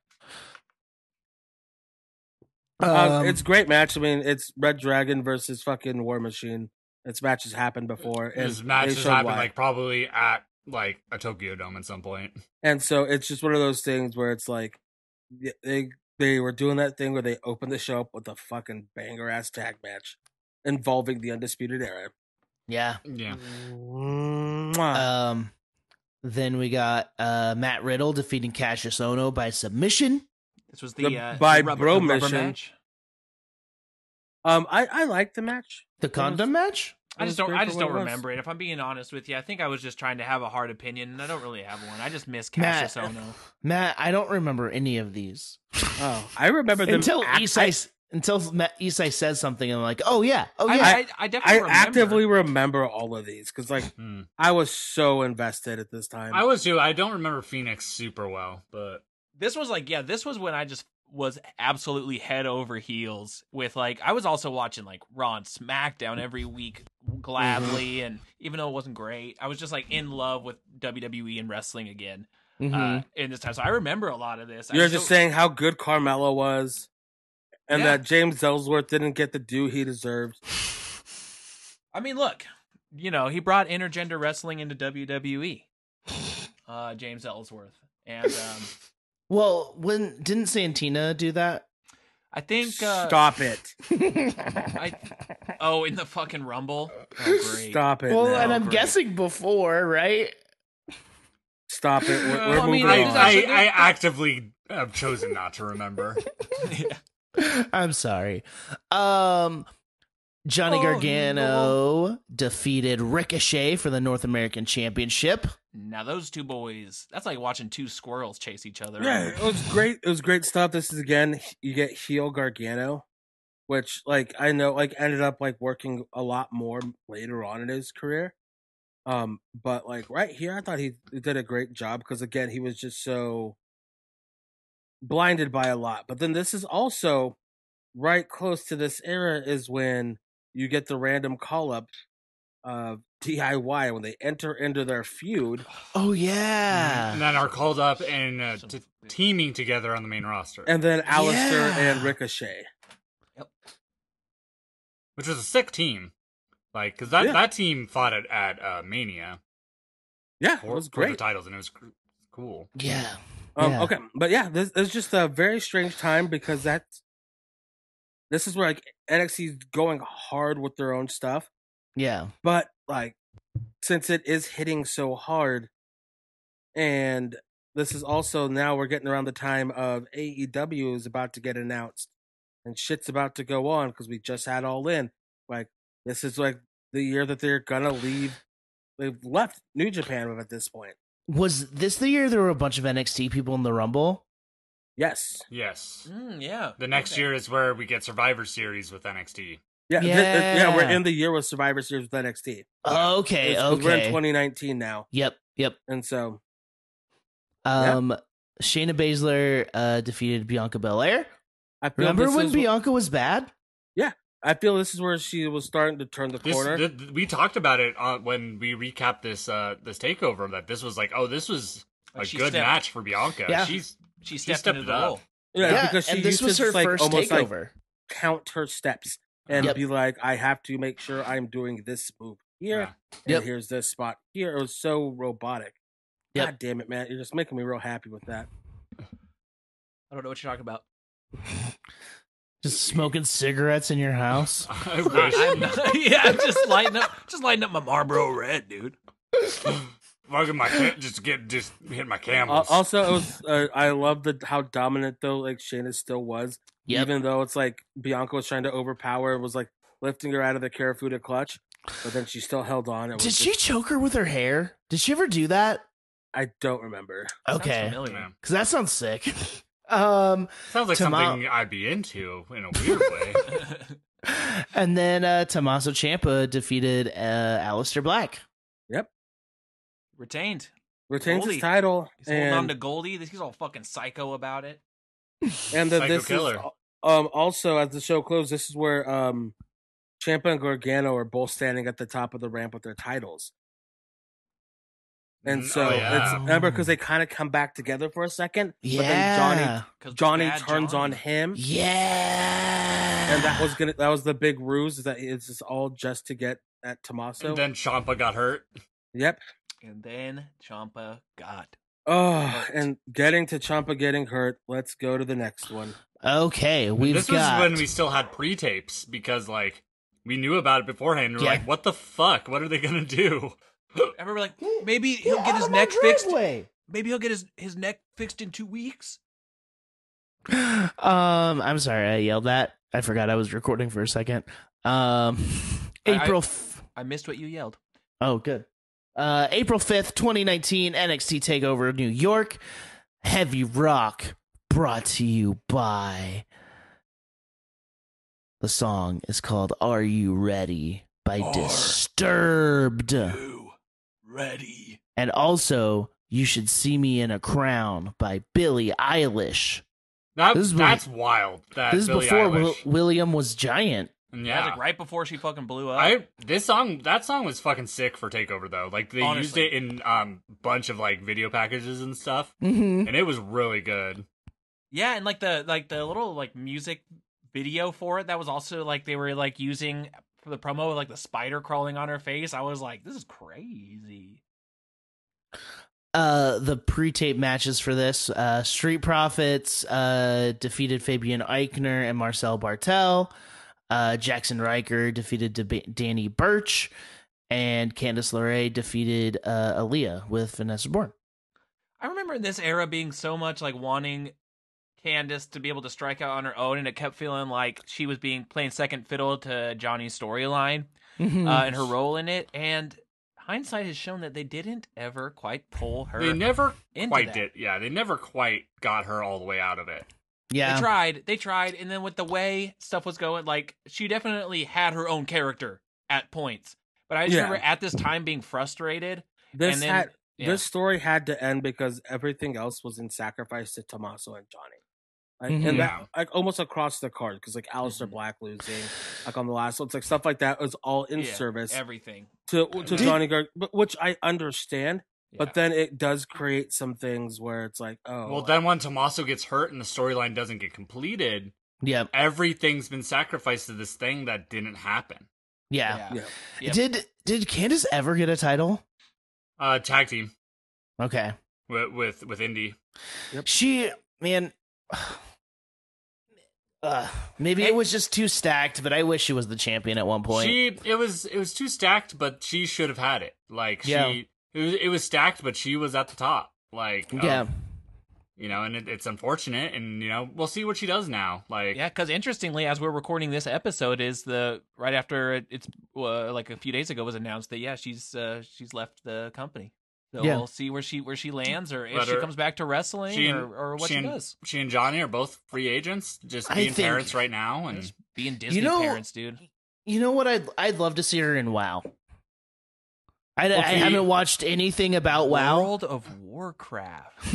S4: Um,
S2: Um,
S4: it's great match. I mean, it's Red Dragon versus fucking War Machine. This match has happened before, and
S5: This
S4: they
S5: match just
S4: showed
S5: happened
S4: why.
S5: like probably at like a Tokyo Dome at some point.
S4: and so it's just one of those things where it's like y- they they were doing that thing where they opened the show up with a fucking banger ass tag match involving the Undisputed Era.
S2: yeah.
S5: Yeah.
S4: Mwah.
S2: Um, then we got uh, Matt Riddle defeating Cassius Ono by submission.
S3: This was the,
S4: The
S3: uh,
S4: by
S3: the rubber, the
S4: bro
S3: rubber
S4: mission.
S3: match.
S4: um, I I like the match.
S2: The condom match.
S3: I
S4: It
S3: just
S4: was
S3: don't.
S4: great
S3: I
S4: for
S3: just
S4: what
S3: don't
S4: it was.
S3: remember it. If I'm being honest with you, I think I was just trying to have a hard opinion, and I don't really have one. I just miss Cassius
S2: Matt.
S3: Ono.
S2: Matt, I don't remember any of these
S4: Oh, I remember them
S2: until
S4: act-
S2: Isai s- until Matt, Isai says something. I'm like, oh yeah, oh
S3: I,
S2: yeah.
S3: I, I
S4: I
S3: definitely remember.
S4: actively remember all of these because like
S5: Hmm.
S4: I was so invested at this time.
S5: I was too. I don't remember Phoenix super well, but
S3: this was like yeah this was when i just was absolutely head over heels with like i was also watching like raw and smackdown every week
S4: Mm-hmm.
S3: gladly and even though it wasn't great i was just like in love with wwe and E wrestling again
S2: Mhm.
S3: uh,
S5: Mm-hmm.
S3: in this time. So I remember a lot of this. I
S4: You're
S3: still-
S4: just saying how good Carmelo was, and
S3: Yeah.
S4: that James Ellsworth didn't get the due he deserved.
S3: I mean, look, you know, he brought intergender wrestling into WWE. Uh, James Ellsworth, and um,
S2: well, when didn't Santina do that?
S3: I think uh,
S4: Stop it!
S3: I, oh, in the fucking Rumble. Oh, great.
S4: Stop it!
S2: well,
S4: now.
S2: and I'm
S3: great.
S2: guessing before, right?
S4: Stop it! We're,
S5: Uh,
S4: we're
S3: I
S4: moving
S3: mean,
S5: I,
S4: on.
S3: there's actually-
S5: I, I actively have chosen not to remember.
S3: Yeah.
S2: I'm sorry. Um Johnny
S3: Oh,
S2: Gargano defeated Ricochet for the North American Championship.
S3: Now those two boys, that's like watching two squirrels chase each other.
S4: yeah, it was great. It was great stuff. This is again, you get heel Gargano, which like I know like ended up like working a lot more later on in his career. Um, but like right here, I thought he did a great job because again, he was just so blinded by a lot. But then this is also right close to this era is when you get the random call up of DIY when they enter into their feud.
S2: Oh yeah.
S5: and then are called up and uh,
S3: Some-
S5: t- teaming together on the main roster,
S4: And then Alistair
S2: Yeah.
S4: and Ricochet.
S5: which was a sick team. Like, because that,
S4: Yeah.
S5: that team fought at, at uh, Mania
S4: Yeah, it
S5: for,
S4: was
S5: for the
S4: great.
S5: titles, and it was cr- cool.
S2: Yeah.
S4: Um,
S2: Yeah.
S4: Okay, but yeah, this it's just a very strange time because that's this is where like NXT's going hard with their own stuff,
S2: Yeah.
S4: but like since it is hitting so hard, and this is also now we're getting around the time of AEW is about to get announced, and shit's about to go on because we just had All In. Like this is like the year that they're gonna leave. They've left New Japan at this point.
S2: Was this the year there were a bunch of NXT people in the Rumble?
S4: Yes. Mm-hmm.
S5: Yes.
S3: Mm, yeah.
S5: The next
S3: Okay.
S5: year is where we get Survivor Series with NXT.
S4: Yeah, th- th- yeah, we're
S2: Yeah.
S4: in the year with Survivor Series with NXT.
S2: Okay,
S4: It's- 'cause
S2: okay.
S4: We're in 2019 now,
S2: Yep, yep.
S4: and so
S2: Um Shayna Baszler uh defeated Bianca Belair.
S4: I feel
S2: Remember
S4: this
S2: when
S4: is-
S2: Bianca was bad?
S4: I feel this is where she was starting to turn the
S5: This,
S4: corner.
S5: th- th- we talked about it uh, when we recapped this uh, this takeover that this was like, oh, this was a
S3: Like, she
S5: good
S3: stepped-
S5: match for Bianca.
S2: Yeah.
S5: She's
S3: She
S5: She
S3: stepped,
S5: stepped
S3: into the
S5: it up.
S3: role.
S4: yeah, because she
S2: and this
S4: used
S2: was
S4: to
S2: her
S4: just, like,
S2: first
S4: almost like
S2: takeover.
S4: count her steps and
S2: Yep.
S4: be like, I have to make sure I'm doing this move here,
S5: Yeah.
S4: and
S2: Yep.
S4: here's this spot here. It was so robotic.
S2: Yep.
S4: God damn it, man! You're just making me real happy with that.
S3: I don't know what you're talking about.
S2: Just smoking cigarettes in your house.
S5: I wish.
S3: I'm not- yeah, I'm just lighting up, just lighting up my Marlboro Red, dude.
S5: Fucking my ca- just get just hit my
S4: Al-
S5: camels.
S4: Also, it was, uh, I love the how dominant though like Shayna still was.
S2: Yep.
S4: Even though it's like Bianca was trying to overpower and was like lifting her out of the Carafuda clutch, but then she still held on. It was
S2: Did
S4: just-
S2: she choke her with her hair? Did she ever do that?
S4: I don't remember.
S2: Okay.
S3: Sounds familiar.
S5: Yeah.
S2: Cause that sounds sick. um,
S5: Sounds like
S2: Tomorrow-
S5: something I'd be into in a weird way.
S2: and then uh, Tommaso Ciampa defeated uh, Alistair Black.
S3: Retained.
S4: Retains
S3: Goldie.
S4: his title,
S3: He's holding on to
S4: and,
S3: Goldie. He's all fucking psycho about it.
S4: and then
S5: Psycho
S4: this
S5: killer.
S4: is um also as the show closed. This is where um Champa and Gargano are both standing at the top of the ramp with their titles, and
S5: Mm,
S4: so
S5: oh, yeah.
S4: it's remember because they kind of come back together for a second,
S2: Yeah.
S4: but then Johnny
S3: 'Cause
S4: Johnny
S3: bad
S4: turns
S3: Johnny.
S4: on him,
S2: yeah.
S4: and that was gonna that was the big ruse is that it's just all just to get at Tommaso.
S5: and then Champa got hurt.
S4: yep.
S3: And then Champa got.
S4: Oh, and getting to Champa getting hurt. Let's go to the next one.
S2: okay. We've
S5: this
S2: got.
S5: was when we still had pre-tapes because like we knew about it beforehand. We were
S2: Yeah.
S5: like, what the fuck? What are they gonna do?
S3: I remember like maybe he'll get his neck fixed. Maybe he'll get his, his neck fixed in two weeks.
S2: Um, I'm sorry. I yelled that. I forgot I was recording for a second. Um,
S3: I-
S2: April. f-
S3: I missed what you yelled.
S2: Oh, good. Uh, April 5th, 2019, NXT TakeOver New York. Heavy Rock brought to you by. The song is called Are You Ready by
S6: Are
S2: Disturbed.
S6: You ready?
S2: And also, You Should See Me in a Crown by Billie Eilish.
S5: That,
S2: This is when-
S5: that's wild. That
S2: this is
S5: Billie
S2: before
S5: Eilish.
S2: Wil- William was giant.
S3: That was
S5: Yeah.
S3: like right before she fucking blew up.
S5: I this song that song was fucking sick for Takeover though. Like they used
S3: Honestly.
S5: it in um bunch of like video packages and stuff,
S2: Mm-hmm.
S5: and it was really good.
S3: Yeah, and like the like the little like music video for it that was also like they were like using for the promo like the spider crawling on her face. I was like, this is crazy.
S2: Uh, the pre-tape matches for this uh, Street Profits uh, defeated Fabian Eichner and Marcel Bartel. Uh, Jackson Riker defeated Deb- Danny Birch, and Candice LeRae defeated uh, Aaliyah with Vanessa Bourne.
S3: I remember in this era being so much like wanting Candace to be able to strike out on her own, and it kept feeling like she was being playing second fiddle to Johnny's storyline
S2: Mm-hmm.
S3: uh,
S4: Mm.
S3: and her role in it. And hindsight has shown that they didn't ever quite pull her.
S5: They never
S3: into
S5: quite
S3: that.
S5: did. Yeah, they never quite got her all the way out of it.
S2: yeah,
S3: They tried. They tried, and then with the way stuff was going, like she definitely had her own character at points. But I just
S4: Yeah.
S3: remember at this time being frustrated.
S4: This
S3: and then,
S4: had
S3: yeah.
S4: this story had to end because everything else was in sacrifice to Tommaso and Johnny. Like,
S2: Mhm.
S4: And
S5: Yeah.
S4: that, like almost across the card because like Alistair Black losing, like on the last one, it's like stuff like that was all in
S3: Yeah,
S4: service
S3: everything.
S4: to to
S3: Did-
S4: Johnny Gar- but which I understand.
S3: Yeah.
S4: But then it does create some things where it's like, oh,
S5: Well, then when Tommaso gets hurt and the storyline doesn't get completed,
S2: yeah,
S5: everything's been sacrificed to this thing that didn't happen.
S2: yeah,
S3: yeah.
S4: yeah.
S3: Yep.
S2: Did did Candice ever get a title?
S5: Uh, tag team
S2: Okay,
S5: with with, with Indy.
S2: she man. Uh, maybe it was just too stacked, but I wish she was the champion at one point.
S5: She it was it was too stacked, but she should have had it. Like
S2: Yeah.
S5: she it was, it was stacked, but she was at the top. Like of-
S2: yeah,
S5: you know, and it, it's unfortunate, and you know we'll see what she does now. Like
S3: Yeah, because interestingly, as we're recording this episode, is the right after it, it's uh, like a few days ago was announced that yeah, she's uh, she's left the company. So
S2: Yeah.
S3: we'll see where she where she lands, or if
S5: Let
S3: she
S5: her-
S3: comes back to wrestling,
S5: she and-
S3: or, or what
S5: she
S3: she,
S5: and-
S3: does.
S5: she and Johnny are both free agents, just
S2: I
S5: being
S2: think-
S5: parents right now, and
S3: Just being Disney
S2: know-
S3: parents, dude.
S2: You know what? I'd I'd love to see her in WoW. I, I
S5: Okay.
S2: haven't watched anything about WoW.
S3: World of Warcraft.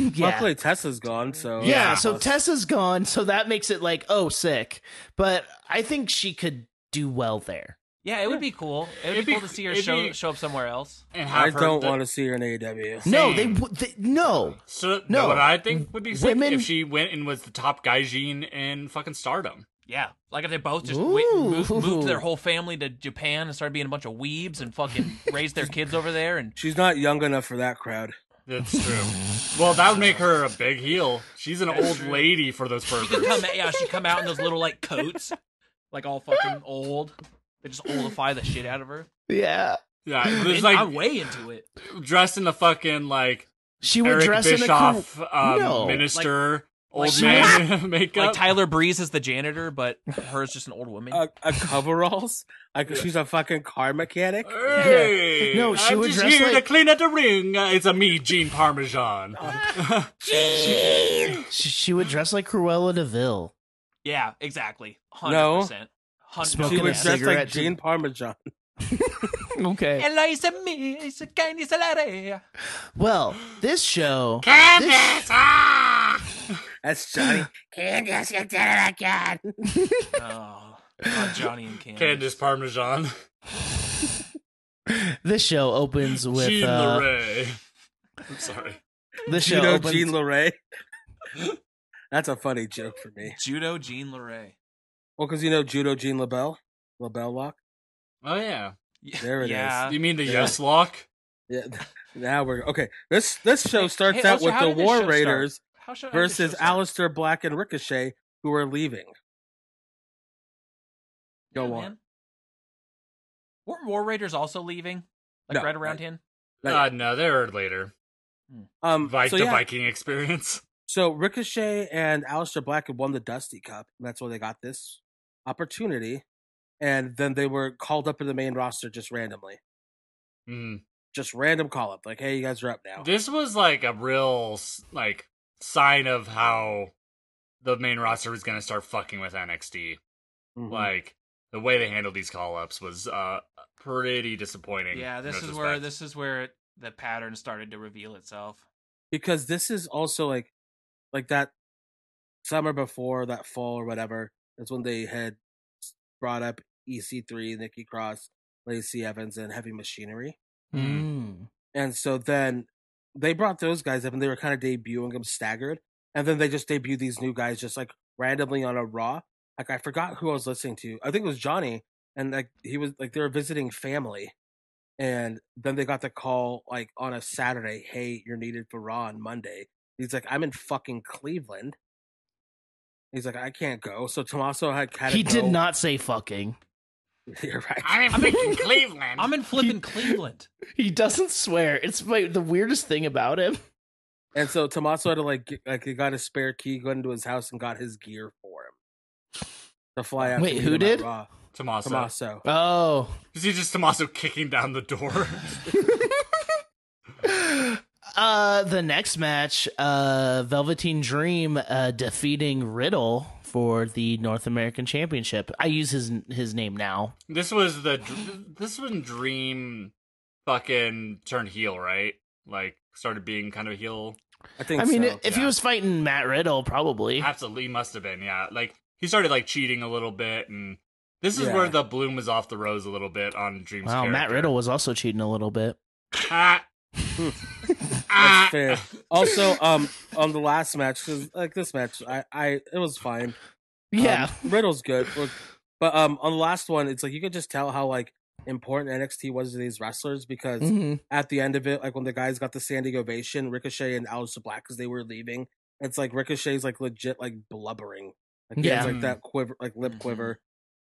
S2: yeah.
S4: luckily Tessa's gone, so
S2: yeah, So Tessa's gone, so that makes it like oh sick. But I think she could do well there.
S3: Yeah, it would be cool. It would
S5: It'd
S3: be
S5: be-
S3: cool to see her
S5: it'd
S3: show
S5: be-
S3: show up somewhere else.
S5: and have
S4: I
S5: her
S4: don't
S5: the-
S4: want to see her in E AEW.
S2: No, they,
S5: Same.
S2: w- they no.
S5: So
S2: No.
S5: no, what I think would be sick
S2: Women-
S5: if she went and was the top gaijin in fucking Stardom.
S3: Yeah, like if they both just went, moved,
S2: Ooh.
S3: moved their whole family to Japan and started being a bunch of weebs and fucking raised their kids over there. And
S4: She's not young enough for that crowd.
S5: That's true. well, that would make her a big heel. She's an old
S3: true.
S5: lady for those
S3: she'd
S5: perverts.
S3: come, yeah, she would come out in those little like coats, like all fucking old. They just oldify the shit out of her.
S2: Yeah.
S5: yeah, it was
S3: And
S5: like
S3: I'm way into it.
S5: dressed in the fucking like
S2: She would
S5: Eric
S2: dress in a
S5: Bischoff um,
S2: No.
S5: minister
S3: like
S5: old
S3: she
S5: man makeup.
S3: Like Tyler Breeze is the janitor, but hers just an old woman.
S5: Uh,
S4: A, a coveralls? Like she's a fucking car mechanic?
S5: Hey,
S2: No, she
S5: I'm
S2: would
S5: just
S2: dress
S5: here
S2: like-
S5: to clean up the ring. Uh, It's a me, Gene Parmesan.
S2: cool. She, she would dress like Cruella Deville.
S3: yeah, exactly. Hundred
S4: No.
S3: percent.
S2: Smoking
S4: She
S2: Fucking
S4: was
S2: a
S3: percent.
S4: dressed
S2: cigarette
S4: like
S2: to-
S4: Jane Parmesan.
S2: Okay.
S3: Eliza me, it's a candy salary.
S2: Well, this show.
S5: Candace! Ah!
S4: That's Johnny.
S6: Candace, you did it again.
S3: Oh, oh, Johnny and Candace.
S5: Candace Parmesan.
S2: This show opens with
S5: Gene
S2: uh,
S5: LeRae. I'm sorry.
S2: this
S4: Do you
S2: show
S4: know
S2: opens.
S4: Jean LeRae? That's a funny joke for me.
S3: Judo Jean Leray.
S4: Well, because you know Judo Jean LaBelle? LaBelle Lock?
S5: Oh, yeah.
S4: There it is.
S3: yeah.
S5: You mean the
S4: Yeah.
S5: yes lock?
S4: Yeah. Now we're okay. This this show
S3: Hey-
S4: starts
S3: hey,
S4: out
S3: Elsa,
S4: with
S3: how
S4: the
S3: did this
S4: War
S3: show start?
S4: Raiders
S3: How should I just
S4: versus
S3: show some-
S4: Alistair Black and Ricochet, who are leaving. Go
S3: Yeah,
S4: on.
S3: man. Weren't War Raiders also leaving? Like
S4: No,
S3: right around
S4: right.
S3: him?
S5: Uh, no, they were later.
S4: Um,
S5: Vi-
S4: so
S5: the
S4: yeah,
S5: Viking experience.
S4: So Ricochet and Aleister Black had won the Dusty Cup, and that's why they got this opportunity. And then they were called up to the main roster just randomly,
S5: Mm.
S4: just random call up, like, "Hey, you guys are up now."
S5: This was like a real s- like sign of how the main roster was going to start fucking with NXT.
S4: Mhm.
S3: Mm-hmm.
S5: Like the way they handled these call ups was uh pretty disappointing.
S3: Yeah,
S5: in
S3: this is
S5: retrospect.
S3: where this is where the pattern started to reveal itself.
S4: because this is also like, like that summer before that fall or whatever. That's when they had brought up EC3, Nikki Cross, Lacey Evans, and Heavy Machinery.
S5: Hmm.
S3: Hmm.
S2: Mm.
S4: And so then they brought those guys up and they were kind of debuting them staggered. And then they just debuted these new guys just like randomly on a Raw. Like I forgot who I was listening to. I think it was Johnny. And like he was like they were visiting family. And then they got the call like on a Saturday, hey, you're needed for Raw on Monday. He's like, I'm in fucking Cleveland. He's like, I can't go. So Tommaso had kind of
S2: He did not say fucking.
S4: You're right.
S5: I'm in freaking Cleveland.
S3: I'm in flipping Cleveland.
S2: He doesn't swear. It's my, the weirdest thing about him.
S4: And so Tommaso had to like get, like he got a spare key, got into his house and got his gear for him to fly out. to
S2: Wait,
S4: meet
S2: who
S4: him at
S2: did?
S4: Raw.
S5: Tommaso.
S4: Tommaso.
S2: Oh.
S5: Is he just Tommaso kicking down the door?
S2: uh, the next match, uh, Velveteen Dream uh, defeating Riddle for the North American Championship. I use his his name now.
S5: this was the this was Dream fucking turned heel, right? Like started being kind of a heel.
S4: I think.
S2: I mean,
S4: so.
S2: i- if he
S5: yeah.
S2: was fighting Matt Riddle, probably.
S5: Absolutely must have been, yeah. Like he started like cheating a little bit, and this is
S4: Yeah.
S5: where the bloom was off the rose a little bit on Dream's
S2: Wow, Matt
S5: character.
S2: Riddle was also cheating a little bit.
S5: Ah. Ah.
S4: That's fair. Also, um, on the last match, 'cause, like this match, I, I, it was fine. Um,
S2: Yeah.
S4: Riddle's good, but, but um, on the last one, it's like you could just tell how like important NXT was to these wrestlers because
S2: Mhm.
S4: at the end of it, like when the guys got the standing ovation, Ricochet and Aleister Black, because they were leaving, it's like Ricochet's like legit like blubbering, like he has
S5: Yeah.
S4: like that quiver, like lip quiver,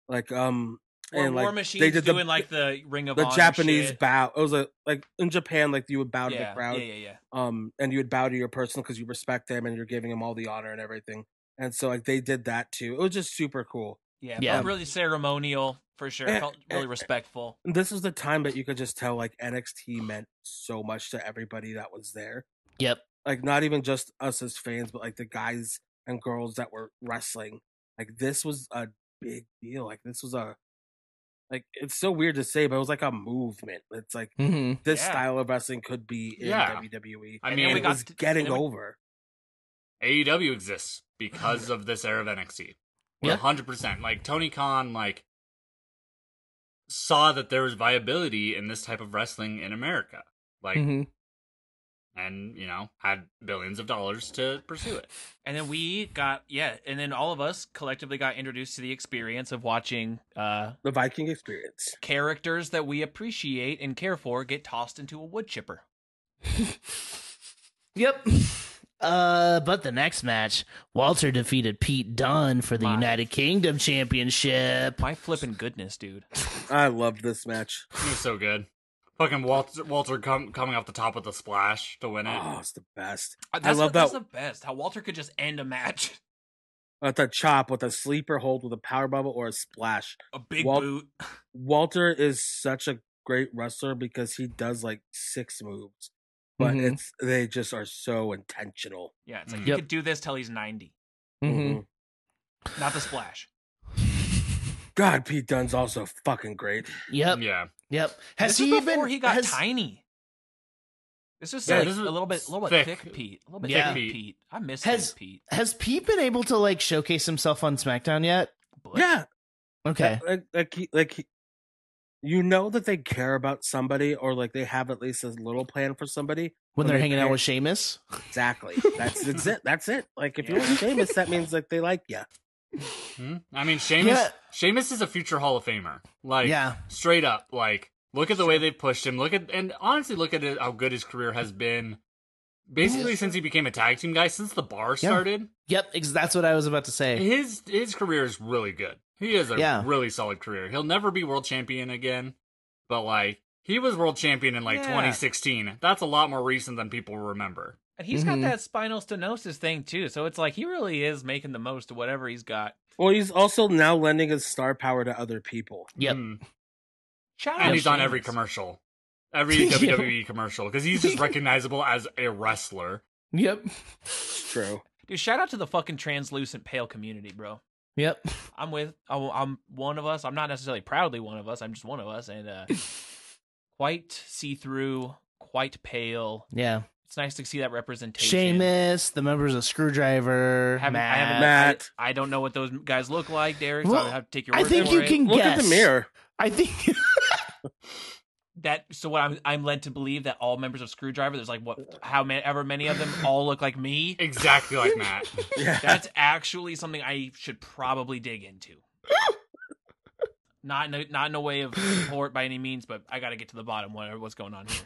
S4: like um,
S3: Mm-hmm. Or
S4: and
S3: War
S4: like
S3: Machine's
S4: they did the-
S3: doing like the Ring of
S4: the
S3: Honor
S4: Japanese
S3: shit.
S4: bow. It was a like in Japan, like you would bow to
S3: yeah,
S4: the crowd,
S3: Yeah, yeah, yeah.
S4: um, and you would bow to your person because you respect them and you're giving them all the honor and everything. And so like they did that too. It was just super cool.
S3: Yeah,
S2: Yeah.
S3: felt really ceremonial for sure.
S4: Eh,
S3: Felt really
S4: eh,
S3: respectful.
S4: This was the time that you could just tell like NXT meant so much to everybody that was there.
S2: Yep.
S4: like not even just us as fans, but like the guys and girls that were wrestling. Like this was a big deal. Like this was a like it's so weird to say, but it was like a movement. It's like
S2: hmm
S4: this
S3: Yeah.
S4: style of wrestling could be in
S5: Yeah.
S4: WWE.
S5: I
S3: And
S5: mean,
S3: then
S4: And
S3: we
S4: it
S3: got
S4: was
S3: to-
S4: getting
S3: and we-
S4: over.
S5: AEW exists because of this era of NXT.
S2: Yeah.
S5: One hundred percent. Like Tony Khan, like saw that there was viability in this type of wrestling in America, like,
S2: hmm
S5: and you know had billions of dollars to pursue it.
S3: And then we got yeah, and then all of us collectively got introduced to the experience of watching uh
S4: The Viking experience.
S3: characters that we appreciate and care for get tossed into a wood chipper.
S2: Yep. Uh, but the next match, Walter defeated Pete Dunne for the
S3: My-
S2: United Kingdom Championship.
S3: My flippin' goodness, dude.
S4: I love this match.
S5: It was so good. Fucking Walter, Walter com- coming off the top with a splash to win it.
S4: Oh, it's the best.
S3: That's
S4: I
S3: what,
S4: love
S3: that's
S4: that
S3: the best. How Walter could just end a match.
S4: with the chop with a sleeper hold with a power bubble or a splash.
S3: A big
S4: Wal-
S3: boot.
S4: Walter is such a great wrestler because he does like six moves, but
S2: Mhm.
S4: it's they just are so intentional. Mm-hmm.
S3: Yeah, it's like
S5: Mm.
S3: he
S2: Yep.
S3: could do this till he's ninety.
S2: Mhm.
S3: Not the splash.
S4: God, Pete Dunne's also fucking great.
S2: Yep.
S5: Yeah,
S2: Yep. Has
S3: this
S2: he
S3: is before
S2: even,
S3: he got
S2: has-
S3: tiny. This is
S5: Yeah,
S3: like
S5: this
S3: a
S5: is
S3: little bit, a little bit thick,
S5: thick.
S3: Pete, a little bit
S2: Yeah.
S3: thick Pete. I miss
S2: Has-
S3: thick Pete.
S2: Has Pete been able to like showcase himself on SmackDown yet?
S3: But
S4: yeah,
S2: Okay.
S4: like like he, like he, you know that they care about somebody or like they have at least a little plan for somebody.
S2: When they're
S4: they
S2: hanging out
S4: pair-
S2: with Sheamus.
S4: Exactly. That's, that's it. That's it. Like if you're
S3: Yeah.
S4: famous, that means like they like you.
S5: Hmm? I mean Sheamus.
S2: Yeah.
S5: Sheamus is a future Hall of Famer. Like,
S2: Yeah.
S5: straight up. Like, look at the way they pushed him. Look at and honestly, look at it, how good his career has been. Basically, since he became a tag team guy, since the bar started,
S2: Yep. Ex- that's what I was about to say.
S5: his his career is really good. He is a
S2: Yeah.
S5: really solid career. He'll never be world champion again, but like he was world champion in like
S3: Yeah.
S5: 2016. That's a lot more recent than people remember.
S3: And he's
S2: Mhm.
S3: got that spinal stenosis thing too, so it's like he really is making the most of whatever he's got.
S4: Well, he's also now lending his star power to other people.
S2: Yep.
S5: Hmm.
S3: Shout out
S5: and he's on
S3: Sheamus.
S5: every commercial, every
S2: Yeah.
S5: WWE commercial because he's just recognizable as a wrestler.
S2: Yep.
S4: True.
S3: Dude, shout out to the fucking translucent pale community, bro.
S2: Yep.
S3: I'm with. I'm- I'm one of us. I'm not necessarily proudly one of us. I'm just one of us, and uh, quite see through, quite pale.
S2: Yeah.
S3: It's nice to see that representation.
S2: Seamus, the members of Screwdriver,
S3: I haven't,
S2: Matt.
S3: I, haven't
S4: Matt.
S3: I, I don't know what those guys look like, Derek. so
S2: Well,
S3: I'll have to take your
S2: I
S3: word
S2: think
S3: for
S2: you
S3: it.
S2: can
S4: Look
S2: guess.
S4: at the mirror.
S2: I think
S3: that. So what I'm I'm led to believe that all members of Screwdriver, there's like what how many ever many of them all look like me.
S5: Exactly like Matt.
S4: Yeah.
S3: That's actually something I should probably dig into. Not in a, not in a way of support by any means, but I got to get to the bottom what what's going on here.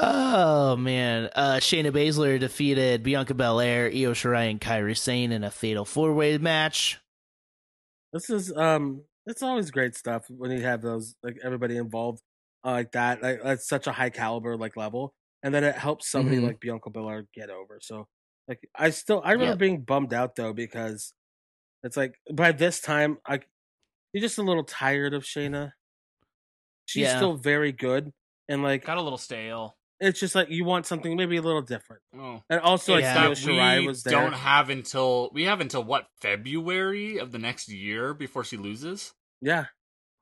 S2: Oh man, uh, Shayna Baszler defeated Bianca Belair, Io Shirai, and Kairi Sane in a fatal four-way match.
S4: This is um it's always great stuff when you have those like everybody involved uh, like that. Like that's such a high caliber like level. And then it helps somebody
S2: Mhm.
S4: like Bianca Belair get over. So like I still I remember
S2: Yep.
S4: being bummed out though because it's like by this time I you're just a little tired of Shayna. She's
S2: Yeah.
S4: still very good and like
S3: Got a little stale.
S4: it's just like you want something maybe a little different.
S5: Oh.
S4: And also like
S2: It's
S4: Io
S5: that
S4: Shirai
S5: we
S4: was there.
S5: don't have until we have until what February of the next year before she loses.
S4: yeah.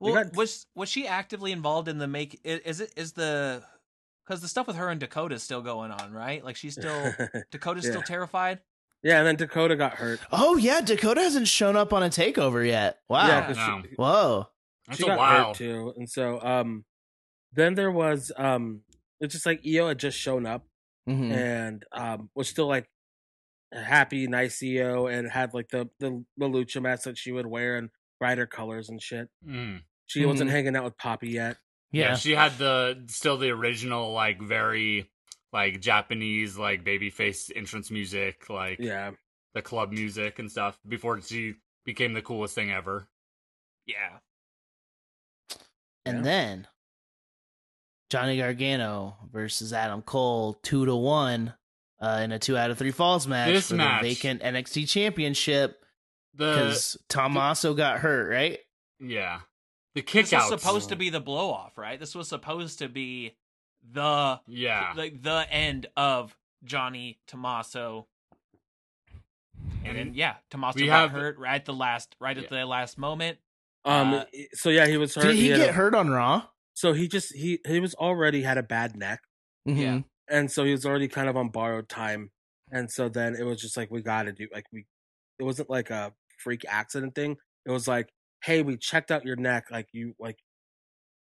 S4: We
S3: Well,
S4: got-
S3: was was she actively involved in the make? i- Is it is the because the stuff with her and Dakota is still going on, right? Like she's still Dakota's still
S4: Yeah.
S3: terrified.
S4: yeah, and then Dakota got hurt.
S2: Oh yeah, Dakota hasn't shown up on a takeover yet. Wow.
S4: Yeah, 'cause
S5: No.
S4: she-
S2: Whoa.
S5: That's
S4: she
S5: a
S4: got
S5: wow.
S4: hurt too, and so um, then there was um, it's just like Io had just shown up
S2: Mhm.
S3: mm-hmm.
S4: and um was still like a happy, nice Io, and had like the the, the lucha mask that she would wear and brighter colors and shit.
S5: Mm.
S4: She wasn't
S2: Mm-hmm.
S4: hanging out with Poppy yet.
S5: Yeah.
S2: Yeah.
S5: she had the still the original like very like Japanese like babyface entrance music like
S4: Yeah,
S5: the club music and stuff before she became the coolest thing ever.
S3: Yeah,
S2: And
S4: Yeah.
S2: then Johnny Gargano versus Adam Cole, two to one, uh, in a two out of three falls match
S5: This
S2: for
S5: match. Uh,
S2: the vacant NXT Championship
S5: The
S2: because Tommaso got hurt, right?
S5: yeah, the
S3: this was
S5: kickouts
S3: supposed to be the blow off, right? This was supposed to be the
S5: yeah
S3: like the end of Johnny Tommaso. And then yeah, Tommaso
S5: We
S3: got
S5: have-
S3: hurt right at the last right at
S5: Yeah.
S3: the last moment.
S4: um,
S3: Uh,
S4: so yeah, he was hurt.
S2: Did he
S4: had
S2: get
S4: a-
S2: hurt on Raw?
S4: So he just he he was already had a bad neck,
S2: Mhm.
S4: and so he was already kind of on borrowed time, and so then it was just like we got to do like we, it wasn't like a freak accident thing. It was like, hey, we checked out your neck, like you like,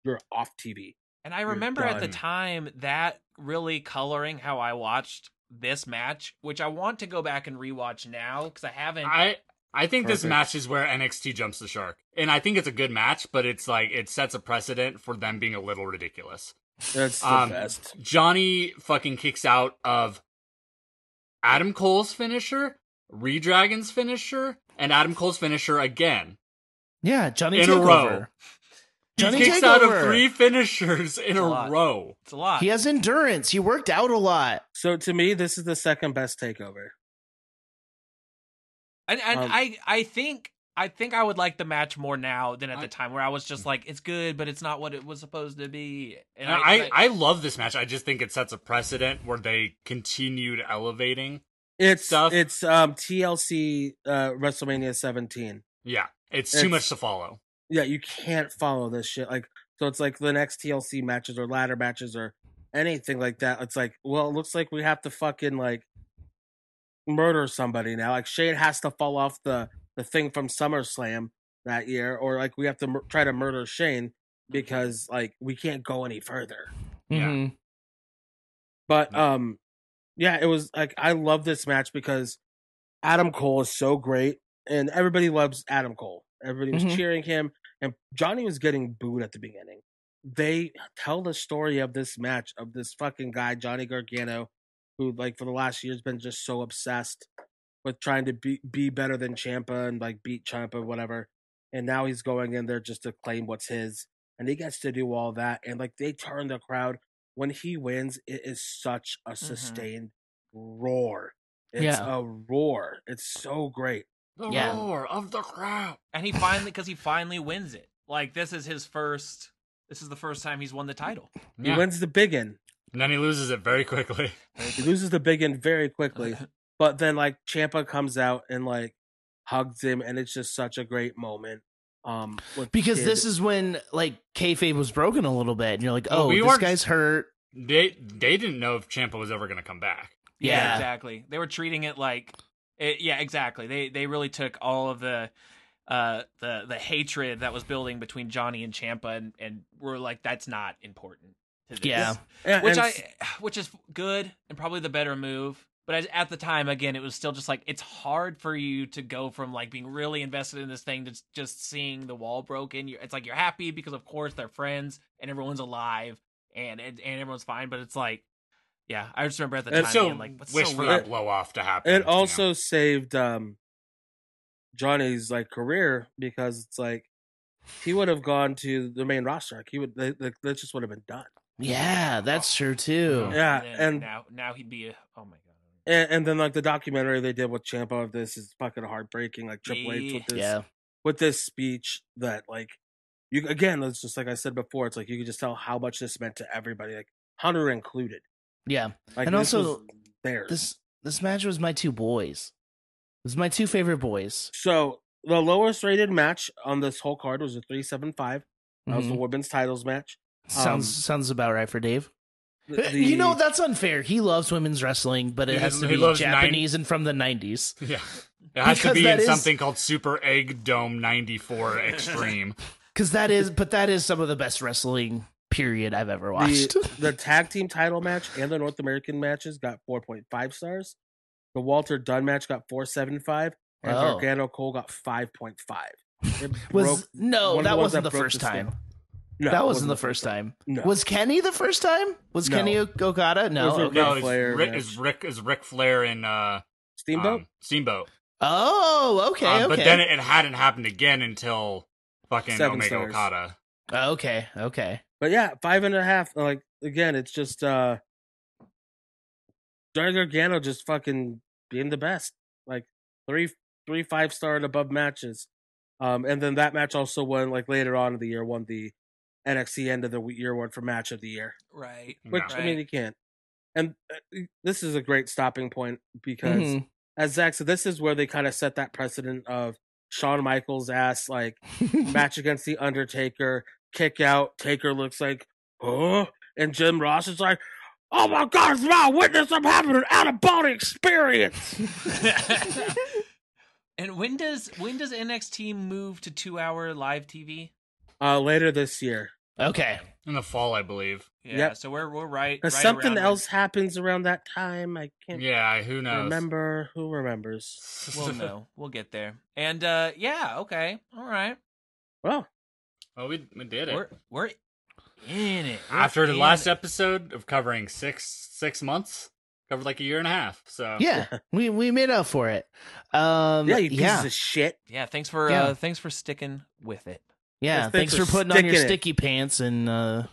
S4: you're off TV.
S3: And I
S4: You're
S3: remember at the
S4: done.
S3: time that really coloring how I watched this match, which I want to go back and rewatch now because I haven't.
S5: I I think this
S4: Perfect.
S5: match is where NXT jumps the shark, and I think it's a good match, but it's like it sets a precedent for them being a little ridiculous.
S4: That's the
S5: Um,
S4: best.
S5: Johnny fucking kicks out of Adam Cole's finisher, Redragon's finisher, and Adam Cole's finisher again.
S2: Yeah, Johnny
S5: In a
S2: Takeover.
S5: row. He
S2: Johnny
S5: kicks out of
S2: Takeover.
S5: three finishers in
S3: That's a
S5: a,
S3: lot.
S5: row.
S3: it's a lot.
S2: He has endurance. He worked out a lot.
S4: So to me, this is the second best takeover.
S3: and and
S4: um,
S3: I I think I think I would like the match more now than at
S5: I-
S3: the time where I was just like, it's good, but it's not what it was supposed to be. And
S5: I, I, love this match. I just think it sets a precedent where they continued elevating.
S4: It's
S5: Stuff.
S4: it's um TLC uh WrestleMania 17.
S5: Yeah, it's, too
S4: It's-
S5: much to follow.
S4: Yeah, you can't follow this shit. Like so it's like the next TLC matches or ladder matches or anything like that. It's like, well, it looks like we have to fucking like murder somebody now. Like Shane has to fall off the the thing from SummerSlam that year or like we have to mur- try to murder Shane because like we can't go any further.
S5: Yeah.
S2: Mhm.
S4: But
S5: Yeah.
S4: um yeah, it was like I love this match because Adam Cole is so great and everybody loves Adam Cole. Everybody was
S2: Mhm.
S4: cheering him and Johnny was getting booed at the beginning. They tell the story of this match of this fucking guy Johnny Gargano who like for the last year has been just so obsessed with trying to be be better than Champa and like beat Champa whatever. And now he's going in there just to claim what's his and he gets to do all that and like they turn the crowd when he wins, it is such a sustained roar. It's
S2: Yeah.
S4: a roar. It's so great.
S5: The
S2: Yeah.
S5: roar of the crowd.
S3: and he finally because he finally wins it. Like this is his first. This is the first time he's won the title.
S5: Yeah.
S4: He wins the big end.
S5: and then he loses it very quickly.
S4: He loses the big end very quickly. but then like Champa comes out and like hugs him and it's just such a great moment. Um with
S2: Because
S4: kid-
S2: this is when like kayfabe was broken a little bit, and you're like, oh,
S5: we
S2: this
S5: weren't-
S2: guy's hurt.
S5: They they didn't know if Champa was ever going to come back.
S3: Yeah,
S2: Yeah.
S3: exactly. They were treating it like, it, yeah, exactly. They they really took all of the, uh, the the hatred that was building between Johnny and Champa, and and were like, that's not important. To this.
S2: Yeah.
S4: And-
S3: which
S4: and
S3: I, which is good and probably the better move. But as, at the time, again, it was still just like it's hard for you to go from like being really invested in this thing to s- just seeing the wall broken. You're, it's like you're happy because of course they're friends and everyone's alive and and, and everyone's fine. But it's like, yeah, I just remember at the
S5: And
S3: time
S5: so
S3: being like, "What's
S5: wish
S3: so
S5: for
S3: weird?"
S5: that blow off to happen.
S4: it
S5: you know?
S4: also saved um Johnny's like career because it's like he would have gone to the main roster. Like, he would like like, that just would have been done.
S2: Yeah, that's
S5: Oh,
S2: true too.
S5: Yeah.
S4: Yeah,
S3: then
S4: and
S3: now now he'd be a, oh my god,
S4: and, and then like the documentary they did with Champa of this is fucking heartbreaking. Like Triple H with this
S2: Yeah.
S4: with this speech that like you again it's just like I said before. It's like you could just tell how much this meant to everybody, like Hunter included.
S2: Yeah.
S4: Like
S2: And
S4: this
S2: also,
S4: was theirs.
S2: This this match was my two boys. It was my two favorite boys.
S4: So the lowest rated match on this whole card was a three seven five. That was
S2: Mm-hmm.
S4: the women's titles match.
S2: Sounds
S4: Um,
S2: sounds about right for Dave. Uh,
S4: The-
S2: You know
S4: the-
S2: that's unfair. He loves women's wrestling, but it
S5: Yeah,
S2: has to
S5: he
S2: be
S5: loves
S2: Japanese and from the nineties.
S5: yeah, it has to
S2: Because
S5: be
S2: that
S5: in
S2: is-
S5: something called Super Egg Dome '94 Extreme.
S2: Because that is, but that is some of the best wrestling period I've ever watched.
S4: the, the tag team title match and the North American matches got 4.5 stars. The Walter Dunn match got 4.75, and
S2: Oh.
S4: Gargano Cole got 5.5. It
S2: was
S4: broke-
S2: no,
S4: one of
S2: that
S4: ones
S2: wasn't the
S4: broke
S2: first
S4: scale.
S2: time.
S4: No,
S2: that
S4: it
S2: wasn't the first time.
S4: No.
S2: Was Kenny the first time? Was
S4: No.
S2: Kenny Ok- Okada? No.
S4: Those were
S2: okay.
S5: no, it's
S4: Flair
S5: Rick,
S4: match.
S5: is Rick is Rick Flair and uh,
S4: Steamboat?
S5: um, Steamboat.
S2: Oh, okay,
S5: Uh,
S2: okay.
S5: But then it, it hadn't happened again until fucking
S4: Seven
S5: Omega
S4: stars.
S5: Okada.
S2: okay, okay.
S4: but yeah, five and a half. Like again, it's just uh Johnny Gargano just fucking being the best. Like three three five star and above matches. Um and then that match also won like later on in the year won the NXT end of the year award for match of the year.
S3: right?
S4: Which
S5: No.
S4: I mean
S3: Right.
S4: you can't. And uh, this is a great stopping point because
S2: Mhm.
S4: as Zach said, this is where they kind of set that precedent of Shawn Michaels ass like
S2: Mm-hmm.
S4: match against the Undertaker, kick out. Taker looks like, oh, and Jim Ross is like, oh my God, it's my witness. I'm having an out of body experience.
S3: and when does when does NXT move to two hour live TV?
S4: Uh, later this year,
S2: okay.
S5: in the fall, I believe.
S3: Yeah,
S4: Yep.
S3: so we're we're right.
S4: because
S3: right around
S4: something
S3: when-
S4: else happens around that time. I can't
S5: Yeah, who knows?
S4: remember. Who remembers?
S3: We'll know. We'll get there. And uh yeah, okay. All right.
S4: Well,
S5: Well, we we did it.
S3: We're we're in it. We're
S5: After the
S3: in
S5: last
S3: it.
S5: episode of covering six six months, covered like a year and a half. So
S2: Yeah, we we made up for it. Um, yeah,
S4: yeah, you pieces
S2: yeah,
S4: of shit.
S3: Yeah, thanks for
S2: Yeah.
S3: uh thanks for sticking with it.
S2: yeah.
S4: Thanks
S2: Thanks,
S4: for
S2: for putting on your
S4: sticking it.
S2: sticky pants and uh,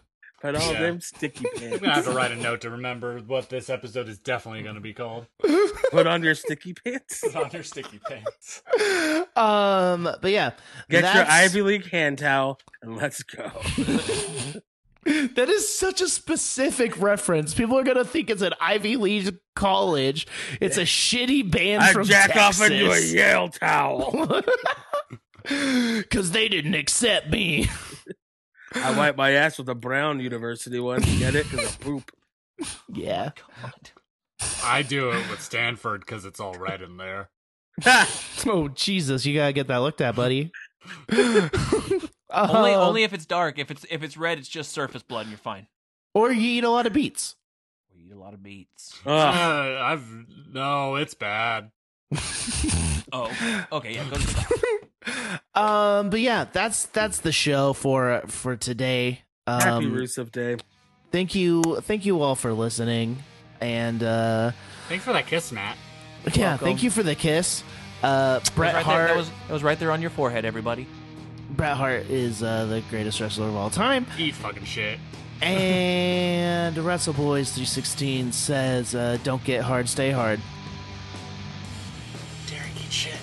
S4: Put all
S5: Yeah.
S4: them sticky
S5: I'm gonna have
S4: pants.
S5: to write a note to remember what this episode is definitely gonna be called.
S4: Put on your sticky pants.
S5: It's on your sticky pants.
S2: um, but yeah,
S4: Get your
S2: that's-
S4: Ivy League hand towel and let's go.
S2: That is such a specific reference. People are gonna think it's an Ivy League college. It's a shitty band
S4: I
S2: from
S4: jack
S2: Texas.
S4: off into a Yale towel.
S2: Cause they didn't accept me.
S4: I wiped my ass with a Brown University one. Get it? Because of poop.
S2: Yeah.
S3: God.
S5: I do it with Stanford because it's all red in there.
S4: Ah,
S2: Oh Jesus, you gotta get that looked at, buddy.
S3: only
S2: Um,
S3: only if it's dark. If it's if it's red, it's just surface blood and you're fine.
S2: or you eat a lot of beets.
S3: We eat a lot of beets.
S4: Ugh.
S5: Uh, I've no, it's bad.
S3: Oh. Okay, yeah, go to
S2: um, but yeah, that's that's the show for for today. Um,
S4: Happy Rusev Day.
S2: thank you, thank you all for listening, and uh,
S5: Thanks for that kiss, Matt.
S2: yeah,
S4: welcome.
S2: thank you for the kiss. Uh, Bret
S3: right there.
S2: Hart.
S3: That was that was right there on your forehead, everybody.
S2: Bret Hart is uh, the greatest wrestler of all time.
S5: Eat fucking shit.
S2: And Wrestle Boys 316 says, uh, "Don't get hard, stay hard."
S5: Derek, eat shit.